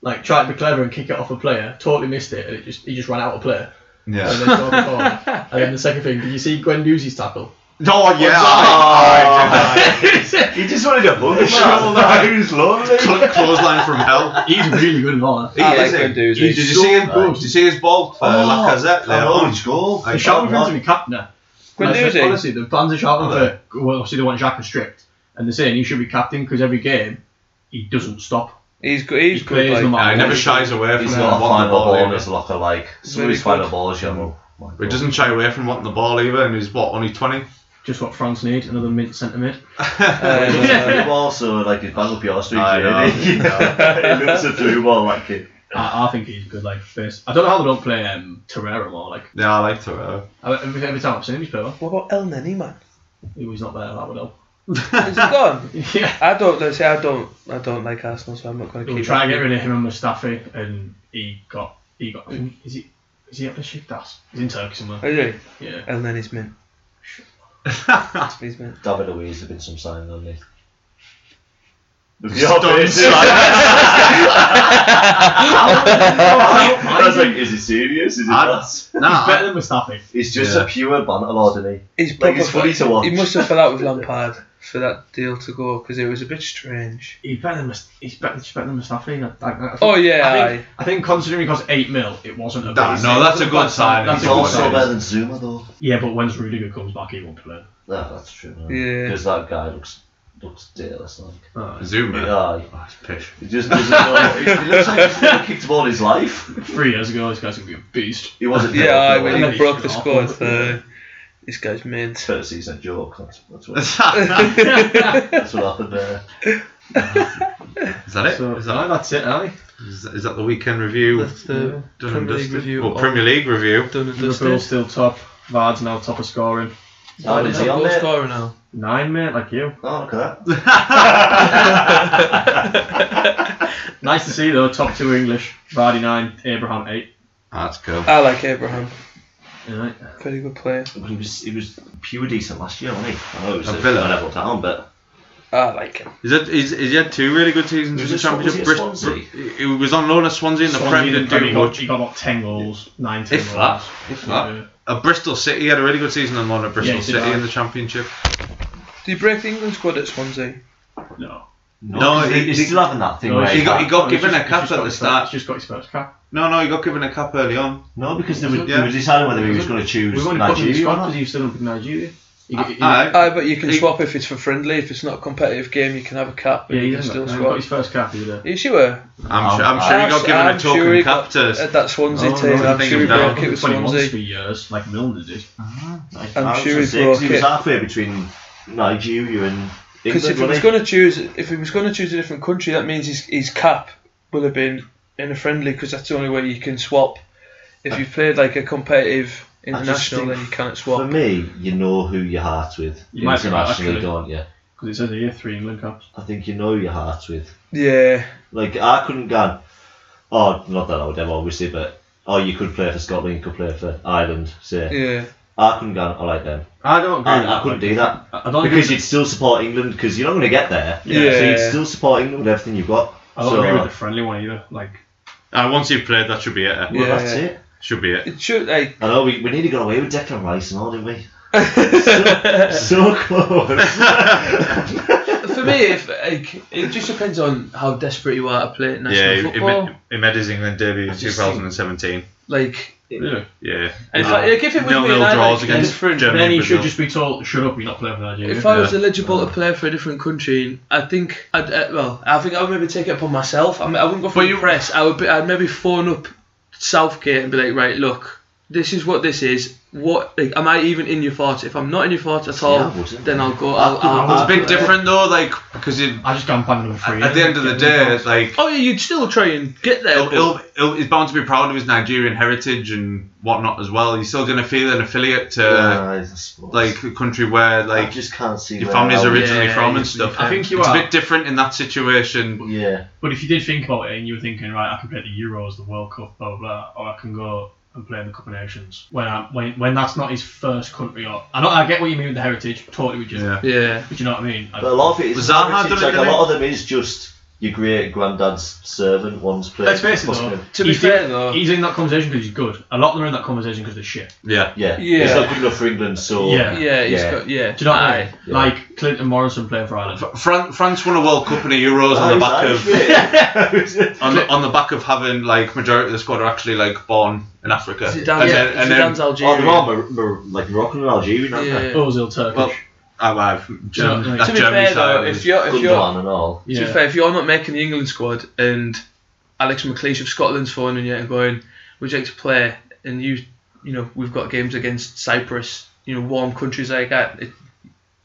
Speaker 5: like tried to be clever and kick it off a player, totally missed it, and it just he just ran out of play. And
Speaker 6: Yeah.
Speaker 2: Oh,
Speaker 5: then, scored the corner. and then the second thing, did you see Gwen Doozy's tackle?
Speaker 3: Oh yeah.
Speaker 2: Oh.
Speaker 3: I- I did
Speaker 5: He's
Speaker 4: You just want to get blown. Who's lonely?
Speaker 6: Cl- Clothesline from hell.
Speaker 5: really good at that.
Speaker 3: that.
Speaker 2: I
Speaker 3: He
Speaker 2: like
Speaker 3: is a-
Speaker 2: when dudes-
Speaker 3: Did you see him?
Speaker 5: good.
Speaker 3: Did you see his ball
Speaker 6: uh,
Speaker 3: for
Speaker 4: Oh,
Speaker 3: Lacazette?
Speaker 4: I
Speaker 3: there?
Speaker 4: know.
Speaker 3: Orange goal.
Speaker 5: They're shouting for him to be captain now.
Speaker 2: Gwen
Speaker 5: Like,
Speaker 2: Doozy?
Speaker 5: Honestly, the fans are shouting
Speaker 3: Are
Speaker 5: for. Well, obviously they want Xhaka stripped, and they're saying he should be captain because every game he doesn't stop.
Speaker 2: He's good. He's
Speaker 5: He
Speaker 2: good.
Speaker 5: plays
Speaker 2: Like,
Speaker 5: no matter
Speaker 6: Nah, he never shies away from
Speaker 4: He's
Speaker 6: wanting
Speaker 4: got a final
Speaker 6: the ball.
Speaker 4: ball in
Speaker 6: either.
Speaker 4: his locker, like
Speaker 2: Really
Speaker 4: somebody's final
Speaker 2: good.
Speaker 4: ball is yellow.
Speaker 6: But he doesn't shy away from wanting the ball either, and he's what only twenty.
Speaker 5: Just what France need, another mid centre mid.
Speaker 2: um,
Speaker 4: Through ball, so like he's bang up your street.
Speaker 6: I know,
Speaker 4: really.
Speaker 6: I
Speaker 4: He looks a through ball like it.
Speaker 5: I, I think he's good like first. I don't know how they don't play um, Torreira more. Like
Speaker 6: Yeah, I like uh, Torreira.
Speaker 5: I- every, every time I've seen him, he's play well.
Speaker 2: what about El Nenny, man?
Speaker 5: He was not there. That would help.
Speaker 2: Is he gone?
Speaker 5: yeah.
Speaker 2: I don't. Let's say I don't. I don't like Arsenal, so I'm not going to
Speaker 5: We
Speaker 2: keep.
Speaker 5: were trying to get rid of him and Mustafi, and he got he got. Is he is he up the Shikdas? He's in Turkey somewhere.
Speaker 2: Oh, Is he?
Speaker 5: Yeah.
Speaker 2: El Nenny's man. He's man.
Speaker 4: David Luiz have been some sign, haven't they?
Speaker 6: Stunned.
Speaker 4: I was like, is he serious? Is he
Speaker 6: I-
Speaker 4: not?
Speaker 5: Better
Speaker 6: Nah,
Speaker 5: than Mustafi.
Speaker 4: He's just
Speaker 6: Yeah.
Speaker 4: a pure banter lord, isn't
Speaker 2: He's
Speaker 4: Like,
Speaker 2: proper-
Speaker 4: it's funny to watch.
Speaker 2: He must have fell out with Lampard for that deal to go because it was a bit strange.
Speaker 5: He's better than Mus- he's better, he's better than Mustafi. I, I, I think-
Speaker 2: Oh, yeah,
Speaker 5: I think, I think considering he cost eight mil, it wasn't a
Speaker 6: Nah,
Speaker 5: bad-
Speaker 6: no,
Speaker 5: it
Speaker 6: that's
Speaker 5: wasn't
Speaker 6: a good
Speaker 5: bad sign.
Speaker 6: sign.
Speaker 5: That's
Speaker 4: he?
Speaker 5: a
Speaker 4: He's
Speaker 5: good
Speaker 4: also
Speaker 5: sign.
Speaker 4: better than Zuma, though.
Speaker 5: Yeah, but when Rudiger comes back, he won't play.
Speaker 4: No, that's true.
Speaker 2: Yeah.
Speaker 4: Because that guy looks looks dearless. Like.
Speaker 6: Zuma.
Speaker 4: Yeah.
Speaker 6: Oh, it's pish.
Speaker 4: He just doesn't know. he he looks like he's never kicked a ball in his life.
Speaker 5: Three years ago, this guy's gonna be a beast.
Speaker 4: He wasn't.
Speaker 2: Yeah, I when
Speaker 4: when
Speaker 5: think
Speaker 2: he
Speaker 5: he
Speaker 2: broke the
Speaker 5: should
Speaker 2: squad,
Speaker 5: off.
Speaker 2: uh, this guy's mint.
Speaker 4: First season a joke. That's, that's, what, that's what happened there.
Speaker 6: Is that it?
Speaker 5: So-
Speaker 6: Is that it?
Speaker 5: that's it, Ali.
Speaker 6: Is is that the weekend review?
Speaker 2: That's the
Speaker 6: Done and
Speaker 2: Premier League
Speaker 6: dusted?
Speaker 2: review.
Speaker 6: Well,
Speaker 2: of-
Speaker 6: Premier League review.
Speaker 2: Done and
Speaker 5: Liverpool
Speaker 2: dusted. Oh,
Speaker 5: still top. Vard's now top of scoring.
Speaker 4: How
Speaker 2: He's
Speaker 4: is
Speaker 2: a
Speaker 4: he on
Speaker 2: goal
Speaker 4: there?
Speaker 2: scorer now.
Speaker 5: Nine, mate, like you.
Speaker 4: Oh, look at that.
Speaker 5: Nice to see though. Top two English. Vardy nine, Abraham eight.
Speaker 6: That's cool.
Speaker 2: I like Abraham.
Speaker 5: Right.
Speaker 2: Very good player.
Speaker 4: But he was he was pure decent last year, wasn't he? I know it was
Speaker 6: At
Speaker 4: a
Speaker 6: Villa.
Speaker 4: an level down, but
Speaker 2: I like him.
Speaker 6: Is that is, is he had two really good seasons
Speaker 4: He
Speaker 6: in
Speaker 4: was
Speaker 6: the
Speaker 4: at Swan-
Speaker 6: championship?
Speaker 4: was he at
Speaker 6: Brit-
Speaker 4: Swansea?
Speaker 6: Brit- he was on loan at Swansea in the
Speaker 5: Swansea
Speaker 6: Premier didn't
Speaker 5: did pretty
Speaker 6: do
Speaker 5: much.
Speaker 6: much.
Speaker 5: He got about ten goals, nine ten
Speaker 6: If
Speaker 5: goals.
Speaker 6: that, if that.
Speaker 5: Yeah.
Speaker 6: Uh, Bristol City had a really good season on loan at Bristol
Speaker 5: Yeah, he did
Speaker 6: City
Speaker 5: that.
Speaker 6: in the championship.
Speaker 2: Did he break the England squad at Swansea?
Speaker 5: No.
Speaker 6: No,
Speaker 4: 'cause
Speaker 6: he-
Speaker 4: he, he's
Speaker 6: he-
Speaker 4: still having that thing.
Speaker 5: No,
Speaker 4: where
Speaker 6: He got he got
Speaker 5: He's
Speaker 6: given
Speaker 5: just-
Speaker 6: a
Speaker 5: he's
Speaker 6: cap
Speaker 5: just
Speaker 6: at
Speaker 5: got
Speaker 6: the
Speaker 5: his-
Speaker 6: start.
Speaker 5: He's just got his first cap.
Speaker 6: No, no, he got given a cap early on.
Speaker 4: no, because they were,
Speaker 6: Yeah.
Speaker 4: they were deciding whether he was going to choose
Speaker 5: We wanted to put him in
Speaker 4: Nigeria
Speaker 5: the squad
Speaker 4: or
Speaker 5: because
Speaker 4: not.
Speaker 5: he was still up in Nigeria. He,
Speaker 6: Ah,
Speaker 5: he,
Speaker 6: Aye.
Speaker 2: Aye, but you can
Speaker 6: He-
Speaker 2: swap if it's for friendly. If it's not a competitive game, you can have a cap. But
Speaker 5: yeah, he
Speaker 2: you can
Speaker 5: didn't.
Speaker 2: still
Speaker 5: He got
Speaker 2: swap.
Speaker 5: his first cap either.
Speaker 2: You sure?
Speaker 6: I'm,
Speaker 4: Um,
Speaker 6: sure, I'm sure he got given a token
Speaker 2: he
Speaker 6: cap
Speaker 2: got-
Speaker 6: to. Oh,
Speaker 2: at that Swansea
Speaker 5: No, no,
Speaker 2: team.
Speaker 6: no,
Speaker 2: I'm
Speaker 6: I think
Speaker 2: sure he
Speaker 6: he uh, was
Speaker 2: broke
Speaker 6: down.
Speaker 2: it with
Speaker 5: 21
Speaker 2: Swansea.
Speaker 5: for years, like Milner did.
Speaker 2: I'm
Speaker 4: I was
Speaker 2: sure he
Speaker 4: gonna say, 'cause
Speaker 2: broke
Speaker 4: he was
Speaker 2: it.
Speaker 4: halfway between Nigeria and
Speaker 2: Because if
Speaker 4: England.
Speaker 2: he was
Speaker 4: wasn't
Speaker 2: going to choose, if he was going to choose a different country, that means his, his cap will have been in a friendly. Because that's the only way you can swap. If you've played like a competitive
Speaker 4: just
Speaker 2: international,
Speaker 4: think
Speaker 2: then you can't
Speaker 4: For
Speaker 2: swap.
Speaker 4: me, you know who your heart's with
Speaker 5: You might be right,
Speaker 4: internationally,
Speaker 5: actually.
Speaker 4: don't you?
Speaker 5: Because it says here three England caps.
Speaker 4: I think you know your heart's with.
Speaker 2: Yeah,
Speaker 4: Like I couldn't go. Oh, not that I would ever, obviously, but oh, you could play for Scotland, you could play for Ireland. Say,
Speaker 2: yeah.
Speaker 4: I couldn't go. All right then,
Speaker 5: I don't agree.
Speaker 4: I,
Speaker 5: with that,
Speaker 4: I couldn't
Speaker 5: like,
Speaker 4: do that
Speaker 5: I don't
Speaker 4: because
Speaker 5: agree,
Speaker 4: you'd still support England because you're not going to get there.
Speaker 2: Yeah.
Speaker 4: So you'd still support England with everything you've got.
Speaker 5: I don't
Speaker 4: so
Speaker 5: agree with the friendly one either. Like,
Speaker 6: Uh, once you've played, that should be it. eh?
Speaker 2: Yeah.
Speaker 4: well, that's it.
Speaker 6: Should be it.
Speaker 2: It should like
Speaker 4: I know we, we nearly got away with Declan Rice and all, didn't we? so, so close.
Speaker 2: for me. If like it just depends on how desperate you are to play national
Speaker 6: Yeah, he, he,
Speaker 2: football.
Speaker 6: made, he made his England debut in
Speaker 2: just
Speaker 6: 2017.
Speaker 2: like,
Speaker 5: really.
Speaker 6: Yeah. Uh,
Speaker 2: if, I- like, if it was me,
Speaker 6: Nil-nil
Speaker 2: and I
Speaker 6: draws
Speaker 2: like,
Speaker 6: against
Speaker 2: different-
Speaker 6: Germany.
Speaker 5: Then he
Speaker 6: Brazil.
Speaker 5: should just be told, shut up, you're not playing for Nigeria.
Speaker 2: If I was
Speaker 6: Yeah.
Speaker 2: eligible to play for a different country, I think I'd uh, well, I think I would maybe take it upon myself. I, mean, I wouldn't go for the press. I would be, I'd maybe phone up Southgate and be like, right, look, this is what this is. What like, am I even in your thoughts? If I'm not in your thoughts at all,
Speaker 4: I wouldn't.
Speaker 2: then I'll go. I'll,
Speaker 4: I
Speaker 2: I'll,
Speaker 6: It's a
Speaker 2: I'll-
Speaker 6: bit different though, like because you,
Speaker 5: I just gone banging them free.
Speaker 6: at the end of the day, it's like
Speaker 2: Oh yeah, you'd still try and get there.
Speaker 6: he'll,
Speaker 2: but-
Speaker 6: he'll, he'll, he's bound to be proud of his Nigerian heritage and whatnot as well. He's still going to feel an affiliate to like a country where
Speaker 4: I
Speaker 6: like
Speaker 4: just Oh, can't see
Speaker 6: your
Speaker 4: where
Speaker 6: family's
Speaker 4: I would-
Speaker 6: originally
Speaker 2: Yeah,
Speaker 6: from
Speaker 2: you-
Speaker 6: and stuff.
Speaker 5: I think you
Speaker 6: it's
Speaker 5: are.
Speaker 6: a bit different in that situation.
Speaker 4: Yeah.
Speaker 5: But if you did think about it and you were thinking, right, I can play the Euros, the World Cup, blah, blah, blah, or I can go and playing the Cup of Nations when I, when when that's not his first country. Or I know I get what you mean with the heritage, totally with you.
Speaker 6: Yeah.
Speaker 2: Yeah.
Speaker 5: But you know what I mean? I-
Speaker 4: But a lot of it is
Speaker 6: Was Zaha done
Speaker 4: heritage,
Speaker 6: it,
Speaker 4: like a
Speaker 6: didn't
Speaker 4: lot of them is just your great granddad's servant once played.
Speaker 6: Let's face it,
Speaker 4: Must
Speaker 5: though.
Speaker 4: be-
Speaker 2: To be
Speaker 5: he's
Speaker 2: fair
Speaker 5: in,
Speaker 2: though,
Speaker 5: he's in that conversation because he's good. A lot of them are in that conversation because they're shit.
Speaker 6: Yeah.
Speaker 4: Yeah.
Speaker 2: Yeah.
Speaker 4: It's not good enough for England, so
Speaker 5: Yeah.
Speaker 2: yeah, he's
Speaker 4: Yeah.
Speaker 2: got yeah.
Speaker 5: Do you know what I
Speaker 2: Aye.
Speaker 5: mean? Like Clinton Morrison playing for Ireland.
Speaker 6: France, France won a World Cup and a Euros on the back of
Speaker 4: of
Speaker 6: on the, on the back of having like majority of the squad are actually like born in Africa.
Speaker 2: Zidane,
Speaker 6: and
Speaker 2: yeah,
Speaker 6: then, and
Speaker 2: Zidane's
Speaker 6: then
Speaker 4: Oh,
Speaker 2: Algerian.
Speaker 4: they're all Mor- Mor- like Moroccan and Algerian, aren't
Speaker 2: yeah.
Speaker 4: they?
Speaker 5: Ozil Turkish.
Speaker 6: Oh, well, I, I've German,
Speaker 5: To be
Speaker 6: that
Speaker 2: to be
Speaker 6: Germany
Speaker 2: fair though,
Speaker 6: side
Speaker 2: if
Speaker 6: is-
Speaker 2: you're if you're
Speaker 4: Gundogan and all.
Speaker 2: to be
Speaker 5: yeah.
Speaker 2: fair, if you're not making the England squad and Alex McLeish of Scotland's phoning you and going, "Would you like to play?" and you you know we've got games against Cyprus, you know warm countries like that. It,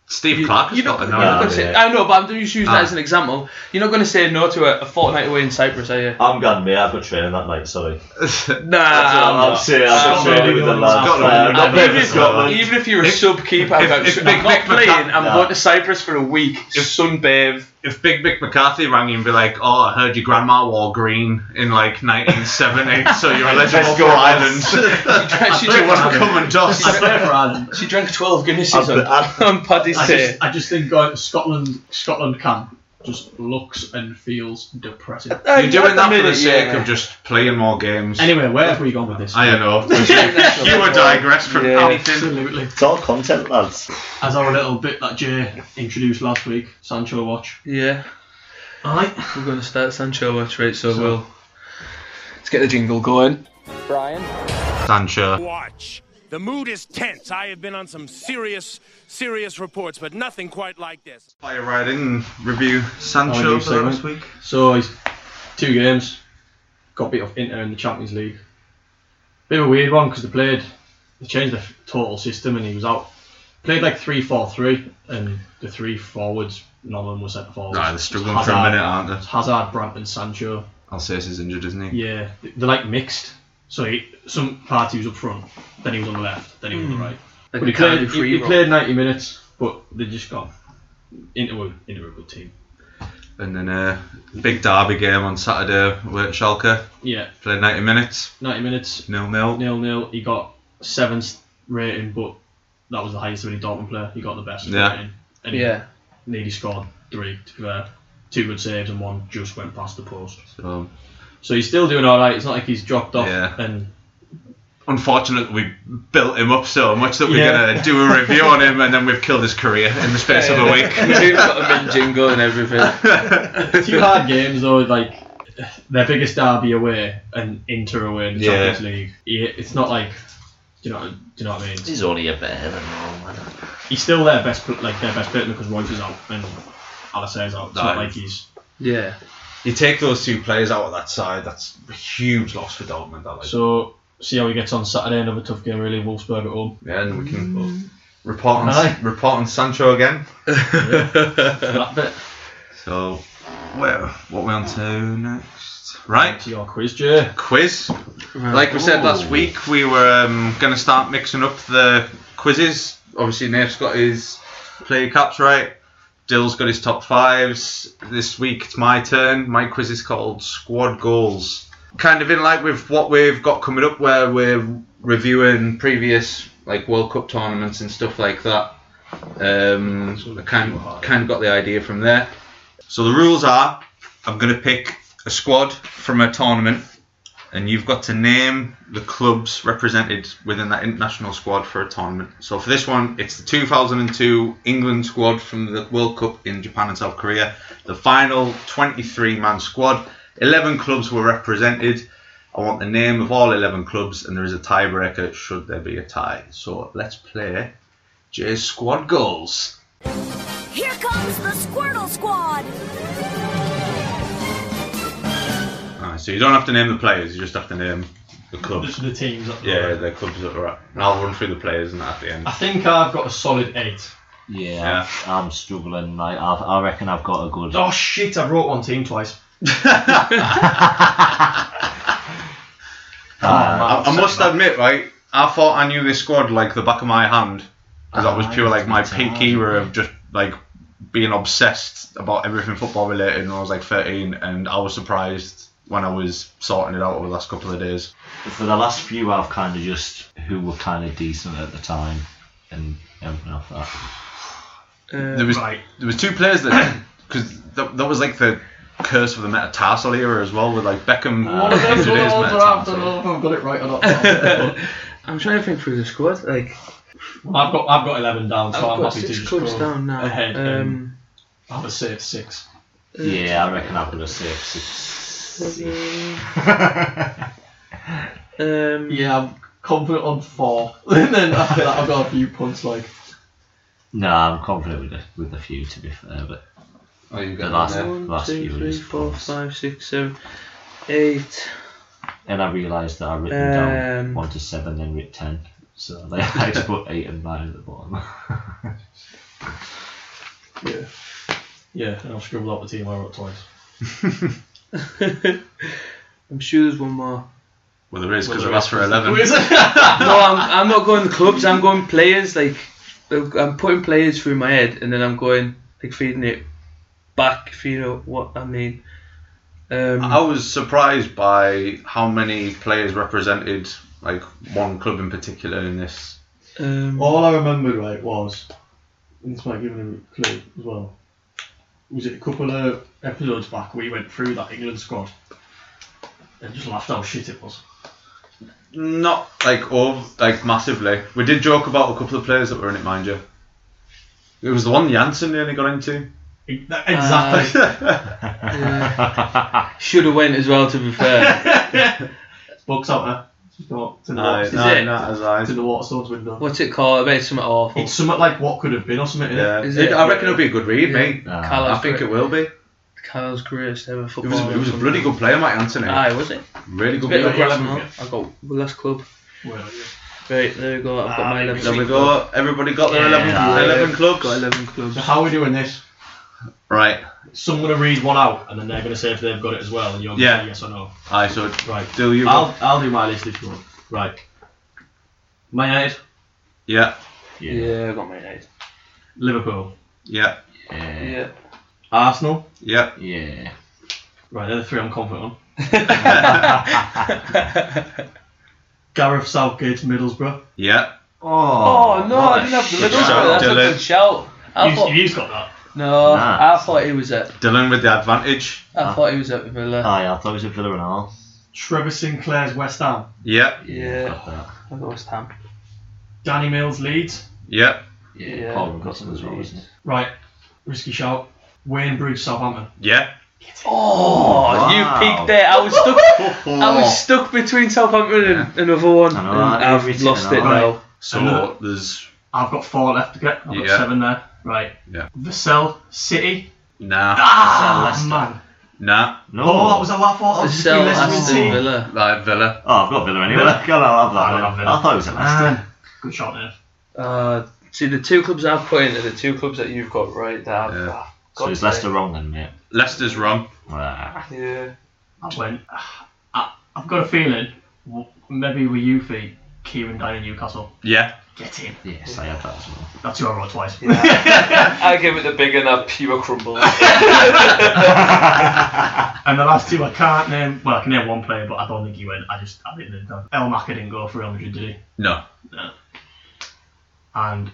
Speaker 6: Steve
Speaker 2: you,
Speaker 6: Clark,
Speaker 2: you're
Speaker 6: has
Speaker 2: not,
Speaker 6: got
Speaker 2: you're not
Speaker 6: an eye.
Speaker 2: gonna say,
Speaker 4: yeah.
Speaker 2: I know, but I'm just using
Speaker 6: Ah.
Speaker 2: that as an example. You're not going to say no to a, a fortnight away in Cyprus, are you?
Speaker 4: I'm gone, mate. I've got training that night, sorry.
Speaker 2: Nah,
Speaker 4: That's
Speaker 2: Ah, I'm
Speaker 4: all I'm
Speaker 2: not.
Speaker 4: saying. I've got
Speaker 5: Scotland,
Speaker 4: training with the
Speaker 5: England,
Speaker 4: lads.
Speaker 6: Scotland,
Speaker 4: Uh,
Speaker 6: England,
Speaker 2: Even
Speaker 4: I'm not
Speaker 6: England,
Speaker 4: playing for
Speaker 2: if,
Speaker 4: Scotland.
Speaker 2: even if you're a
Speaker 6: If-
Speaker 2: sub keeper, I'm,
Speaker 6: if-
Speaker 2: going,
Speaker 6: if
Speaker 2: I'm
Speaker 6: Big
Speaker 2: not
Speaker 6: Mick
Speaker 2: playing.
Speaker 6: McCann-
Speaker 2: I'm
Speaker 4: no.
Speaker 2: going to Cyprus for a week.
Speaker 6: If-
Speaker 2: sunbathe.
Speaker 6: if Big Mick McCarthy rang you and be like, "Oh, I heard your grandma wore green in like 1970, so you're eligible
Speaker 4: Let's
Speaker 6: for
Speaker 4: go,
Speaker 6: Ireland.
Speaker 4: lads."
Speaker 6: Do
Speaker 2: she,
Speaker 6: you want
Speaker 2: drank,
Speaker 6: to come and toss?"
Speaker 5: I play for Ireland.
Speaker 2: she drank 12
Speaker 4: I've
Speaker 2: Guinnesses on,
Speaker 4: been- I've-
Speaker 2: on Paddy's
Speaker 5: I
Speaker 2: Day.
Speaker 5: just, I just think going to Scotland, Scotland camp just looks and feels depressing.
Speaker 6: You're doing that for the sake of just playing more games.
Speaker 5: Anyway, where have we gone with this?
Speaker 6: I don't know. you were digress from
Speaker 2: Yeah.
Speaker 6: anything.
Speaker 5: Absolutely.
Speaker 4: It's all content, lads.
Speaker 5: As our little bit that Jay introduced last week, Sancho watch.
Speaker 2: Yeah,
Speaker 5: Aye.
Speaker 2: we're going to start Sancho watch, right? So, we'll. Let's get the jingle going.
Speaker 6: Sancho.
Speaker 7: Watch. The mood is tense. I have been on some serious, serious reports, but nothing quite like this.
Speaker 6: Fire right in and review
Speaker 5: Our
Speaker 6: Sancho
Speaker 5: new
Speaker 6: for the
Speaker 5: segment.
Speaker 6: last week.
Speaker 5: So he's two games. Got beat off Inter in the Champions League. Bit of a weird one because they played. They changed the f- total system and he was out. Played like 3 4 3, and the three forwards, none of them were centre forwards.
Speaker 6: Nah, they're struggling for a minute, aren't they?
Speaker 5: It's Hazard, Brampton, Sancho.
Speaker 6: Alsace is injured, isn't he?
Speaker 5: Yeah, they're like mixed. So he, some part he was up front, then he was on the left, then he
Speaker 6: Hmm.
Speaker 5: was on the right. But
Speaker 2: a
Speaker 5: he played,
Speaker 2: kind of free
Speaker 5: he, he
Speaker 2: roll.
Speaker 5: played 90 minutes, but they just got into a, into a good team.
Speaker 6: And then a big derby game on Saturday with Schalke.
Speaker 5: Yeah,
Speaker 6: Played 90 minutes,
Speaker 5: 90 minutes,
Speaker 6: nil nil.
Speaker 5: nil nil. He got seventh rating, but that was the highest of any Dortmund player. He got the best
Speaker 6: Yeah.
Speaker 5: rating, and
Speaker 2: Yeah.
Speaker 5: he nearly scored three. To be fair, two good saves and one just went past the post.
Speaker 6: So,
Speaker 5: So he's still doing all right. It's not like he's dropped off.
Speaker 6: Yeah.
Speaker 5: And
Speaker 6: unfortunately, we built him up so much that we're
Speaker 5: Yeah.
Speaker 6: going to do a review on him and then we've killed his career in the space of a week.
Speaker 2: We do got a min jingle and everything.
Speaker 5: two hard games though, like. Their biggest derby away and Inter away in the
Speaker 6: Yeah.
Speaker 5: Champions League. He, it's not like, do you know, do you know what I mean?
Speaker 4: He's only a bear and all. I don't-
Speaker 5: He's still their best, pl- like their best player because Royce is out and Alice is out. It's not
Speaker 6: No.
Speaker 5: like he's
Speaker 2: Yeah.
Speaker 6: You take those two players out of that side, that's a huge loss for Dortmund. That like.
Speaker 5: So see how he gets on Saturday. Another tough game, really. Wolfsburg at home.
Speaker 6: yeah, and we can report, on,
Speaker 5: Aye.
Speaker 6: report on Sancho again.
Speaker 5: that bit
Speaker 6: So, where, what are we on to next? Right,
Speaker 5: to your quiz, Jay.
Speaker 6: quiz. Like we said last week, we were um, going to start mixing up the quizzes. Obviously, Nate's got his player caps right. Dill's got his top fives. This week, it's my turn. My quiz is called Squad Goals. Kind of in like with what we've got coming up, where we're reviewing previous like World Cup tournaments and stuff like that. Um, I kind kind of got the idea from there. So the rules are: I'm going to pick a squad from a tournament and you've got to name the clubs represented within that international squad for a tournament. So for this one, it's the 2002 England squad from the World Cup in Japan and South Korea. The final 23-man squad. 11 clubs were represented. I want the name of all 11 clubs, and there is a tiebreaker should there be a tie. So let's play Jay's squad goals.
Speaker 8: Here comes the Squirtle Squad!
Speaker 6: Alright, so you don't have to name the players; you just have to name the clubs.
Speaker 5: Just the teams. Up
Speaker 6: Yeah, the clubs that are at. And I'll run through the players and that at the end.
Speaker 5: I think I've got a solid eight.
Speaker 4: Yeah, I'm struggling. Like, I've, I reckon I've got a good.
Speaker 5: Oh shit! I wrote one team twice.
Speaker 6: I, I must admit, right? I thought I knew this squad like the back of my hand because that was pure like my peak era of just like being obsessed about everything football related. And I was like 13, and I was surprised when I was sorting it out over the last couple of days.
Speaker 4: For the last few, I've kind of just who were kind of decent at the time and everything off that.
Speaker 6: There was
Speaker 5: Right.
Speaker 6: there was two players that because that, that was like the curse of the metatarsal era as well with like Beckham
Speaker 5: One of them's
Speaker 6: injured
Speaker 5: one
Speaker 6: his
Speaker 5: of those, I don't
Speaker 6: metatarsal.
Speaker 5: know if I've got it right or not. But
Speaker 2: I'm trying to think through the squad. Like
Speaker 5: I've got I've got eleven down, so
Speaker 2: I've
Speaker 5: I'm
Speaker 2: got
Speaker 5: happy to
Speaker 2: six
Speaker 5: just
Speaker 2: clubs
Speaker 5: go
Speaker 2: down now.
Speaker 5: ahead and
Speaker 2: Um,
Speaker 5: have a say at six.
Speaker 4: Yeah, I reckon I've got a six. It's-
Speaker 2: um,
Speaker 5: Yeah, I'm confident on four, and then after that I've got a few punts like
Speaker 4: No, I'm confident with the, with a few to be fair, but
Speaker 6: Oh, you've
Speaker 4: the
Speaker 6: got
Speaker 4: last
Speaker 6: that.
Speaker 2: One,
Speaker 4: last
Speaker 2: two,
Speaker 4: few
Speaker 2: three,
Speaker 4: is
Speaker 2: four,
Speaker 4: false.
Speaker 2: five, six, seven, eight.
Speaker 4: And I realised that I've written
Speaker 2: Um,
Speaker 4: down one to seven, then writ ten. So like, I just put eight and nine at the bottom.
Speaker 5: yeah, yeah, and I'll scribble out the team I wrote twice.
Speaker 2: I'm sure there's one more.
Speaker 6: Well, there is because
Speaker 5: Well,
Speaker 6: I asked for eleven.
Speaker 2: No, I'm, I'm not going the clubs. I'm going players. Like I'm putting players through my head, and then I'm going like feeding it back. If you know what I mean. Um,
Speaker 6: I was surprised by how many players represented like one club in particular in this.
Speaker 2: um,
Speaker 6: Oh,
Speaker 5: All I remembered right was, and this might give him a clue as well. Was it a couple of episodes back we went through that England squad and just laughed how shit it was.
Speaker 6: Not like oh, like massively. We did joke about a couple of players that were in it, mind you. It was the one Janssen nearly got into.
Speaker 5: E, Exactly.
Speaker 2: should have went as well. To be fair,
Speaker 5: Bugs out there. Just go to the,
Speaker 6: Aye,
Speaker 5: water,
Speaker 2: is
Speaker 6: no,
Speaker 2: it?
Speaker 6: not as I.
Speaker 5: to the Waterstones window.
Speaker 2: what's it called? It's something awful.
Speaker 5: It's something like what could have been or something. innit?
Speaker 6: Yeah,
Speaker 2: Is
Speaker 6: It-
Speaker 2: it?
Speaker 6: I reckon it'll be a good read, mate.
Speaker 4: Nah.
Speaker 2: Carlos
Speaker 6: I think
Speaker 2: Gre-
Speaker 6: it will be.
Speaker 2: Kyle's greatest ever
Speaker 6: It
Speaker 2: football.
Speaker 6: was, it was a bloody good player, Mike Anthony.
Speaker 2: Aye, was it?
Speaker 6: Really good
Speaker 2: Bit of
Speaker 6: player.
Speaker 2: a
Speaker 5: yeah,
Speaker 2: personal.
Speaker 5: yeah.
Speaker 2: I got last club.
Speaker 5: Well, yeah.
Speaker 2: Right, there we go. I've got my
Speaker 6: Ah, There
Speaker 2: eleven.
Speaker 6: we go. Everybody got their
Speaker 4: Yeah,
Speaker 6: 11,
Speaker 4: aye.
Speaker 6: 11 clubs.
Speaker 2: Got eleven clubs.
Speaker 5: So how are we doing this?
Speaker 6: Right.
Speaker 5: So I'm going to read one out and then they're going to say if they've got it as well and you're going to
Speaker 6: Yeah.
Speaker 5: say yes or no.
Speaker 6: Aye, so
Speaker 5: Right.
Speaker 6: do you?
Speaker 5: I'll, I'll do my list if you want. Right. Man United,
Speaker 6: yeah,
Speaker 2: Yeah, I got my eight.
Speaker 5: Liverpool,
Speaker 6: yeah,
Speaker 4: yeah,
Speaker 2: Yeah.
Speaker 5: Arsenal.
Speaker 6: yeah.
Speaker 4: yeah.
Speaker 5: Right, they're the three I'm confident on. Gareth Southgate's Middlesbrough.
Speaker 6: Yeah.
Speaker 2: Oh, no, I
Speaker 4: what a
Speaker 2: didn't have the
Speaker 4: shit
Speaker 2: middle.
Speaker 6: shout,
Speaker 2: one. That's a
Speaker 6: Dylan.
Speaker 2: good shout.
Speaker 6: Oh,
Speaker 2: I
Speaker 5: You've,
Speaker 2: thought,
Speaker 5: you've got that.
Speaker 2: no,
Speaker 4: Nah.
Speaker 2: I thought he was at.
Speaker 6: Dylan with the advantage.
Speaker 2: I thought he was at Villa.
Speaker 4: Aye, Oh, I thought it was a Villa and all.
Speaker 5: Trevor Sinclair's West Ham.
Speaker 6: Yeah,
Speaker 2: Yeah.
Speaker 4: got that.
Speaker 2: I got West Ham.
Speaker 5: Danny Mills Leeds.
Speaker 6: yeah,
Speaker 4: Yeah,
Speaker 2: Yeah,
Speaker 4: Paul
Speaker 2: got
Speaker 4: Robinson
Speaker 2: some
Speaker 4: as well,
Speaker 2: leads.
Speaker 4: isn't it?
Speaker 5: Right, risky shout. Wayne Bridge Southampton.
Speaker 6: yeah.
Speaker 2: Oh,
Speaker 4: wow. Oh,
Speaker 2: you peaked there. I was stuck. I was stuck between Southampton and and another one,
Speaker 4: I know,
Speaker 2: and
Speaker 4: I didn't
Speaker 2: I've
Speaker 4: read it
Speaker 2: lost
Speaker 4: at
Speaker 2: it
Speaker 4: all.
Speaker 2: now.
Speaker 6: So
Speaker 5: Another-
Speaker 6: there's
Speaker 5: I've got four left to get. I've got
Speaker 6: Yeah.
Speaker 5: seven there. Right.
Speaker 6: Yeah.
Speaker 5: Vassell City.
Speaker 6: nah,
Speaker 5: Ah, man.
Speaker 6: nah.
Speaker 4: No,
Speaker 5: Oh, that was a laugh. I
Speaker 2: To
Speaker 5: was
Speaker 2: sell
Speaker 5: just
Speaker 2: Aston
Speaker 5: team.
Speaker 2: Villa.
Speaker 6: Like Villa.
Speaker 4: Oh, I've got Villa anyway.
Speaker 5: Villa.
Speaker 4: God, I'll have that.
Speaker 5: I'll
Speaker 4: then.
Speaker 5: have Villa.
Speaker 4: I thought it was a Leicester.
Speaker 5: Man, good shot there.
Speaker 2: Uh, see, the two clubs I've put in are the two clubs that you've got right. Ah, That I've,
Speaker 6: Yeah.
Speaker 2: I've
Speaker 4: So
Speaker 2: got
Speaker 4: is
Speaker 2: there.
Speaker 4: Leicester wrong then, mate?
Speaker 6: Leicester's wrong.
Speaker 4: Ah,
Speaker 2: Yeah.
Speaker 5: I went. "Ah, I, I've got a feeling. w- Maybe with you feet, Kieran down in Newcastle.
Speaker 6: Yeah,
Speaker 5: Get him.
Speaker 4: yes, I had that as well.
Speaker 5: That's who I wrote twice.
Speaker 2: I give it the big and a pure crumble.
Speaker 5: And the last two I can't name. Well, I can name one player, but I don't think he went. I just I didn't name them. El Maka didn't go for Real Madrid, did he?
Speaker 6: no.
Speaker 5: And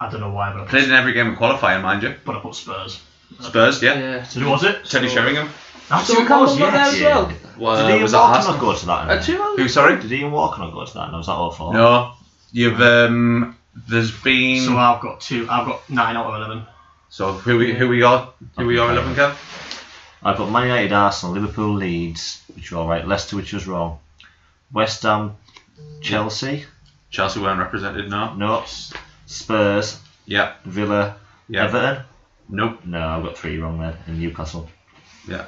Speaker 5: I don't know why, but I
Speaker 6: Played
Speaker 5: put,
Speaker 6: in every game of qualifying, mind you.
Speaker 5: but I put Spurs.
Speaker 6: Spurs, yeah.
Speaker 2: yeah.
Speaker 5: So who was it?
Speaker 6: Teddy Sheringham.
Speaker 5: That's
Speaker 2: So
Speaker 5: who it was.
Speaker 2: Campbell got
Speaker 5: Yes.
Speaker 2: As well.
Speaker 6: Well, Uh,
Speaker 4: Did Ian
Speaker 6: was that
Speaker 4: Walker not
Speaker 6: Arsenal?
Speaker 4: go to that?
Speaker 2: Uh, two
Speaker 4: then?
Speaker 2: hours.
Speaker 6: Who? Sorry.
Speaker 4: Did Ian Walker not go to that? No, was that all four?
Speaker 6: No, you've um. There's been
Speaker 5: So
Speaker 6: so,
Speaker 5: I've got two. I've got nine out of eleven.
Speaker 6: who we who we are who we are eleven Kev?
Speaker 4: I've got Man United, Arsenal, Liverpool, Leeds, which were all right. Leicester, which was wrong. West Ham, Chelsea,
Speaker 6: Chelsea weren't represented. No.
Speaker 4: no. Spurs,
Speaker 6: Yeah.
Speaker 4: Villa,
Speaker 6: Yeah.
Speaker 4: Everton.
Speaker 6: Nope.
Speaker 4: No, I've got three wrong there. And Newcastle.
Speaker 6: Yeah.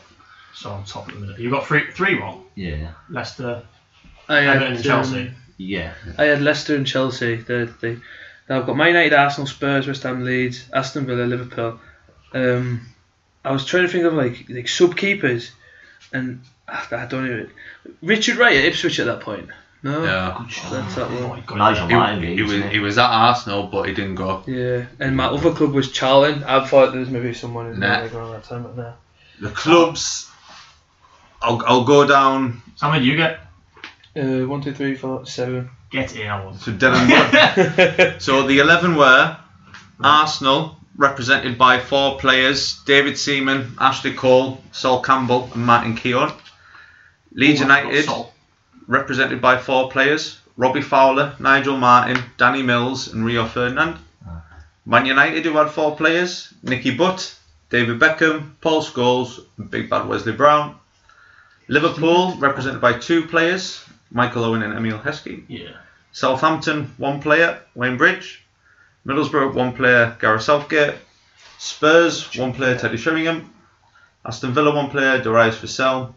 Speaker 5: So I'm top of the middle. You got three, three wrong.
Speaker 4: Yeah.
Speaker 5: Leicester,
Speaker 2: I had,
Speaker 5: Everton, and Chelsea.
Speaker 2: um,
Speaker 4: Yeah.
Speaker 2: I had Leicester and Chelsea. They're, they, now I've got Man United, Arsenal, Spurs, West Ham, Leeds, Aston Villa, Liverpool. Um, I was trying to think of like like sub keepers, and ah, I don't even. Richard Wright at Ipswich at that point. No,
Speaker 6: Yeah.
Speaker 2: that's that
Speaker 5: Oh,
Speaker 2: one.
Speaker 5: you got it.
Speaker 4: Nigel Martin,
Speaker 6: He, he
Speaker 4: Leeds,
Speaker 6: was
Speaker 4: innit?
Speaker 6: he was at Arsenal, but he didn't go.
Speaker 2: Yeah, and my other club was Charlton. I thought there was maybe someone in
Speaker 6: Nah.
Speaker 2: there going at that time, but no.
Speaker 6: The clubs I'll, I'll go down
Speaker 5: How many do you get?
Speaker 2: Uh, one, two, three, four, seven.
Speaker 5: Get in, I want.
Speaker 6: to Denham. so the 11 were Arsenal, represented by four players David Seaman, Ashley Cole, Sol Campbell, and Martin Keown. Leeds United, represented by four players Robbie Fowler, Nigel Martin, Danny Mills, and Rio Ferdinand. Man United, who had four players Nicky Butt, David Beckham, Paul Scholes, and Big Bad Wesley Brown. Liverpool, represented by two players Michael Owen and Emil Heskey.
Speaker 5: Yeah.
Speaker 6: Southampton, one player, Wayne Bridge. Middlesbrough, one player, Gareth Southgate. Spurs, one player, Teddy Sheringham. Aston Villa, one player, Darius Vassell.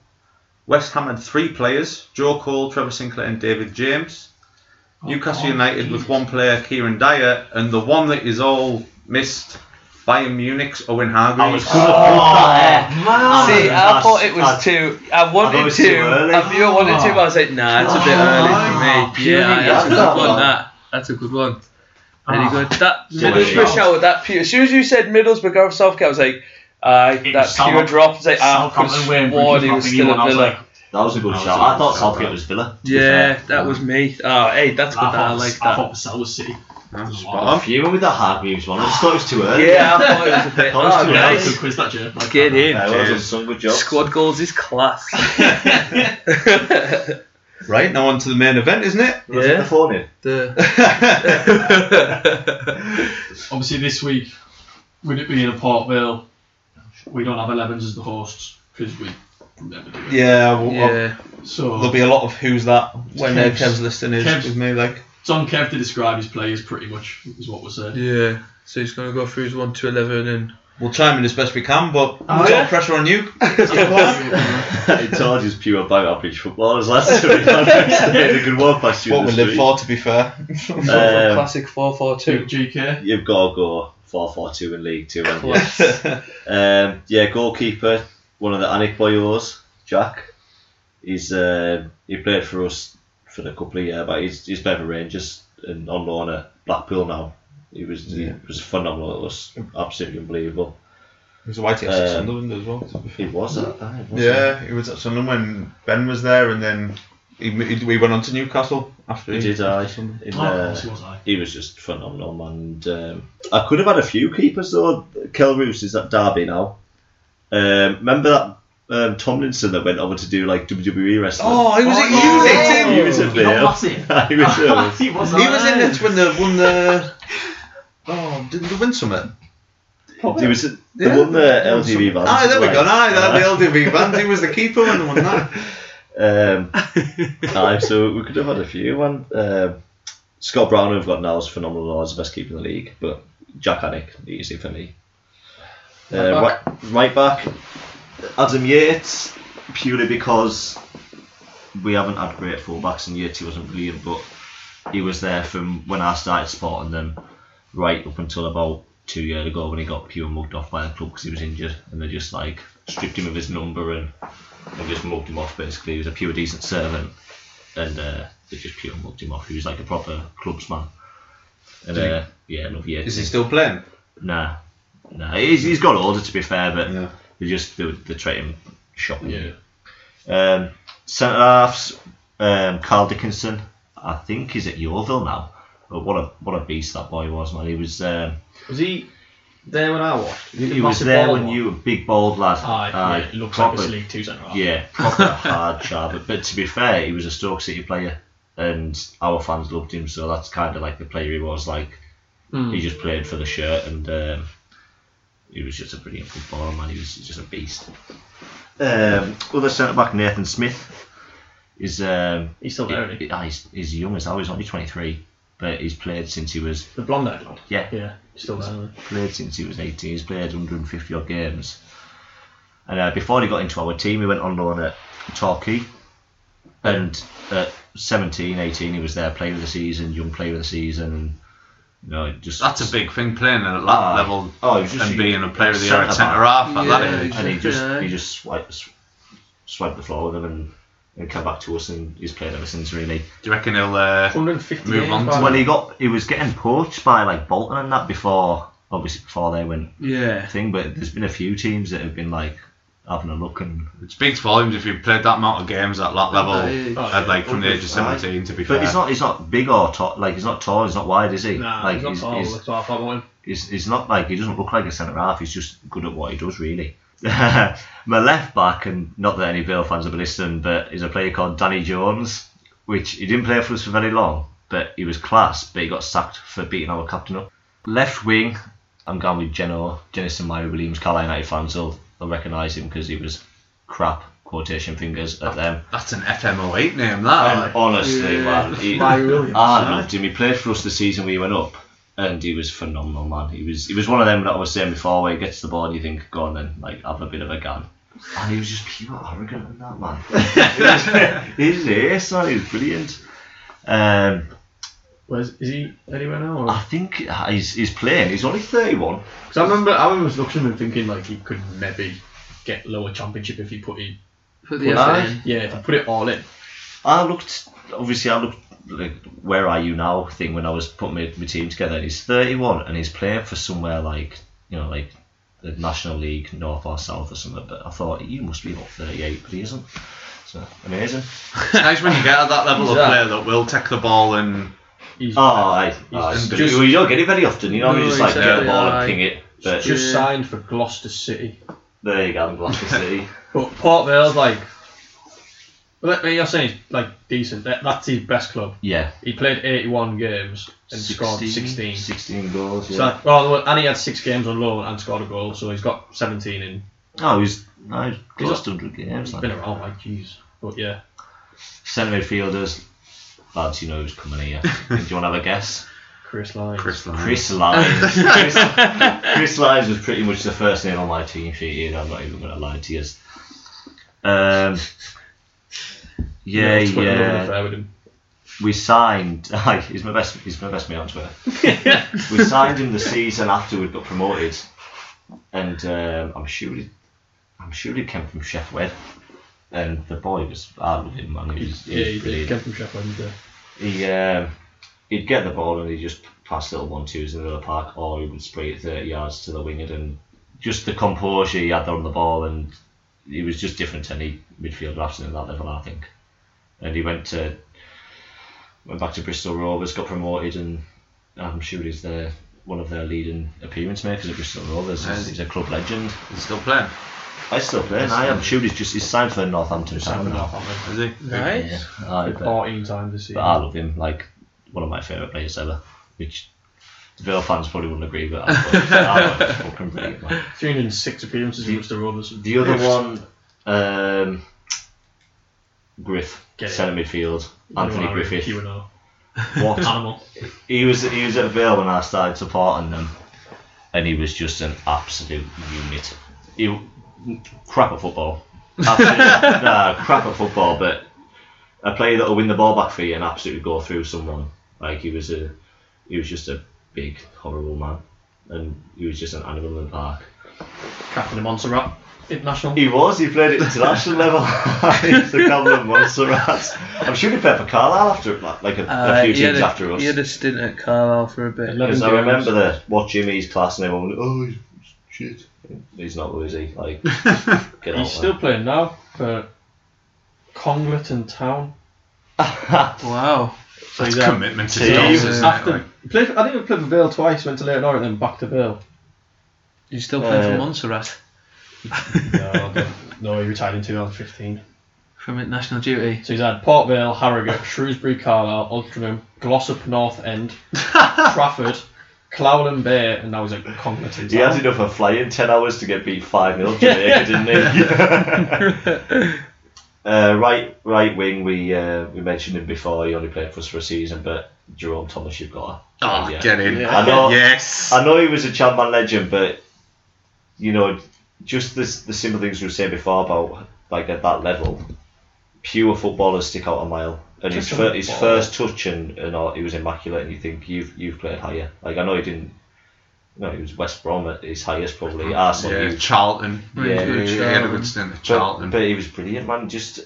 Speaker 6: West Ham had three players, Joe Cole, Trevor Sinclair, and David James. Newcastle United with one player, Kieran Dyer, and the one that is all missed, Bayern Munich's Owen Hargreaves.
Speaker 4: Ah.
Speaker 2: See, I
Speaker 4: Oh, That's-
Speaker 2: thought it
Speaker 4: that's-
Speaker 2: was too. I
Speaker 4: I thought it
Speaker 2: wanted
Speaker 4: was
Speaker 2: to.
Speaker 4: too early.
Speaker 2: I knew I wanted to, but I was like, nah, it's a bit early for me. Yeah, aye, that's a good one. That that's a good one. Very good. That Middlesbrough
Speaker 4: Middlesbrough.
Speaker 2: shower. That pure. As soon as you said Middlesbrough, Gareth Southgate, I was like, aye, that
Speaker 5: South-
Speaker 2: pure drop. I was like, ah, I
Speaker 5: Southampton, Wayne Bridge,
Speaker 2: swore he
Speaker 5: not
Speaker 2: was
Speaker 5: thinking
Speaker 2: still
Speaker 5: one, I
Speaker 2: at
Speaker 5: was
Speaker 2: Villa.
Speaker 5: like,
Speaker 4: That was a good
Speaker 3: That was
Speaker 4: shout.
Speaker 3: a good
Speaker 4: I thought
Speaker 3: shout,
Speaker 4: Southgate
Speaker 3: that.
Speaker 4: was Villa. to be
Speaker 2: Yeah,
Speaker 4: fair.
Speaker 2: that was me. Oh, hey, that's good.
Speaker 5: I,
Speaker 2: that I
Speaker 5: thought,
Speaker 2: like
Speaker 5: I thought
Speaker 2: that.
Speaker 5: Vassell was City.
Speaker 6: That's spot
Speaker 4: I'm
Speaker 6: on.
Speaker 4: fuming with the Hargreaves one. I just thought it was too early.
Speaker 2: Yeah, I thought it was a bit.
Speaker 4: Honestly,
Speaker 2: Oh,
Speaker 4: yeah,
Speaker 5: Yeah,
Speaker 4: Nice.
Speaker 5: that was a
Speaker 2: guys,
Speaker 5: good quiz that year. Like,
Speaker 2: get in.
Speaker 4: Yeah, well done,
Speaker 6: Cheers.
Speaker 4: son. Good job.
Speaker 2: Squad goals is class.
Speaker 6: Right, now on to the main event, isn't it?
Speaker 4: Was it the phone in?
Speaker 2: The-
Speaker 5: Obviously, this week, with it being a Port Vale, we don't have 11s as the hosts because we never do it.
Speaker 6: Yeah, well,
Speaker 2: yeah.
Speaker 5: So
Speaker 6: there'll be a lot of who's that when uh,
Speaker 5: Kev's-
Speaker 6: Kev's listing is
Speaker 5: Kev's-
Speaker 6: with me, like.
Speaker 5: it's on Kev to describe his players pretty much, is what we're saying.
Speaker 2: Yeah. So he's gonna go through his one to eleven and
Speaker 6: We'll chime in as best we can, but
Speaker 5: Oh,
Speaker 6: it's all
Speaker 5: yeah.
Speaker 6: pressure on you.
Speaker 4: It charges pure about average footballers. That's to be honest. They made a good one past you.
Speaker 6: what
Speaker 4: in
Speaker 6: we
Speaker 4: the
Speaker 6: live
Speaker 4: street.
Speaker 6: for, to be fair.
Speaker 4: Um,
Speaker 2: classic four four two.
Speaker 5: Big GK.
Speaker 4: You've got to go 4 4 2 in League 2. haven't you? um, yeah, goalkeeper, one of the Anik Boyos, Jack. He's uh, He played for us for a couple of years, but he's, he's played for Rangers and on loan at Blackpool now. He was he was phenomenal at us, absolutely unbelievable.
Speaker 6: There's a white at
Speaker 4: Um,
Speaker 6: Sunderland as well. to be fair.
Speaker 4: He was at that, wasn't
Speaker 6: Yeah, he was at Sunderland when Ben was there, and then he, he, we went on to Newcastle after
Speaker 4: he? He did, uh, I.
Speaker 5: Oh, of course he was, aye.
Speaker 4: He was just phenomenal, man. And, um, I could have had a few keepers though. Kel Roos is at Derby now. Um, remember that um, Tomlinson that went over to do like WWE wrestling?
Speaker 6: Oh, he was at you.
Speaker 4: he was at
Speaker 5: Not
Speaker 4: Bale.
Speaker 5: Massive.
Speaker 4: he was um, at
Speaker 5: He was,
Speaker 6: He was in
Speaker 5: aye.
Speaker 6: it when they won the. Oh, didn't they win something?
Speaker 4: He was at the
Speaker 6: Yeah.
Speaker 4: one the LTV van.
Speaker 6: Ah, there we go. Aye, that
Speaker 4: Aye.
Speaker 6: the LDV band. He was the keeper when they won that.
Speaker 4: Um, aye, so we could have had a few. One um Scott Brown, who I've got now, is phenomenal. He's the best keeper in the league, but Jack Anick, easy for me. Uh,
Speaker 2: Right
Speaker 4: right, right back, Adam Yates, purely because we haven't had great fullbacks, and Yates he wasn't brilliant, but he was there from when I started supporting them, right up until about two years ago when he got pure mugged off by the club because he was injured, and they just like stripped him of his number and and just mugged him off basically. He was a pure decent servant, and uh, they just pure mugged him off. He was like a proper clubsman. And uh, yeah, love Yates.
Speaker 6: Is he still playing?
Speaker 4: Nah, nah. He's, he's got older to be fair, but
Speaker 6: Yeah.
Speaker 4: they just they, they treat him shocking.
Speaker 5: Yeah.
Speaker 4: Um, centre halves, um, Carl Dickinson. I think he's at Yeovil now. But what a what a beast that boy was, man. He was um,
Speaker 5: Was he there when I watched?
Speaker 4: he was there when you were big bald lad.
Speaker 5: Aye,
Speaker 4: Aye,
Speaker 5: Ah, yeah, it looks
Speaker 4: proper,
Speaker 5: like a League Two centre half.
Speaker 4: Yeah, proper hard charger. But to be fair, he was a Stoke City player, and our fans loved him. So that's kind of like the player he was. Like
Speaker 5: Mm.
Speaker 4: he just played for the shirt, and um, he was just a brilliant footballer, man. He was just a beast. Um, other centre back Nathan Smith is um,
Speaker 5: He's still there. isn't he?
Speaker 4: he- ah, he's, he's young as hell. He's only twenty three, but he's played since he was
Speaker 5: The blonde eyed lad.
Speaker 4: yeah
Speaker 5: Yeah, he's still there. isn't he?
Speaker 4: played since he was 18. He's played 150 odd games. And uh, before he got into our team, he went on loan at Torquay. And at 17, 18, he was there, player of the season, young player of the season. And, you know, just
Speaker 6: That's a big thing playing at that
Speaker 4: Ah.
Speaker 6: level
Speaker 4: Oh, he was just
Speaker 6: and
Speaker 4: a-
Speaker 6: being a player of the year at
Speaker 4: centre
Speaker 6: centre half at that
Speaker 2: Yeah.
Speaker 6: age.
Speaker 4: And he just
Speaker 2: Yeah.
Speaker 4: he just swiped, sw- swiped the floor with him and, and came back to us, and he's played ever since, really.
Speaker 6: Do you reckon he'll uh,
Speaker 5: 150
Speaker 6: Move
Speaker 5: games,
Speaker 6: on to-
Speaker 5: by the
Speaker 4: Well,
Speaker 5: way.
Speaker 4: he got he was getting poached by like Bolton and that before, obviously before they went
Speaker 2: Yeah.
Speaker 4: thing, but there's been a few teams that have been like, having a look and
Speaker 6: It speaks volumes if you've played that amount of games at that level,
Speaker 2: Aye.
Speaker 5: Oh,
Speaker 6: at, like
Speaker 5: yeah.
Speaker 6: from the age of
Speaker 4: Aye.
Speaker 6: 17, to be fair.
Speaker 4: But he's not he's not big or tall like he's not tall, he's not wide, is he?
Speaker 5: Nah,
Speaker 4: like
Speaker 5: he's not tall.
Speaker 4: he's,
Speaker 5: That's what I thought about him.
Speaker 4: he's, he's not like he doesn't look like a centre half. He's just good at what he does, really. My left back, and not that any Bill fans will be listening, but is a player called Danny Jones, which he didn't play for us for very long, but he was class. But he got sacked for beating our captain up. Left wing, I'm going with Geno, Jennison Myra Williams. Carlisle United fans will, will recognise him because he was crap quotation fingers at them.
Speaker 6: That's an FM08 name, that.
Speaker 4: And Um, honestly, man, he,
Speaker 5: Larry Williams.
Speaker 4: I loved him. He played for us the season we went up, and he was phenomenal, man. He was he was one of them that I was saying before, where he gets the ball and you think, go on then, like have a bit of a gun. And he was just pure arrogant in that man. he was ace, man. He was brilliant. Um,
Speaker 5: Where's is he anywhere now?
Speaker 4: I
Speaker 5: Or?
Speaker 4: think he's, he's playing. He's only thirty-one.
Speaker 5: 'Cause I remember I remember looking at him thinking like he could maybe get lower championship if he put he,
Speaker 2: Put the
Speaker 4: Well,
Speaker 2: effort
Speaker 4: aye.
Speaker 2: in.
Speaker 5: yeah if he put it all in.
Speaker 4: I looked obviously I looked like where are you now thing when I was putting my, my team together and he's 31 and he's playing for somewhere like you know like the National League North or South or something but I thought you must be about 38 but he isn't so amazing
Speaker 6: It's nice when you get at that level of player that will take the ball and
Speaker 5: He's
Speaker 4: oh aye, aye.
Speaker 5: He's
Speaker 4: But
Speaker 5: just-
Speaker 4: we don't get it very often you know
Speaker 2: No,
Speaker 4: you just like get the
Speaker 2: exactly,
Speaker 4: ball
Speaker 2: aye.
Speaker 4: and ping it but
Speaker 5: uh, just
Speaker 2: Yeah.
Speaker 5: signed for Gloucester City.
Speaker 4: there you go I'm glad to see
Speaker 5: But Port Vale's like, well, like you're saying he's like decent. That, that's his best club.
Speaker 4: yeah
Speaker 5: He played 81 games and scored 16.
Speaker 4: 16 goals yeah.
Speaker 5: So that- well, well, and he had six games on loan and scored a goal, so he's got 17 in.
Speaker 4: oh he's no, he's
Speaker 5: He's
Speaker 4: close to 100 games
Speaker 5: He's
Speaker 4: like.
Speaker 5: been around, like jeez. But yeah,
Speaker 4: centre midfielders lads you know who's coming here do you want to have a guess
Speaker 5: Chris Lyons.
Speaker 6: Chris Lyon.
Speaker 4: Chris Lyons. Chris, Chris Lyons was pretty much the first name on my team sheet here. I'm not even going to lie to you. Um, yeah,
Speaker 5: That's what I'm
Speaker 4: yeah.
Speaker 5: unfair with him.
Speaker 4: We signed. he's my best. He's my best mate on Twitter. we signed him the season after we got promoted, and um, I'm sure he, I'm sure he came from Chef Wed. And the boy was, I love him, man. He was, he
Speaker 5: Yeah,
Speaker 4: was
Speaker 5: he did.
Speaker 4: brilliant
Speaker 5: Came from Sheffield. didn't he?
Speaker 4: he um, he'd get the ball and he'd just pass little one twos in the middle of the park, or he would spray it thirty yards to the winged, and just the composure he had on the ball, and he was just different to any midfielder I've seen at that level, I think. And he went to went back to Bristol Rovers, got promoted, and I'm sure he's their one of their leading appearance makers at Bristol Rovers. He's, he's a club legend.
Speaker 6: He's still playing,
Speaker 4: I still play. and I am sure he's just he's signed for Northampton. Signed now.
Speaker 6: is he?
Speaker 2: Right.
Speaker 4: Aye, but- uh,
Speaker 5: 14 times this season.
Speaker 4: but uh, I love him. Like one of my favourite players ever, which the Vale fans probably wouldn't agree, but I love, I love fucking brilliant. man.
Speaker 5: 306 appearances
Speaker 4: The-
Speaker 5: against the Rovers.
Speaker 4: The other one, um, Griff,
Speaker 5: Get it.
Speaker 4: centre midfield, Anthony
Speaker 5: Q&R,
Speaker 4: Griffith.
Speaker 5: Q&R.
Speaker 4: What
Speaker 5: Animal.
Speaker 4: he was, he was at Vale when I started supporting them, and he was just an absolute unit. He crap at football. Absolute, nah, crap at football, but a player that'll win the ball back for you and absolutely go through someone. Like he was a, he was just a big horrible man, and he was just an animal in the park.
Speaker 5: Captain of Montserrat. International.
Speaker 4: He was. He played at international level. He's the Goblin Montserrat. I'm sure he played for Carlisle after like a, a few
Speaker 2: Uh, he, had
Speaker 4: teams
Speaker 2: a,
Speaker 4: after us.
Speaker 2: he had a stint at Carlisle for a bit.
Speaker 4: Because I
Speaker 5: Games.
Speaker 4: remember the watching his class and everyone went, oh, he's shit. He's not, though, is he? Like, get out
Speaker 5: He's still
Speaker 4: there.
Speaker 5: playing now for Congleton Town.
Speaker 2: Wow.
Speaker 5: So
Speaker 6: That's
Speaker 5: he's out.
Speaker 6: commitment to
Speaker 4: Yeah,
Speaker 6: Dawson,
Speaker 4: he
Speaker 6: isn't
Speaker 2: was
Speaker 6: it?
Speaker 5: After,
Speaker 6: Like,
Speaker 5: he played for, I think he played for Vale twice, went to Leighton Orient, then back to Vale.
Speaker 2: You still play for
Speaker 4: Uh,
Speaker 2: Montserrat
Speaker 5: No, I don't- no, he retired in 2015.
Speaker 2: from international duty.
Speaker 5: So he's had Port Vale, Harrogate, Shrewsbury, Carlisle, Altrincham, Glossop North End, Trafford, Clowland Bay, and now he's at Congleton
Speaker 4: He had
Speaker 5: Town.
Speaker 4: enough of flying 10 hours to get beat 5 0 Jamaica, didn't he? uh, right right wing, we uh, we mentioned him before, he only played for us for a season, but Jerome Thomas, you've got to.
Speaker 6: Oh,
Speaker 4: yeah.
Speaker 6: get in.
Speaker 4: I know,
Speaker 6: Yes.
Speaker 4: I know he was a Chadman legend, but you know, just this the simple things we were saying before about like at that level, pure footballers stick out a mile. And his,
Speaker 5: Just
Speaker 4: fir-
Speaker 5: a
Speaker 4: his
Speaker 5: footballer.
Speaker 4: first touch and, and all, he was immaculate, and you think you've you've played higher. Like I know he didn't. No, he was West Brom at his highest probably. Arsenal,
Speaker 6: Yeah,
Speaker 4: you-
Speaker 6: Charlton.
Speaker 4: Yeah,
Speaker 6: he had a good stint at Charlton.
Speaker 4: but, but he was brilliant, man. Just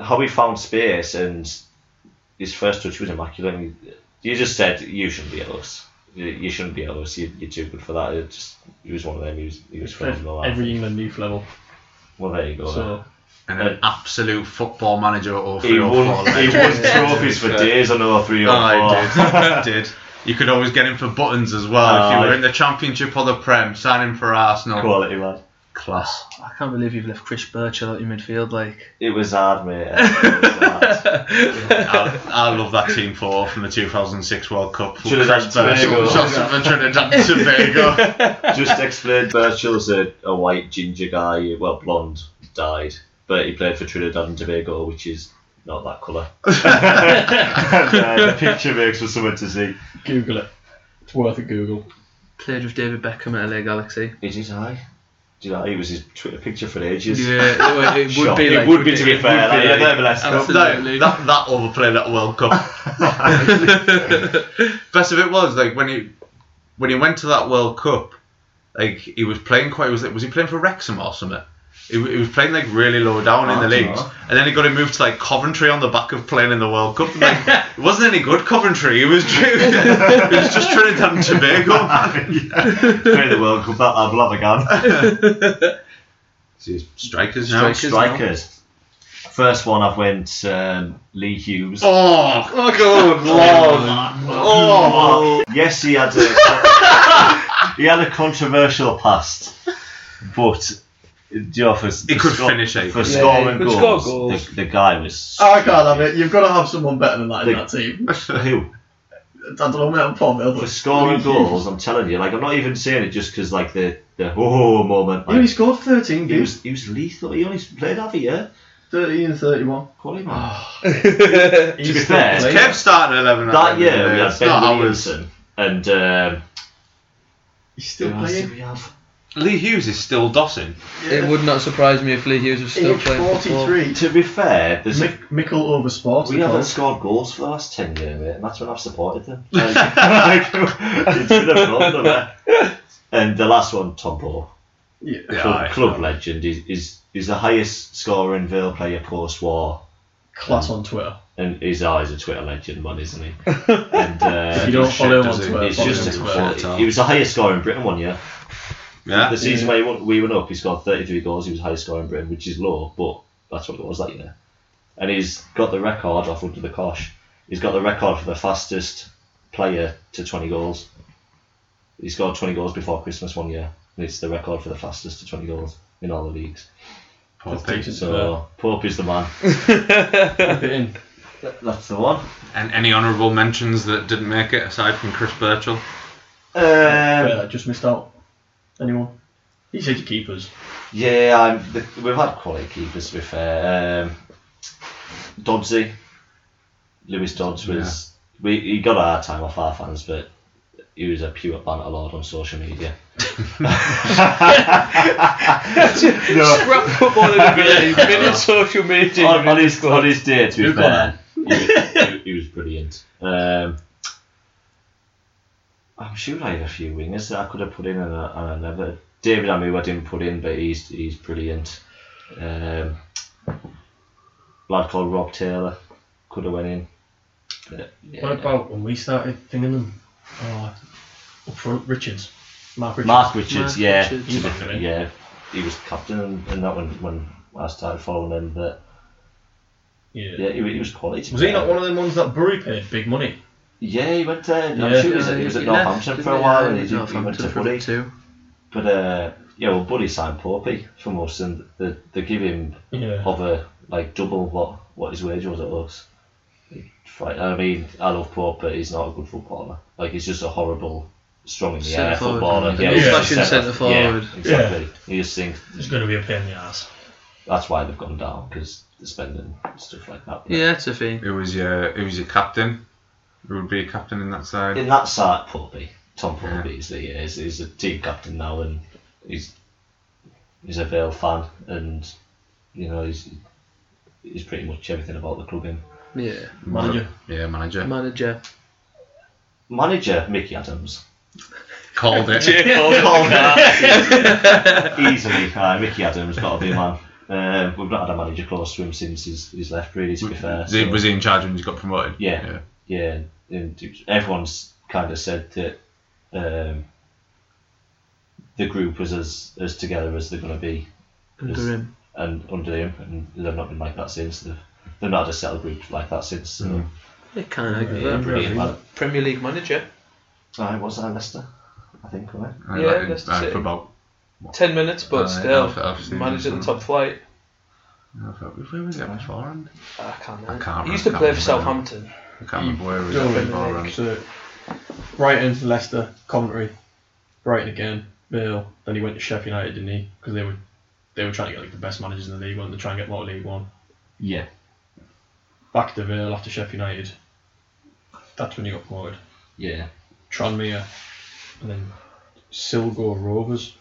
Speaker 4: how he found space and his first touch was immaculate. And you just said you shouldn't be at us. You- You shouldn't be at us. You, you're too good for that. It just he was one of them. He was he was
Speaker 5: Played
Speaker 4: phenomenal.
Speaker 5: Every England youth level.
Speaker 4: Well, there you go. then.
Speaker 5: So
Speaker 6: and an absolute football manager or
Speaker 4: He won, he won trophies for days on 03 or
Speaker 6: I did. did. You could always get him for buttons as well if you
Speaker 4: Aye.
Speaker 6: were in the Championship or the Prem. Sign him for Arsenal.
Speaker 4: Quality lad.
Speaker 6: Class.
Speaker 2: I can't believe you've left Chris Birchall out your midfield. Like,
Speaker 4: It was hard, mate. It was hard.
Speaker 6: I, I love that team four from the 2006 World Cup.
Speaker 4: Trinidad
Speaker 6: Chris
Speaker 4: Tobago.
Speaker 6: Birchall, Shots of the Trinidad and Tobago.
Speaker 4: Just explained, Birchall's a, a white ginger guy, well, blonde, dyed, but he played for Trinidad and Tobago, which is not that colour. And, uh, the picture makes for someone to see.
Speaker 5: Google it. It's worth a Google.
Speaker 2: played with David Beckham at LA Galaxy.
Speaker 4: Is his eye? Do you know, it was his Twitter picture for ages.
Speaker 2: Yeah, it would be.
Speaker 4: Shocking.
Speaker 2: Like,
Speaker 4: it would be, to be
Speaker 2: it
Speaker 4: fair.
Speaker 2: would
Speaker 4: Like,
Speaker 2: be
Speaker 4: yeah,
Speaker 2: like-
Speaker 4: nevertheless, no.
Speaker 2: Absolutely.
Speaker 6: that, that overplayed at World Cup. Best of it was like when he when he went to that World Cup, like he was playing quite was it- was he playing for Wrexham or something? He, w- he was playing like really low down in the
Speaker 4: I don't
Speaker 6: leagues,
Speaker 4: know.
Speaker 6: and then he got him moved to like Coventry on the back of playing in the World Cup. And, like, it wasn't any good Coventry. It was ju- it was just Trinidad and Tobago. man.
Speaker 4: Play the World Cup, that I've love again.
Speaker 6: See, strikers now.
Speaker 2: Strikers.
Speaker 4: Strikers. First one I've went um, Lee Hughes.
Speaker 6: Oh, oh, good lord! Oh,
Speaker 4: Yes, he had a he had a controversial past, but you know, for,
Speaker 6: He could finish it.
Speaker 4: for
Speaker 6: Yeah,
Speaker 4: scoring
Speaker 2: he could
Speaker 4: goals.
Speaker 2: score goals.
Speaker 4: The, the guy was
Speaker 5: Oh, I can't have it. You've got to have someone better than that in that team.
Speaker 4: who
Speaker 5: I don't know, mate. I'm Paul Mill,
Speaker 4: for
Speaker 5: but
Speaker 4: scoring goals. I'm telling you, like I'm not even saying it just because like the the oh moment.
Speaker 5: he only
Speaker 4: Like,
Speaker 5: scored 13
Speaker 4: he
Speaker 5: games.
Speaker 4: was he was lethal. He only played half a year.
Speaker 5: 13 and 31.
Speaker 4: Quality man.
Speaker 6: Oh.
Speaker 4: be
Speaker 5: He's still
Speaker 4: fair,
Speaker 5: playing.
Speaker 6: Kev started eleven. at
Speaker 4: That
Speaker 6: the end of the
Speaker 4: year we
Speaker 6: day.
Speaker 4: had
Speaker 6: It's not
Speaker 4: Ben
Speaker 6: ours.
Speaker 4: Williamson and um,
Speaker 5: He's still
Speaker 4: who else did
Speaker 5: playing.
Speaker 4: we have?
Speaker 6: Lee Hughes is still dossing.
Speaker 2: It would not surprise me if Lee Hughes was still
Speaker 5: Age
Speaker 2: playing football.
Speaker 5: 43.
Speaker 4: To be fair, there's a
Speaker 5: Mick, Mickle over sports.
Speaker 4: We haven't scored goals for the last 10 years, mate, and that's when I've supported them. Like, like, it's been a problem. eh? And the last one, Tom Poe,
Speaker 5: Yeah.
Speaker 4: club, club legend, is, is, is the highest scorer in Vale player post war,
Speaker 5: Class on Twitter.
Speaker 4: and his eyes a Twitter legend, man, isn't he? And uh,
Speaker 5: If you don't follow him on
Speaker 6: does he?
Speaker 5: Twitter,
Speaker 4: it's
Speaker 5: follow
Speaker 4: just
Speaker 5: him on Twitter.
Speaker 6: Twitter.
Speaker 4: he was the highest scorer in Britain one year.
Speaker 6: Yeah.
Speaker 4: The season where he won, we went up, he scored 33 goals. He was the highest scorer in Britain, which is low, but that's what it was that year. And he's got the record off under the cosh. He's got the record for the fastest player to 20 goals. He scored 20 goals before Christmas one year, and it's the record for the fastest to 20 goals in all the leagues.
Speaker 6: Poor
Speaker 5: That's
Speaker 6: thing.
Speaker 5: decent.
Speaker 4: So Pope is the man.
Speaker 5: Put it in.
Speaker 4: That's the one.
Speaker 6: And any honourable mentions that didn't make it aside from Chris Birchall?
Speaker 4: Um,
Speaker 5: Yeah, just missed out. Anyone? You said your keepers.
Speaker 4: yeah, I'm, the, we've had quality keepers to be fair. Um, Dodsey, Lewis Dodds was. We, he got a hard time off our fans, but he was a pure banter lord on social media.
Speaker 2: Scrap football in a minute. Minute social media.
Speaker 4: on, on his, on his day, to be
Speaker 5: Who got
Speaker 4: fair, he was, he, he was brilliant. Um, I'm sure I had a few wingers that I could have put in and I, and I never. David Amu I didn't put in, but he's he's brilliant. Um, lad called Rob Taylor could have went in. Uh, yeah.
Speaker 5: What about when we started thinking them? Oh, up front, Richards. Mark Richards.
Speaker 4: Mark Richards,
Speaker 2: Mark
Speaker 4: yeah,
Speaker 2: Richards.
Speaker 4: to be
Speaker 5: He's
Speaker 4: fair,
Speaker 5: in it.
Speaker 4: yeah, he was captain, and, and that when when I started following him, but
Speaker 5: Yeah.
Speaker 4: yeah, he, wa- he was quality. to
Speaker 5: Was
Speaker 4: be
Speaker 5: he not
Speaker 4: fair.
Speaker 5: one of them ones that Bury paid big money?
Speaker 4: Yeah, he went there. I'm
Speaker 5: Yeah.
Speaker 4: sure he was, at- he was at Northampton for a while, and he, did- he went to Buddy.
Speaker 2: too.
Speaker 4: But uh, yeah, well, Buddy signed Popey from us, and they, they give him
Speaker 5: Yeah.
Speaker 4: over like double what, what his wage was at us. Right, I mean, I love Pope, but he's not a good footballer. Like he's just a horrible, strong in the
Speaker 2: Centre
Speaker 4: air
Speaker 2: forward,
Speaker 4: footballer.
Speaker 2: isn't he?
Speaker 4: Yeah,
Speaker 2: An
Speaker 4: he's just a
Speaker 2: old-fashioned centre forward.
Speaker 4: Yeah, exactly. He just thinks
Speaker 5: It's going to be a pain in the ass.
Speaker 4: that's why they've gone down because they're spending and stuff like that. But
Speaker 2: Yeah, it's a thing.
Speaker 6: It was your it was your captain. Who would be a captain in that side?
Speaker 4: in that side, Popey, Tom Popey is the is, is a team captain now, and he's he's a Vale fan, and you know he's he's pretty much everything about the club. In
Speaker 2: Yeah.
Speaker 5: Manager.
Speaker 6: Yeah, manager.
Speaker 2: Manager.
Speaker 4: manager Mickey Adams,
Speaker 6: Called it.
Speaker 4: Oh, easily uh, Mickey Adams got to be a man. Uh, we've not had a manager close to him since he's, he's left. Really, to be fair,
Speaker 6: Was he-
Speaker 4: so-
Speaker 6: Was he in charge when he got promoted?
Speaker 4: Yeah. yeah, and it- everyone's kind of said that um, the group was as as together as they're going to be.
Speaker 2: Under
Speaker 4: Yes.
Speaker 2: him.
Speaker 4: and under him, and they've not been like that since. They've, they've not had a settled group like that since. So.
Speaker 2: They can't argue
Speaker 4: Yeah,
Speaker 2: with that,
Speaker 4: brilliant,
Speaker 2: really.
Speaker 4: man.
Speaker 2: Premier League manager.
Speaker 4: I was that Leicester, I think, right?
Speaker 6: I
Speaker 2: Yeah,
Speaker 6: let him
Speaker 2: that's
Speaker 6: die
Speaker 2: it.
Speaker 6: for about.
Speaker 2: Ten minutes, but
Speaker 6: Aye,
Speaker 2: still
Speaker 6: I've- I've seen
Speaker 2: managed
Speaker 6: him,
Speaker 2: at the
Speaker 6: so-
Speaker 2: top flight.
Speaker 6: Where was it beforehand?
Speaker 2: I can't. remember.
Speaker 6: can't
Speaker 2: he used to
Speaker 6: remember.
Speaker 2: play for Southampton.
Speaker 6: I can't remember where it was
Speaker 5: Go on,
Speaker 6: beforehand.
Speaker 5: so Brighton, Leicester, Coventry, Brighton again, Mill. Then he went to Sheffield United, didn't he? Because they were they were trying to get like the best managers in the league, weren't they? Try and get more League One.
Speaker 4: Yeah.
Speaker 5: Back to Vale after Sheffield United. That's when he got promoted.
Speaker 4: Yeah.
Speaker 5: Tranmere, and then Silgo Rovers.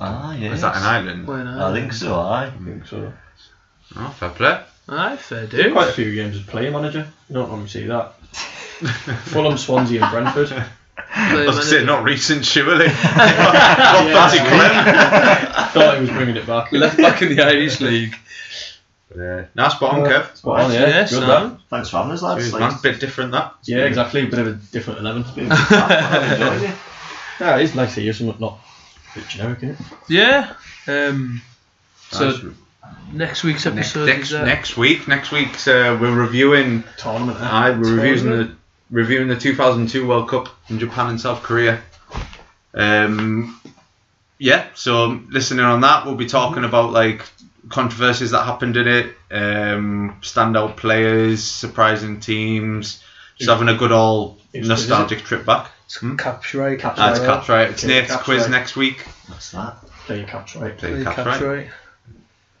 Speaker 4: Ah, yeah.
Speaker 6: Is that an island?
Speaker 2: When
Speaker 4: I think so, aye.
Speaker 5: I think so.
Speaker 6: Oh, fair play.
Speaker 2: Aye, fair do.
Speaker 5: Quite a few games as player manager. You don't normally see that. Fulham, Swansea, and Brentford.
Speaker 2: Player
Speaker 6: I was gonna say,
Speaker 2: manager.
Speaker 6: not recent, surely.
Speaker 5: Thought he was bringing it back.
Speaker 2: Left back in the Irish League.
Speaker 6: Yeah. Nice spot on, Kev.
Speaker 5: Spot on, Oh, yeah.
Speaker 2: Yes,
Speaker 5: Good
Speaker 2: no.
Speaker 5: that.
Speaker 4: Thanks for having us, lads.
Speaker 6: Jeez,
Speaker 4: Like,
Speaker 6: man, bit different that.
Speaker 5: Yeah, exactly. Bit of a different eleven.
Speaker 4: it's been a good time. I've enjoyed it.
Speaker 5: Yeah, it's nice to hear something not a bit generic, innit?
Speaker 2: Yeah. Um, so
Speaker 6: Nice.
Speaker 2: next week's
Speaker 6: next,
Speaker 2: episode
Speaker 6: next,
Speaker 2: is uh,
Speaker 6: next week, next week's uh, we're reviewing.
Speaker 5: Tournament. eh?
Speaker 6: I we're reviewing the
Speaker 5: Tournament.
Speaker 6: reviewing the 2002 World Cup in Japan and South Korea. Um, yeah. So listening on that, we'll be talking about like controversies that happened in it, um, standout players, surprising teams, just having a good old
Speaker 5: Who's-
Speaker 6: nostalgic trip back.
Speaker 2: Caps Right.
Speaker 5: Catch
Speaker 6: That's
Speaker 5: right.
Speaker 6: Oh, catch right. It's
Speaker 5: Okay,
Speaker 6: Nate's
Speaker 5: catch
Speaker 6: quiz
Speaker 5: right.
Speaker 6: next week.
Speaker 4: What's that?
Speaker 5: Play your catch right.
Speaker 6: Play
Speaker 2: Caps
Speaker 6: catch
Speaker 2: Right.
Speaker 6: right.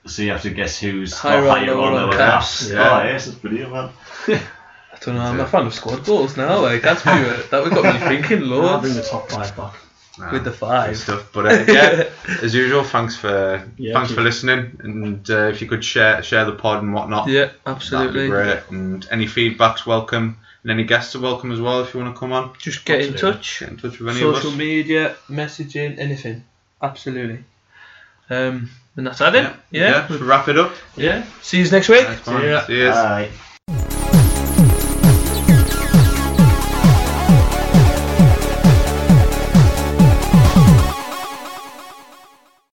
Speaker 4: So you have to guess who's
Speaker 2: Higher
Speaker 4: got
Speaker 2: or
Speaker 4: higher
Speaker 2: lower
Speaker 4: or
Speaker 2: on
Speaker 4: lower
Speaker 2: caps.
Speaker 4: caps.
Speaker 6: Yeah.
Speaker 4: Oh, yes, it's brilliant, man.
Speaker 2: I don't know, I'm a fan of squad goals now. Like, that's me, that got me thinking
Speaker 5: I'll
Speaker 2: loads
Speaker 5: bring the top five back.
Speaker 6: Nah.
Speaker 2: with the
Speaker 6: and
Speaker 2: five.
Speaker 6: stuff. But uh, yeah, as usual, thanks for
Speaker 5: Yeah,
Speaker 6: thanks
Speaker 5: keep-
Speaker 6: for listening, and uh, if you could share share the pod and whatnot,
Speaker 2: Yeah,
Speaker 6: that'd be
Speaker 2: absolutely.
Speaker 6: great. And any feedbacks welcome, and any guests are welcome as well if you want to come on.
Speaker 2: Just get in
Speaker 5: Absolutely.
Speaker 2: touch.
Speaker 6: Get in touch with any
Speaker 2: Social
Speaker 6: of us.
Speaker 2: media, messaging, anything. Absolutely. Um, and that's it. Yeah.
Speaker 6: yeah.
Speaker 2: Yeah.
Speaker 6: so wrap it up.
Speaker 2: yeah. See you next week.
Speaker 6: Thanks, man.
Speaker 5: ya.
Speaker 6: See yous.
Speaker 4: Aye.